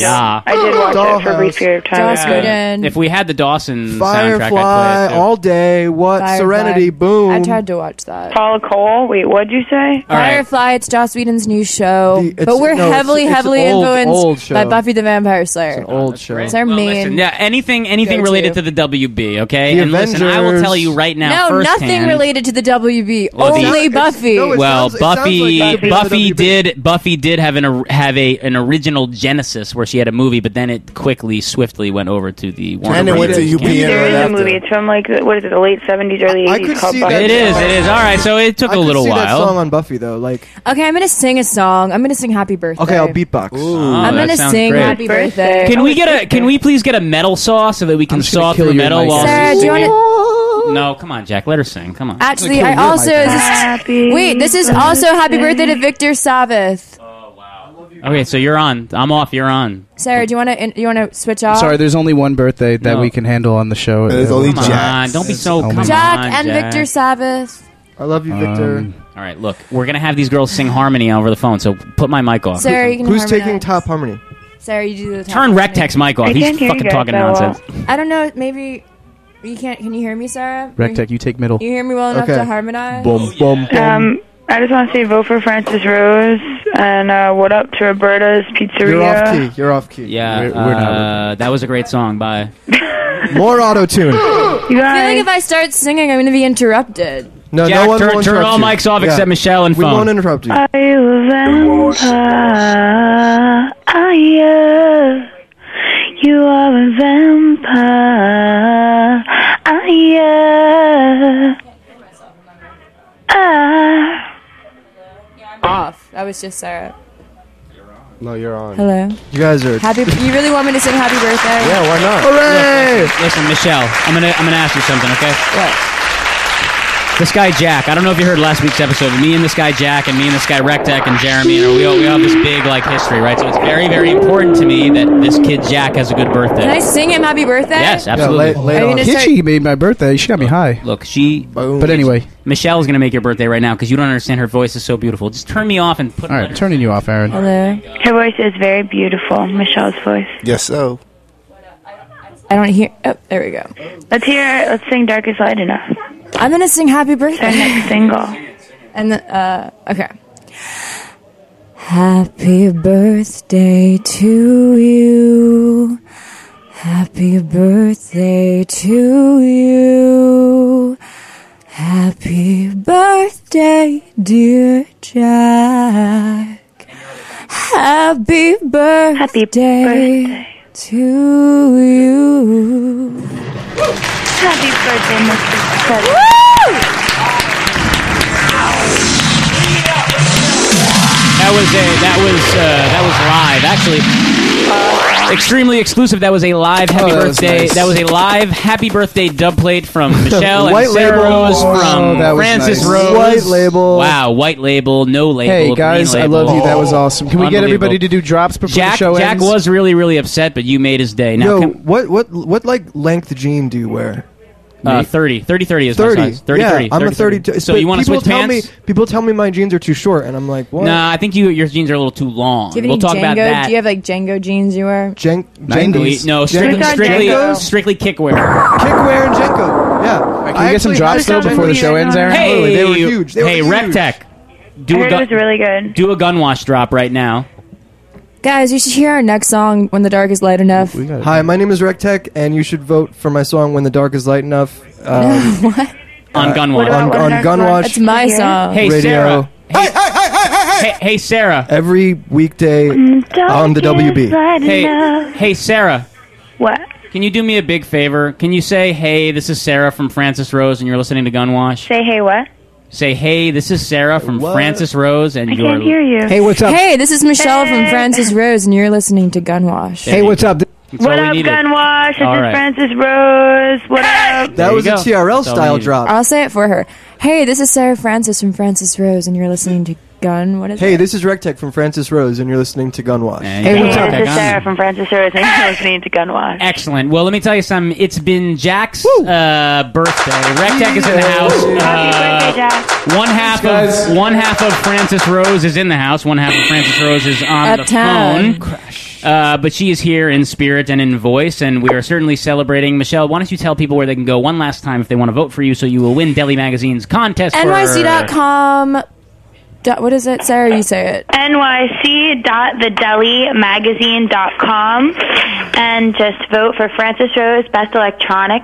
Speaker 16: Dollhouse.
Speaker 2: Yeah.
Speaker 27: I did watch it for a brief
Speaker 16: Dollhouse.
Speaker 27: period of time.
Speaker 14: Joss Whedon.
Speaker 2: If we had the Dawson soundtrack, I'd
Speaker 16: Firefly
Speaker 2: play it. Too.
Speaker 16: all day. What
Speaker 14: Firefly.
Speaker 16: Uh, Serenity? Boom.
Speaker 14: I tried to watch that.
Speaker 27: Paula Cole. Wait, what'd you say?
Speaker 2: All right.
Speaker 14: Firefly. It's Joss Whedon's new show,
Speaker 16: it's-
Speaker 14: but we're
Speaker 16: no, it's-
Speaker 14: heavily,
Speaker 16: it's an
Speaker 14: heavily
Speaker 16: old- old
Speaker 14: influenced
Speaker 16: show.
Speaker 14: by Buffy the Vampire Slayer.
Speaker 16: an old show.
Speaker 14: It's our main.
Speaker 2: Listen, yeah, anything anything
Speaker 14: Go-to.
Speaker 2: related to the WB, okay?
Speaker 16: The
Speaker 2: and listen, I will
Speaker 16: Avengers.
Speaker 2: tell you right now.
Speaker 14: no,
Speaker 2: firsthand,
Speaker 14: nothing related to the WB.
Speaker 2: Well, the-
Speaker 14: Only Buffy.
Speaker 16: no, it
Speaker 2: well,
Speaker 16: sounds- it sounds
Speaker 2: Buffy,
Speaker 16: like that.
Speaker 2: Buffy
Speaker 16: WB.
Speaker 2: did Buffy did have an or- have a an original genesis where she had a movie, but then it quickly, swiftly went over to the Warner
Speaker 5: And it went
Speaker 2: Brothers.
Speaker 5: to UPN
Speaker 27: There is
Speaker 5: right
Speaker 27: a
Speaker 5: after.
Speaker 27: movie. It's from like the- what is it? The late seventies, early
Speaker 16: I
Speaker 27: eighties.
Speaker 16: could
Speaker 27: Called
Speaker 16: see
Speaker 27: Buffy.
Speaker 2: It is. It is. All right. So it took
Speaker 16: I
Speaker 2: a
Speaker 16: could
Speaker 2: little
Speaker 16: see that song
Speaker 2: while.
Speaker 16: on Buffy though. Like,
Speaker 14: Okay, I'm gonna sing a song. I'm gonna sing Happy Birthday.
Speaker 16: okay, I'll beatbox.
Speaker 2: Oh,
Speaker 14: I'm
Speaker 2: that
Speaker 14: gonna
Speaker 2: sounds
Speaker 14: sing
Speaker 2: great.
Speaker 14: Happy Birthday.
Speaker 2: Can we get a? Can we please get a metal saw so that we can saw
Speaker 1: kill
Speaker 2: through
Speaker 1: your
Speaker 2: metal
Speaker 1: mic.
Speaker 2: while
Speaker 14: Sarah,
Speaker 2: she's
Speaker 14: do you
Speaker 2: singing?
Speaker 14: want to?
Speaker 2: No, come on, Jack. Let her sing. Come on.
Speaker 14: Actually, I also this is- wait. This is also Happy Birthday to Victor Savith.
Speaker 2: Okay, so you're on. I'm off. You're on.
Speaker 14: Sarah, do you want to? You want to switch off?
Speaker 1: Sorry, there's only one birthday that
Speaker 2: No.
Speaker 1: we can handle on the show. Oh
Speaker 5: There's only
Speaker 2: Come on.
Speaker 5: Jack.
Speaker 2: Don't be so.
Speaker 1: Only
Speaker 2: Come
Speaker 14: Jack
Speaker 2: on,
Speaker 14: and
Speaker 2: Jack.
Speaker 14: Victor Savith.
Speaker 16: I love you, Victor.
Speaker 1: Um,
Speaker 2: um, All right, look. We're gonna have these girls sing harmony over the phone. So put my mic off.
Speaker 14: Sarah, you can
Speaker 16: Who's
Speaker 14: harmonize.
Speaker 16: taking top harmony?
Speaker 14: Sarah, you do the top
Speaker 2: Turn
Speaker 14: one.
Speaker 2: Rectech's mic off.
Speaker 27: I
Speaker 2: He's
Speaker 27: can't hear you
Speaker 2: fucking
Speaker 27: guys
Speaker 2: talking
Speaker 27: that
Speaker 2: nonsense.
Speaker 14: I don't know. Maybe you can't. Can you hear me, Sarah?
Speaker 1: Rectech, you take middle.
Speaker 14: You hear me well enough
Speaker 16: Okay.
Speaker 14: to harmonize?
Speaker 16: Boom, boom,
Speaker 27: Um, I just want to say vote for Francis Rose and uh, what up to Roberta's Pizzeria.
Speaker 16: You're off key. You're off key.
Speaker 2: Yeah,
Speaker 1: We're- we're not-
Speaker 2: uh, that was a great song. Bye.
Speaker 16: More auto tune.
Speaker 27: You
Speaker 14: I feel
Speaker 27: guys,
Speaker 14: like if I start singing, I'm going to be interrupted.
Speaker 16: No,
Speaker 2: Jack,
Speaker 16: no one
Speaker 2: turn,
Speaker 16: will
Speaker 2: turn
Speaker 16: interrupt
Speaker 2: all
Speaker 16: you.
Speaker 2: mics off
Speaker 16: Yeah.
Speaker 2: except Michelle and
Speaker 16: We
Speaker 2: phone.
Speaker 16: won't interrupt
Speaker 1: Uh,
Speaker 16: you.
Speaker 27: are you a vampire? Are you? You are a vampire. Are you? Ah.
Speaker 14: Off. That was just Sarah.
Speaker 16: No, you're on.
Speaker 14: Hello.
Speaker 16: You guys are.
Speaker 14: Happy. You really want me to sing Happy Birthday?
Speaker 5: Yeah, why not?
Speaker 16: Hooray!
Speaker 2: Listen, Michelle, I'm gonna I'm gonna ask you something, okay? This guy Jack, I don't know if you heard last week's episode. Me and this guy Jack, and me and this guy Rectech, and Jeremy, and we all we all have this big like history, right? So it's very very important to me that this kid Jack has a good birthday.
Speaker 14: Can I sing him Happy Birthday?
Speaker 2: yes,
Speaker 16: Yeah,
Speaker 2: absolutely.
Speaker 16: late, late
Speaker 14: Are you
Speaker 16: on.
Speaker 14: gonna
Speaker 1: Kitchy
Speaker 14: start-
Speaker 1: made my birthday. She got me high.
Speaker 2: Look, she
Speaker 1: But anyway,
Speaker 2: Michelle is gonna make your birthday right now because you don't understand her voice is so beautiful. Just turn me off and put.
Speaker 1: all right, turning you off, Aaron.
Speaker 14: Hello.
Speaker 27: Her voice is very beautiful, Michelle's voice.
Speaker 5: Yes, so.
Speaker 14: I don't hear. Oh, there we go.
Speaker 27: Let's hear. Let's sing "Darkest Light" enough.
Speaker 14: I'm going to sing Happy
Speaker 27: Their
Speaker 14: Birthday.
Speaker 27: next single.
Speaker 14: And the, uh, okay. Happy birthday to you. Happy birthday to you. Happy birthday, dear Jack. Happy birthday,
Speaker 27: birthday.
Speaker 14: to you.
Speaker 27: Happy birthday, Mr. President.
Speaker 2: That was a that was uh, that was live actually. Extremely exclusive. That was a live happy
Speaker 1: Oh, that was
Speaker 2: birthday.
Speaker 1: nice.
Speaker 2: That was a live happy birthday dub plate from Michelle and
Speaker 16: White
Speaker 2: Sarah
Speaker 16: label.
Speaker 2: Rose
Speaker 1: Oh,
Speaker 2: from
Speaker 1: that was
Speaker 2: Francis
Speaker 1: nice.
Speaker 2: Rose.
Speaker 16: White label.
Speaker 2: Wow, white label, no label.
Speaker 1: Hey
Speaker 2: green
Speaker 1: guys, I
Speaker 2: label.
Speaker 1: love you. That was awesome. Can we get
Speaker 2: Unbelievable.
Speaker 1: everybody to do drops before the
Speaker 2: Jack,
Speaker 1: show
Speaker 2: Jack
Speaker 1: ends?
Speaker 2: was really, really upset, but you made his day. Now,
Speaker 16: Yo,
Speaker 2: come,
Speaker 16: what what what like length jean do you wear?
Speaker 2: uh, 30. 30 30 is
Speaker 16: 30.
Speaker 2: my size. 30
Speaker 16: yeah,
Speaker 2: 30.
Speaker 16: I'm a 32.
Speaker 2: So you want to
Speaker 16: people
Speaker 2: switch
Speaker 16: tell
Speaker 2: pants?
Speaker 16: Me, people tell me my jeans are too short, and I'm like, what?
Speaker 2: Nah, I think you your jeans are a little too long.
Speaker 14: Do you have
Speaker 2: we'll
Speaker 14: any
Speaker 2: talk
Speaker 14: Django?
Speaker 2: about that.
Speaker 14: Do you have like Django jeans you wear?
Speaker 16: Jen-
Speaker 2: We-
Speaker 16: Jenkos.
Speaker 2: no, strictly,
Speaker 27: Django.
Speaker 2: strictly,
Speaker 27: Django.
Speaker 2: strictly kickwear.
Speaker 16: Kickwear and Jenko. Yeah.
Speaker 1: Can we get some
Speaker 16: actually
Speaker 1: drops though
Speaker 16: had
Speaker 1: before the
Speaker 16: Jenkos.
Speaker 1: show ends, Aaron?
Speaker 2: Hey,
Speaker 16: They were huge. They were
Speaker 2: hey,
Speaker 16: huge.
Speaker 2: Rectech,
Speaker 27: I
Speaker 2: do a
Speaker 27: heard it was
Speaker 2: gun,
Speaker 27: really good.
Speaker 2: do a gun wash drop right now.
Speaker 14: Guys, you should hear our next song when the dark is light enough.
Speaker 1: We got it.
Speaker 16: Hi, my name is Rectech, and you should vote for my song "When the Dark Is Light Enough" um,
Speaker 14: what?
Speaker 2: on
Speaker 27: What
Speaker 2: Gunwash.
Speaker 27: about
Speaker 16: on,
Speaker 27: when
Speaker 16: on
Speaker 27: Dark
Speaker 16: Gunwash
Speaker 14: That's my
Speaker 27: Yeah.
Speaker 14: song.
Speaker 2: Hey,
Speaker 16: Radio.
Speaker 2: Sarah. Hey, hey, hey, hey, hey, hey, Sarah.
Speaker 16: every weekday on the WB.
Speaker 2: Hey, hey, Sarah.
Speaker 27: What?
Speaker 2: Can you do me a big favor? Can you say, "Hey, this is Sarah from Francis Rose, and you're listening to Gunwash"?
Speaker 27: Say hey, what?
Speaker 2: Say, "Hey, this is Sarah from Francis Rose, and you're."
Speaker 27: you.
Speaker 2: Hey, what's up?
Speaker 14: Hey, this is Michelle from Francis Rose, and you're listening to Gunwash.
Speaker 2: Hey, what's
Speaker 28: up?
Speaker 2: That's
Speaker 27: What
Speaker 2: all we
Speaker 27: up,
Speaker 2: needed.
Speaker 27: Gunwash? This
Speaker 2: All
Speaker 27: is
Speaker 2: right.
Speaker 27: Francis Rose. What up?
Speaker 2: There you was a go. TRL That's all we style needed. drop.
Speaker 14: I'll say it for her. Hey, this is Sarah Francis from Francis Rose, and you're listening to Gun. What is
Speaker 16: Hey,
Speaker 14: it?
Speaker 16: this is Rectech from Francis Rose, and you're listening to Gunwash.
Speaker 27: Hey, this is Sarah from Francis Rose, and you're listening to Gunwash.
Speaker 2: Excellent. Well, let me tell you something. It's been Jack's uh, birthday. Rectech is in the house. uh,
Speaker 27: Happy birthday,
Speaker 2: Jack. One half of one half of Francis Rose is in the house. One half of Francis Rose is on
Speaker 14: Uptown.
Speaker 2: the phone. Uh, but she is here in spirit and in voice, and we are certainly celebrating. Michelle, why don't you tell people where they can go one last time if they want to vote for you, so you will win Deli Magazine's contest. for-
Speaker 14: NYC.com. Dot, what is it? Sarah, you say it.
Speaker 27: nyc.thedelymagazine.com and just vote for Francis Rose Best Electronic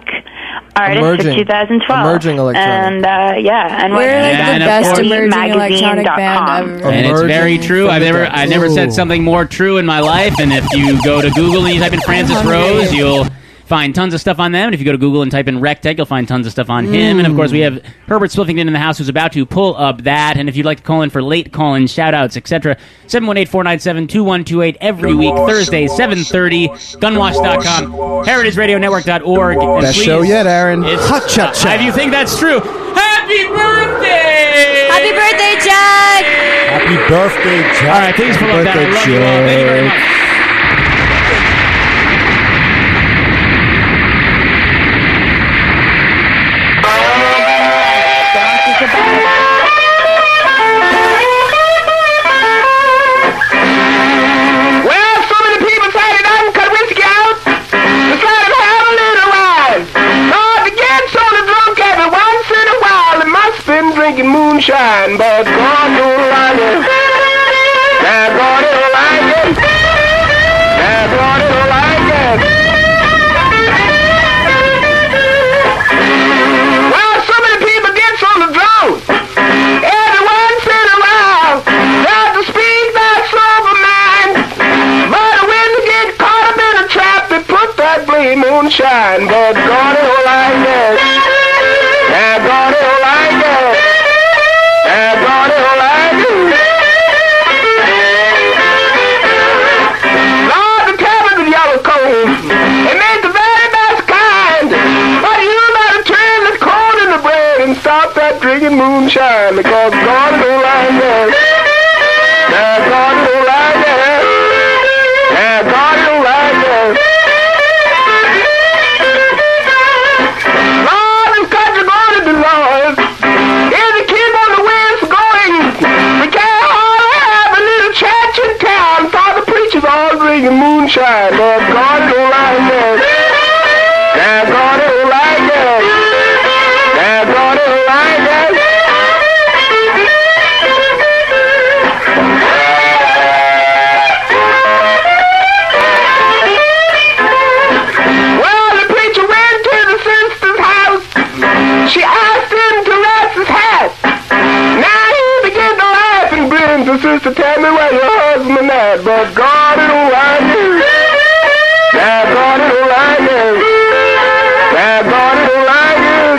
Speaker 27: Artist
Speaker 16: Emerging.
Speaker 27: of 2012.
Speaker 16: Emerging electronic.
Speaker 27: And uh, yeah, and
Speaker 14: We're like the
Speaker 2: And of
Speaker 14: best
Speaker 2: course-
Speaker 14: emerging electronic
Speaker 27: magazine.com.
Speaker 14: band ever.
Speaker 2: And it's very true. I've never, I never said something more true in my life. And if you go to Google and you type in Francis Rose, you'll find tons of stuff on them. And if you go to Google and type in Rectech, you'll find tons of stuff on him. And of course, we have Herbert Swiffington in the house who's about to pull up that. And if you'd like to call in for late call-in shout-outs, etc., 718-497-2128 every week, Thursday, 730, gunwash.com, heritageradionetwork.org. And
Speaker 4: Best show
Speaker 2: please-
Speaker 4: yet, Aaron.
Speaker 2: It's,
Speaker 4: Hot shot shot.
Speaker 2: Uh, if you think that's true, happy birthday!
Speaker 14: Happy birthday, Jack!
Speaker 29: Happy birthday, Jack. All
Speaker 2: right, thanks for love that. I love you all. Thank you very much.
Speaker 11: Well, some of the people tried it out and cut whiskey out. Decided to have a little ride. Lord began sold a drunk every once in a while. It must been drinking moonshine, but God don't like it. Now God don't like it. Now God don't like it. Well, some of the people get on the drunk. Everyone sit around. Not to speak that sober mind. But when you get caught up in a trap, they put that blame on shine. But God don't like that. Yeah, God don't like that. Yeah, God don't like it. Lord, the cabin of yellow coal. It made the very best kind. But you better turn the corn in the bread and stop that drinking moonshine because God don't like that. Yeah, God don't like that. Yeah, God don't like that. Lord, this country going to be lost. If the keep on the winds going, we can't all have a little church in town. Father preachers all drinking moonshine. But God don't like that. Yeah, God don't like that. Yeah, God don't like that. Well, the preacher went to the sister's house. She asked him to rest his hat. Now he began to laugh and grin to sister, tell me where your husband at. But God don't like it. Now God don't like it. Now God don't like it.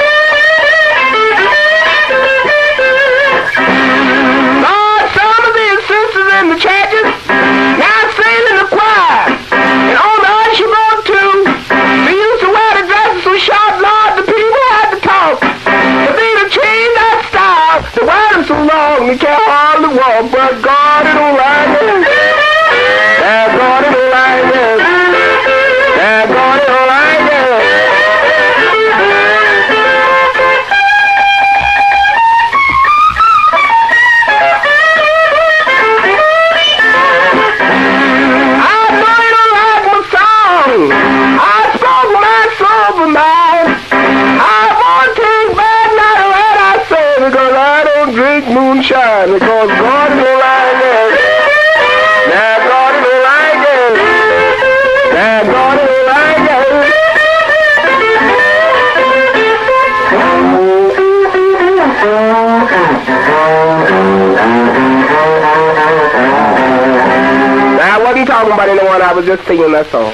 Speaker 11: Lord, some of these sisters in the churches now sing in the choir. And on the usher boat too, they used to wear the dresses so short, Lord, the people had to talk. But they done changed that style to wear them so long they can't hardly walk. But God, it don't like it. Yeah, God, it don't like it. Yeah, God, it don't like it. I know you don't like my song. I spoke my soul for mine. I won't take back not a word I say because I don't drink moonshine because God don't like it. Now God don't like it. Now God don't like it. Now, I wasn't talking about anyone. I was just singing that song.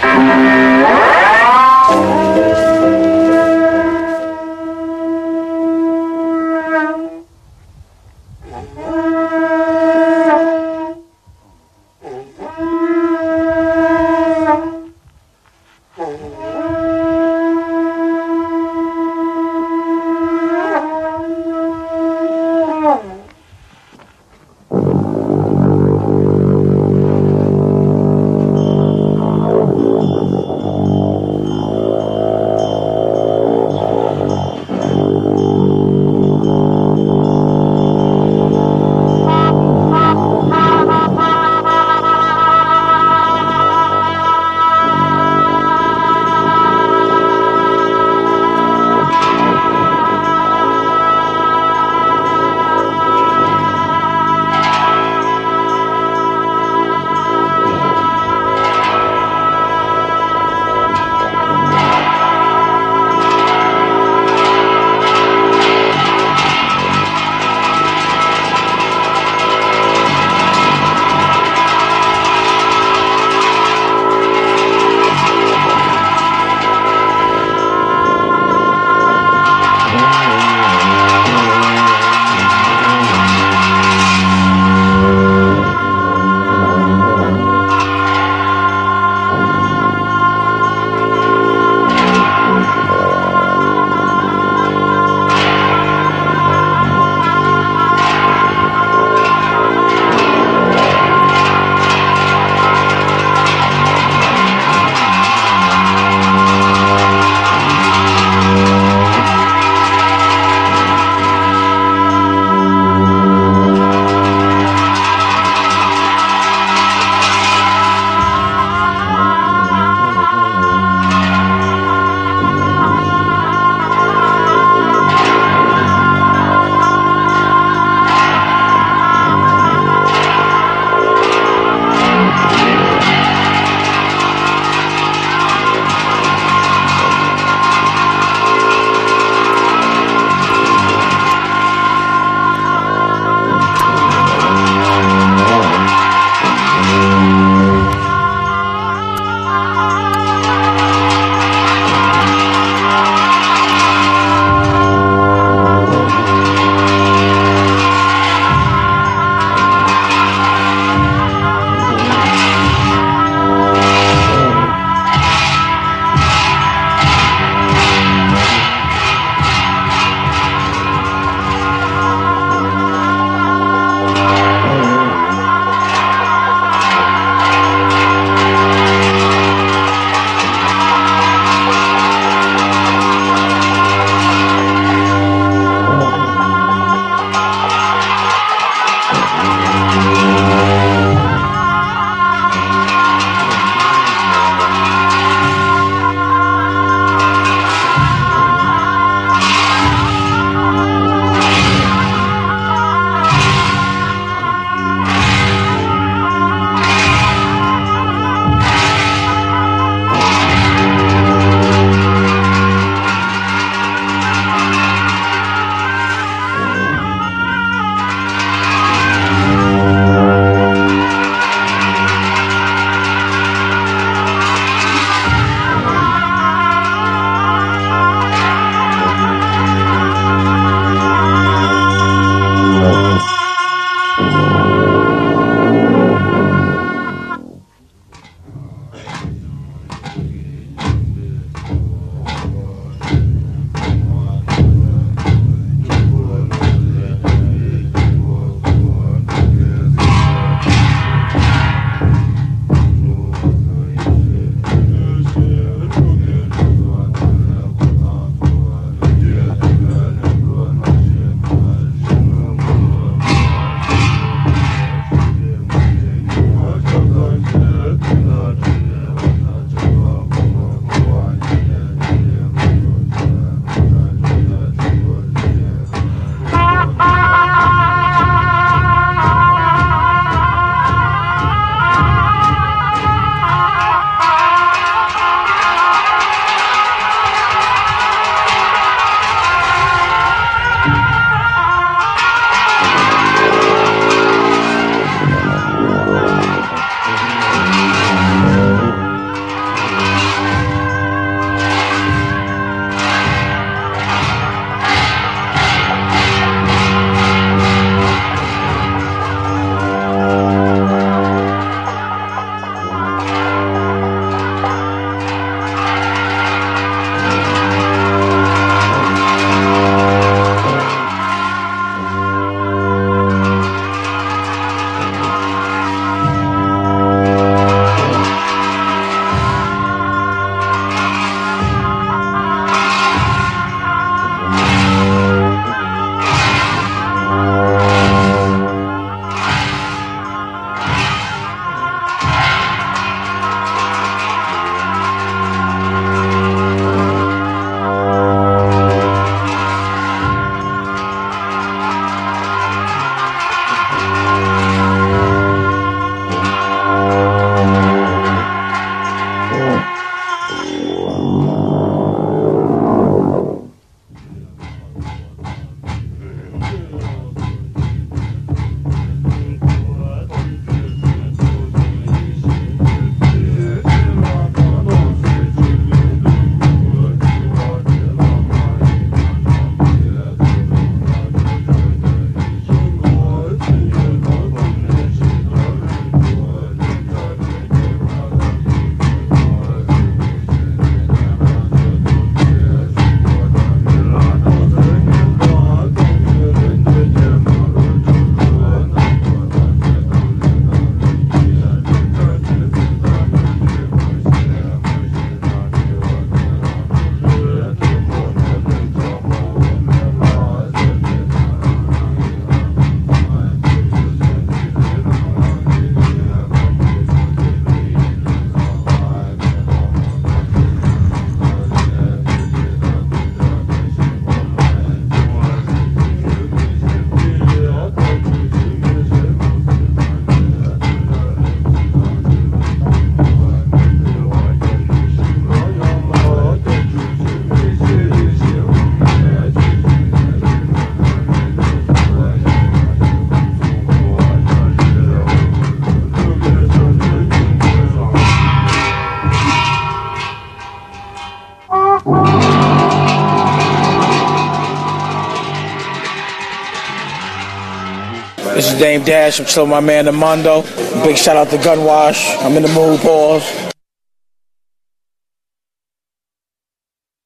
Speaker 7: This is Dame Dash. I'm still my man Amando. Big shout out to Gunwash. I'm in the mood, pause.